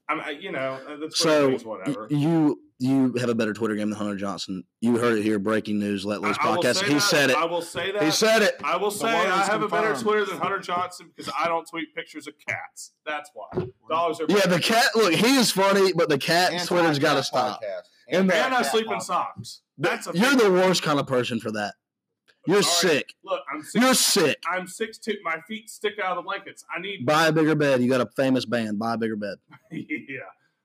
[SPEAKER 4] I'm I, you know uh, the Twitter
[SPEAKER 3] So
[SPEAKER 4] thing's
[SPEAKER 3] y-
[SPEAKER 4] whatever.
[SPEAKER 3] you you have a better Twitter game than Hunter Johnson. You heard it here. Breaking news. Let loose
[SPEAKER 4] I- I will
[SPEAKER 3] podcast.
[SPEAKER 4] say
[SPEAKER 3] He
[SPEAKER 4] that-
[SPEAKER 3] said it.
[SPEAKER 4] I will say that.
[SPEAKER 3] He said it.
[SPEAKER 4] I will say
[SPEAKER 2] one
[SPEAKER 4] I
[SPEAKER 2] is
[SPEAKER 4] have a better
[SPEAKER 2] confirmed.
[SPEAKER 4] Twitter than Hunter Johnson because I don't tweet pictures of cats. That's why. Dogs are
[SPEAKER 3] Yeah, the cat. Look, he is funny, but the cat Twitter's got to
[SPEAKER 2] Anti-cat
[SPEAKER 3] stop.
[SPEAKER 2] podcast.
[SPEAKER 3] And the-
[SPEAKER 4] and I
[SPEAKER 2] Anti-cat
[SPEAKER 4] sleep in
[SPEAKER 2] podcast.
[SPEAKER 4] socks. That's a
[SPEAKER 3] You're the worst kind of person for that. You're
[SPEAKER 4] Sorry.
[SPEAKER 3] sick.
[SPEAKER 4] Look, I'm 6
[SPEAKER 3] You're sick.
[SPEAKER 4] I'm six two. My feet stick out of the blankets. I need.
[SPEAKER 3] Buy a bigger bed. You got a famous band. Buy a bigger bed.
[SPEAKER 4] yeah,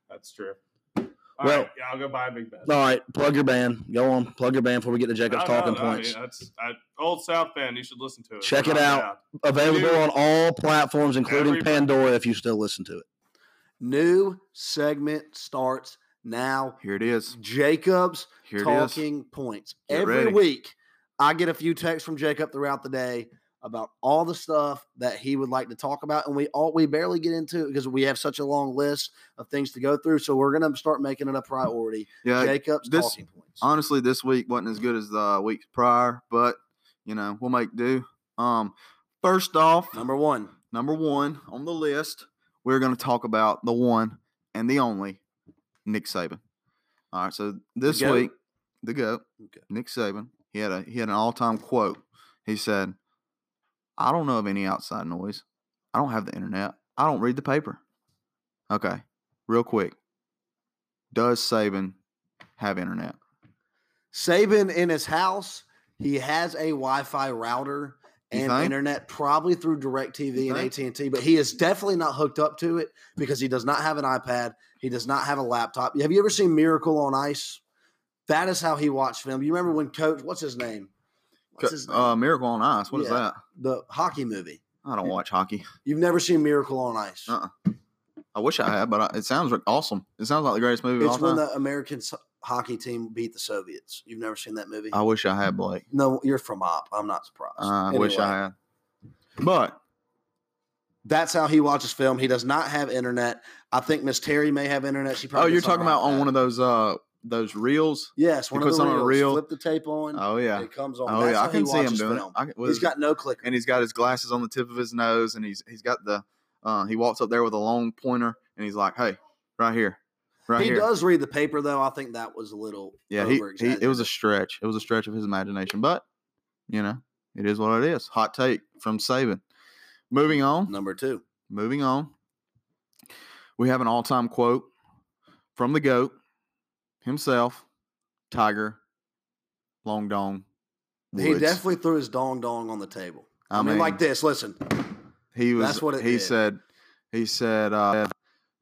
[SPEAKER 4] that's true. All
[SPEAKER 3] Well-
[SPEAKER 4] right, yeah, I'll go buy a big bed.
[SPEAKER 3] All right, plug your band. Go on, plug your band before we get to Jacob's
[SPEAKER 4] No, no,
[SPEAKER 3] talking
[SPEAKER 4] no,
[SPEAKER 3] points.
[SPEAKER 4] yeah, that's I, old South fan. You should listen to it.
[SPEAKER 3] Check it
[SPEAKER 4] Not
[SPEAKER 3] out.
[SPEAKER 4] bad.
[SPEAKER 3] Available
[SPEAKER 4] Dude.
[SPEAKER 3] on all platforms, including
[SPEAKER 4] Every-
[SPEAKER 3] Pandora, if you still listen to it.
[SPEAKER 5] New segment starts now.
[SPEAKER 2] Here it is.
[SPEAKER 5] Jacob's
[SPEAKER 2] Here it is.
[SPEAKER 5] talking points.
[SPEAKER 2] Get
[SPEAKER 5] Every
[SPEAKER 2] ready.
[SPEAKER 5] week, I get a few texts from Jacob throughout the day about all the stuff that he would like to talk about, and we all we barely get into it because we have such a long list of things to go through. So we're gonna start making it a priority.
[SPEAKER 2] Yeah,
[SPEAKER 5] Jacob's
[SPEAKER 2] Uh, this-
[SPEAKER 5] talking points.
[SPEAKER 2] honestly, this week wasn't as good as the week prior, but you know we'll make do. Um, first off,
[SPEAKER 5] Number one,
[SPEAKER 2] number one on the list, we're going to talk about the one and the only Nick Saban. All right, so this
[SPEAKER 5] GOAT.
[SPEAKER 2] week, the goat,
[SPEAKER 5] Okay.
[SPEAKER 2] Nick Saban, he had a he had an all time quote. He said, "I don't know of any outside noise. I don't have the internet. I don't read the paper." Okay, real quick, does Saban have internet?
[SPEAKER 5] Saban in his house, he has a Wi-Fi router
[SPEAKER 2] You
[SPEAKER 5] and
[SPEAKER 2] think?
[SPEAKER 5] internet, probably through DirecTV
[SPEAKER 2] You
[SPEAKER 5] and
[SPEAKER 2] think?
[SPEAKER 5] AT and T, but he is definitely not hooked up to it because he does not have an iPad. He does not have a laptop. Have you ever seen Miracle on Ice? That is how he watched film. You remember when Coach, what's his name?
[SPEAKER 3] What's his name?
[SPEAKER 2] Uh, Miracle on Ice. What is
[SPEAKER 3] Yeah.
[SPEAKER 2] that?
[SPEAKER 3] the hockey movie.
[SPEAKER 2] I don't watch hockey.
[SPEAKER 3] You've never seen Miracle on Ice.
[SPEAKER 2] Uh, I wish I had, but I, it sounds re- awesome. It sounds like the greatest movie of all
[SPEAKER 3] it's when
[SPEAKER 2] time.
[SPEAKER 3] the American so- hockey team beat the Soviets. You've never seen that movie?
[SPEAKER 2] I wish I had Blake.
[SPEAKER 3] no, you're from OP. I'm not surprised.
[SPEAKER 2] Oh. Uh, I wish
[SPEAKER 3] Mm-hmm. Anyway.
[SPEAKER 2] I had. But
[SPEAKER 3] That's how he watches film. He does not have internet. I think Miss Terry may have internet. She
[SPEAKER 2] oh,
[SPEAKER 3] probably.
[SPEAKER 2] you're talking about on one of those uh those reels.
[SPEAKER 3] yes, one of
[SPEAKER 2] puts
[SPEAKER 3] the
[SPEAKER 2] on a
[SPEAKER 3] reels.
[SPEAKER 2] reel.
[SPEAKER 3] Flip the tape on.
[SPEAKER 2] Oh yeah,
[SPEAKER 3] It comes on.
[SPEAKER 2] oh
[SPEAKER 3] Mm-hmm. That's
[SPEAKER 2] yeah.
[SPEAKER 3] how
[SPEAKER 2] I can
[SPEAKER 3] he
[SPEAKER 2] see him
[SPEAKER 3] watches
[SPEAKER 2] doing
[SPEAKER 3] film.
[SPEAKER 2] it. I can, with
[SPEAKER 3] He's
[SPEAKER 2] his-
[SPEAKER 3] got no clicker.
[SPEAKER 2] and he's got his glasses on the tip of his nose, and he's he's got the uh, he walks up there with a long pointer, and he's like, "Hey, right here, right
[SPEAKER 3] he
[SPEAKER 2] here."
[SPEAKER 3] does read the paper though. I think that was a little.
[SPEAKER 2] Yeah, he, he
[SPEAKER 3] over-exaggerated.
[SPEAKER 2] it was a stretch. It was a stretch of his imagination, but you know, it is what it is. Hot take from Saban. Moving on.
[SPEAKER 3] number two.
[SPEAKER 2] Moving on. We have an all-time quote from the goat himself, Tiger Long Dong. Woods.
[SPEAKER 3] He definitely threw his dong dong on the table. I, mean, like this. Listen,
[SPEAKER 2] He was.
[SPEAKER 3] That's what it
[SPEAKER 2] he
[SPEAKER 3] did.
[SPEAKER 2] said. He said. Uh,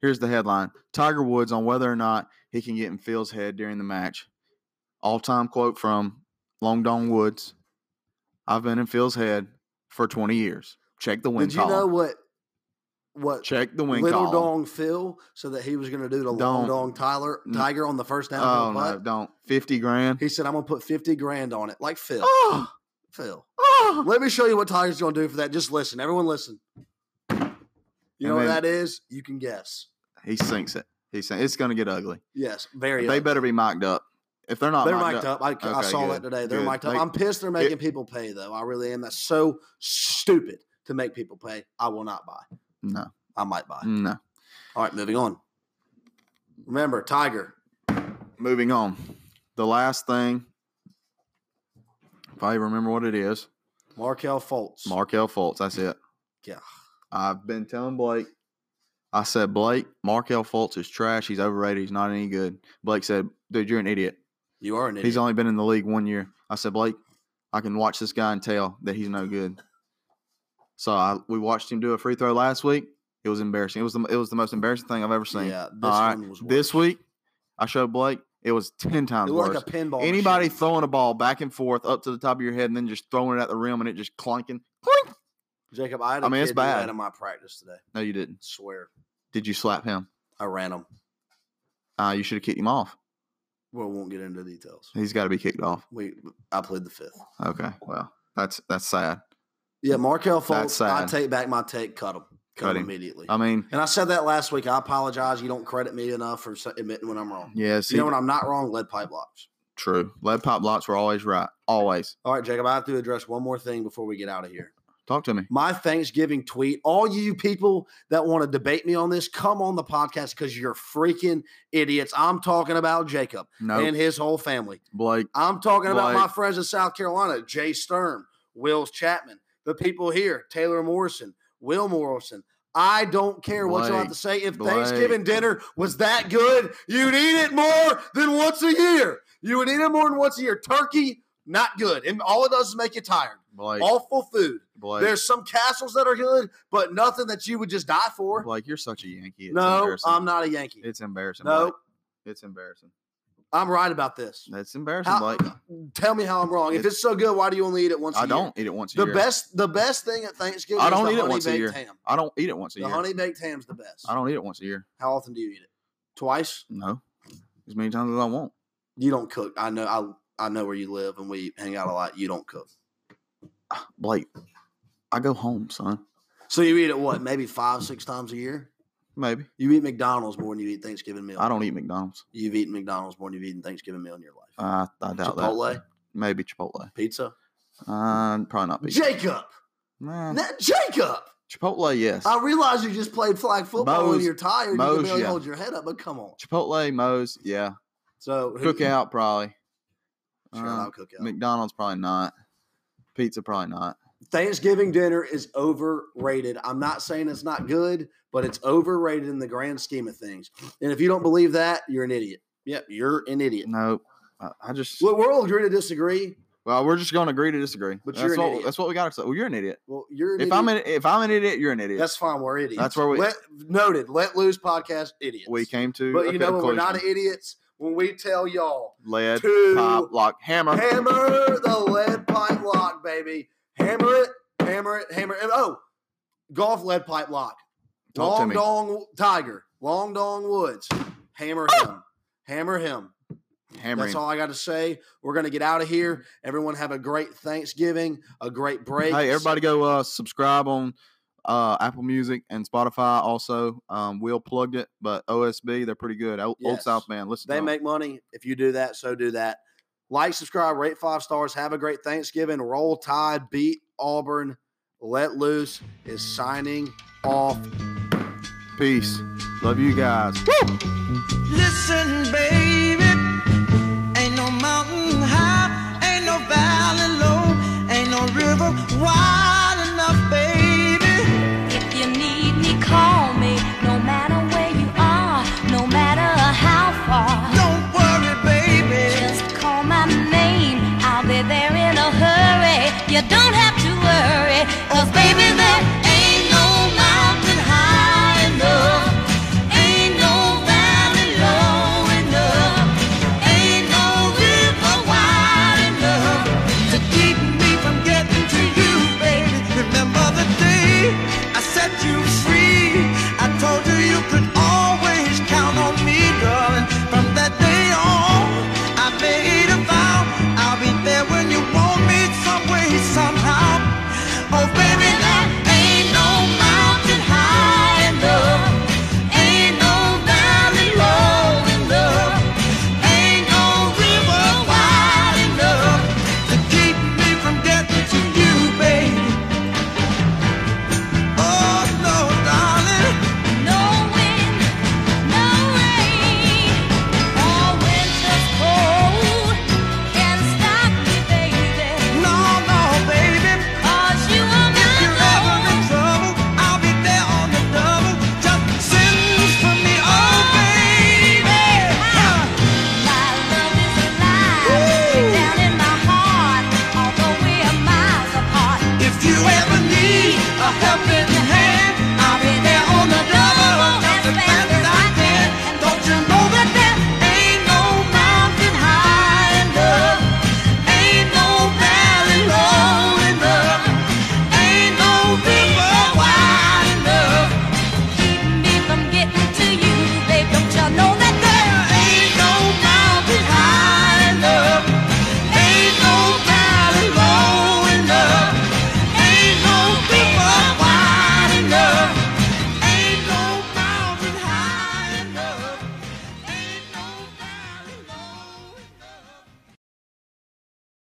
[SPEAKER 2] here's the headline: Tiger Woods on whether or not he can get in Phil's head during the match. All-time quote from Long Dong Woods: "I've been in Phil's head for 20 years. Check the win
[SPEAKER 3] did you
[SPEAKER 2] column.
[SPEAKER 3] know what? What
[SPEAKER 2] Check the win
[SPEAKER 3] little
[SPEAKER 2] column.
[SPEAKER 3] dong Phil so that he was going to do to
[SPEAKER 2] Don't.
[SPEAKER 3] long dong Tyler
[SPEAKER 2] N-
[SPEAKER 3] Tiger on the first down
[SPEAKER 2] Oh
[SPEAKER 3] putt.
[SPEAKER 2] no! Don't 50 grand.
[SPEAKER 3] He said, "I'm going to put fifty grand on it, like Phil."
[SPEAKER 2] Oh,
[SPEAKER 3] Phil,
[SPEAKER 2] oh.
[SPEAKER 3] let me show you what Tiger's going to do for that. Just listen, everyone, listen. You
[SPEAKER 2] And
[SPEAKER 3] know what
[SPEAKER 2] then-
[SPEAKER 3] that is? You can guess.
[SPEAKER 2] He sinks it. He sinks. It's going to get ugly.
[SPEAKER 3] Yes, very.
[SPEAKER 2] They
[SPEAKER 3] ugly.
[SPEAKER 2] better be mic'd up. If they're not,
[SPEAKER 3] They're
[SPEAKER 2] mic'd
[SPEAKER 3] mic'd up. I, I
[SPEAKER 2] Okay,
[SPEAKER 3] saw that
[SPEAKER 2] good,
[SPEAKER 3] today. They're
[SPEAKER 2] good.
[SPEAKER 3] mic'd up.
[SPEAKER 2] Make-
[SPEAKER 3] I'm pissed they're making people pay though. I really am. That's so stupid to make people pay. I will not buy.
[SPEAKER 2] no,
[SPEAKER 3] I might buy.
[SPEAKER 2] no.
[SPEAKER 3] All right, moving on. Remember, Tiger.
[SPEAKER 2] moving on. The last thing, if I remember what it is,
[SPEAKER 3] Markel Fultz.
[SPEAKER 2] Markel Fultz. That's it.
[SPEAKER 3] Yeah.
[SPEAKER 2] I've been telling Blake. I said, Blake, Markel Fultz is trash. He's overrated. He's not any good. Blake said, dude, you're an idiot.
[SPEAKER 3] you are an idiot.
[SPEAKER 2] He's only been in the league one year. I said, Blake, I can watch this guy and tell that he's no good. So I, we watched him do a free throw last week. It was embarrassing. It was the it was the most embarrassing thing I've ever seen.
[SPEAKER 3] Yeah, this
[SPEAKER 2] All right.
[SPEAKER 3] one was
[SPEAKER 2] This
[SPEAKER 3] worse.
[SPEAKER 2] week, I showed Blake. It was ten
[SPEAKER 3] It
[SPEAKER 2] times
[SPEAKER 3] looked
[SPEAKER 2] worse.
[SPEAKER 3] like a pinball.
[SPEAKER 2] Anybody
[SPEAKER 3] machine.
[SPEAKER 2] throwing a ball back and forth up to the top of your head and then just throwing it at the rim and it just clunking. Clink!
[SPEAKER 3] Jacob, I had a
[SPEAKER 2] I mean, it's
[SPEAKER 3] kid do that
[SPEAKER 2] bad.
[SPEAKER 3] in my practice today.
[SPEAKER 2] No, you didn't.
[SPEAKER 3] swear,
[SPEAKER 2] Did you slap him?
[SPEAKER 3] I ran him.
[SPEAKER 2] Uh, you should have kicked him off.
[SPEAKER 3] Well, we won't get into details.
[SPEAKER 2] He's got to be kicked off.
[SPEAKER 3] We, I played the fifth.
[SPEAKER 2] Okay, well, that's that's sad.
[SPEAKER 3] Yeah, Markel Fultz. I
[SPEAKER 2] sad.
[SPEAKER 3] take back my take. Cut him. Cut,
[SPEAKER 2] Cut
[SPEAKER 3] him
[SPEAKER 2] him.
[SPEAKER 3] immediately.
[SPEAKER 2] I mean,
[SPEAKER 3] and I said that last week. I apologize. You don't credit me enough for s- admitting when I'm wrong.
[SPEAKER 2] yeah,
[SPEAKER 3] you
[SPEAKER 2] see,
[SPEAKER 3] know when I'm not wrong? Lead pipe blocks.
[SPEAKER 2] true. Lead pop blocks were always right. Always.
[SPEAKER 3] All right, Jacob. I have to address one more thing before we get out of here.
[SPEAKER 2] Talk to me.
[SPEAKER 3] my Thanksgiving tweet. All you people that want to debate me on this, come on the podcast because you're freaking idiots. I'm talking about Jacob
[SPEAKER 2] No,
[SPEAKER 3] and his whole family.
[SPEAKER 2] Blake.
[SPEAKER 3] I'm talking about my
[SPEAKER 2] Like-
[SPEAKER 3] friends in South Carolina, Jay Stern, Wills Chapman, the people here, Taylor Morrison, Will Morrison. I don't care what you have
[SPEAKER 2] Blake,
[SPEAKER 3] to say. If
[SPEAKER 2] Blake.
[SPEAKER 3] Thanksgiving dinner was that good, you'd eat it more than once a year. You would eat it more than once a year. Turkey, not good. And all it does is make you tired.
[SPEAKER 2] Blake.
[SPEAKER 3] Awful food.
[SPEAKER 2] Blake.
[SPEAKER 3] There's some castles that are good, but nothing that you would just die for.
[SPEAKER 2] Blake, you're such a Yankee. It's
[SPEAKER 3] no,
[SPEAKER 2] embarrassing.
[SPEAKER 3] I'm not a Yankee.
[SPEAKER 2] It's embarrassing.
[SPEAKER 3] No.
[SPEAKER 2] Blake. It's embarrassing.
[SPEAKER 3] I'm right about this.
[SPEAKER 2] That's embarrassing,
[SPEAKER 3] How-
[SPEAKER 2] Blake.
[SPEAKER 3] Tell me how I'm wrong. If
[SPEAKER 2] It's-
[SPEAKER 3] it's so good, why do you only eat it once?
[SPEAKER 2] I
[SPEAKER 3] a
[SPEAKER 2] don't eat it once a
[SPEAKER 3] Year? The
[SPEAKER 2] year.
[SPEAKER 3] best, the best thing at Thanksgiving.
[SPEAKER 2] I don't
[SPEAKER 3] is the
[SPEAKER 2] eat it once a
[SPEAKER 3] honey-baked
[SPEAKER 2] year.
[SPEAKER 3] Ham.
[SPEAKER 2] I don't eat it once a
[SPEAKER 3] the
[SPEAKER 2] year.
[SPEAKER 3] honey baked ham's the best.
[SPEAKER 2] I don't eat it once a year.
[SPEAKER 3] How often do you eat it? Twice.
[SPEAKER 2] No, as many times as I want.
[SPEAKER 3] You don't cook. I know. I I know where you live, and we hang out a lot. You don't cook,
[SPEAKER 2] Blake, I go home, son.
[SPEAKER 3] so you eat it what? Maybe five, six times a year.
[SPEAKER 2] Maybe
[SPEAKER 3] You eat McDonald's more than you eat Thanksgiving meal.
[SPEAKER 2] I don't eat McDonald's.
[SPEAKER 3] You've eaten McDonald's more than you've eaten Thanksgiving meal in your life.
[SPEAKER 2] I, I doubt
[SPEAKER 3] Chipotle,
[SPEAKER 2] that. Maybe Chipotle.
[SPEAKER 3] pizza.
[SPEAKER 2] Uh, probably not. Pizza.
[SPEAKER 3] Jacob.
[SPEAKER 2] Nah,
[SPEAKER 3] Now, Jacob,
[SPEAKER 2] Chipotle, yes.
[SPEAKER 3] I realize you just played flag football and
[SPEAKER 2] Moe's-
[SPEAKER 3] you're tired. you
[SPEAKER 2] Moe's,
[SPEAKER 3] can barely
[SPEAKER 2] yeah.
[SPEAKER 3] hold your head up, but come on.
[SPEAKER 2] Chipotle, Moe's, yeah.
[SPEAKER 3] So who-
[SPEAKER 2] Cookout, probably.
[SPEAKER 3] Shout
[SPEAKER 2] Uh,
[SPEAKER 3] out cookout.
[SPEAKER 2] McDonald's, probably not. Pizza, probably not.
[SPEAKER 3] Thanksgiving dinner is overrated. I'm not saying it's not good, but it's overrated in the grand scheme of things. And if you don't believe that, you're an idiot. Yep, you're an idiot.
[SPEAKER 2] No, I, I just.
[SPEAKER 3] Well, we're all agree to disagree.
[SPEAKER 2] well, we're just going to agree to disagree.
[SPEAKER 3] But
[SPEAKER 2] that's
[SPEAKER 3] you're an
[SPEAKER 2] what
[SPEAKER 3] idiot.
[SPEAKER 2] that's what we got to say. Well, you're an idiot.
[SPEAKER 3] Well, you're an
[SPEAKER 2] if
[SPEAKER 3] idiot.
[SPEAKER 2] I'm an if I'm an idiot, you're an idiot.
[SPEAKER 3] that's fine. We're idiots.
[SPEAKER 2] That's where we-
[SPEAKER 3] Let, noted. Let loose podcast idiots.
[SPEAKER 2] we came to.
[SPEAKER 3] But
[SPEAKER 2] a
[SPEAKER 3] you know, when we're
[SPEAKER 2] conclusion.
[SPEAKER 3] not idiots, when we tell y'all
[SPEAKER 2] Lead,
[SPEAKER 3] to
[SPEAKER 2] pop, lock, hammer.
[SPEAKER 3] hammer the lead pipe lock, baby. Hammer it, hammer it, hammer it. Oh, golf lead pipe lock.
[SPEAKER 2] Talk to
[SPEAKER 3] Long
[SPEAKER 2] me.
[SPEAKER 3] Dong Tiger, Long Dong Woods. Hammer him. Hammer him.
[SPEAKER 2] Hammering.
[SPEAKER 3] That's all I got to say. We're going to get out of here. Everyone have a great Thanksgiving, a great break.
[SPEAKER 2] Hey, everybody go uh, subscribe on uh, Apple Music and Spotify also. Um, Will plugged it, but OSB, they're pretty good. Old, old
[SPEAKER 3] Yes.
[SPEAKER 2] South Band. Listen
[SPEAKER 3] They
[SPEAKER 2] to 'em.
[SPEAKER 3] make money. If you do that, so do that. Like, subscribe, rate five stars. Have a great Thanksgiving. Roll Tide, beat Auburn. Let Loose is signing off.
[SPEAKER 2] Peace. Love you guys.
[SPEAKER 6] Listen, baby, ain't no mountain high, ain't no valley low, ain't no river wide.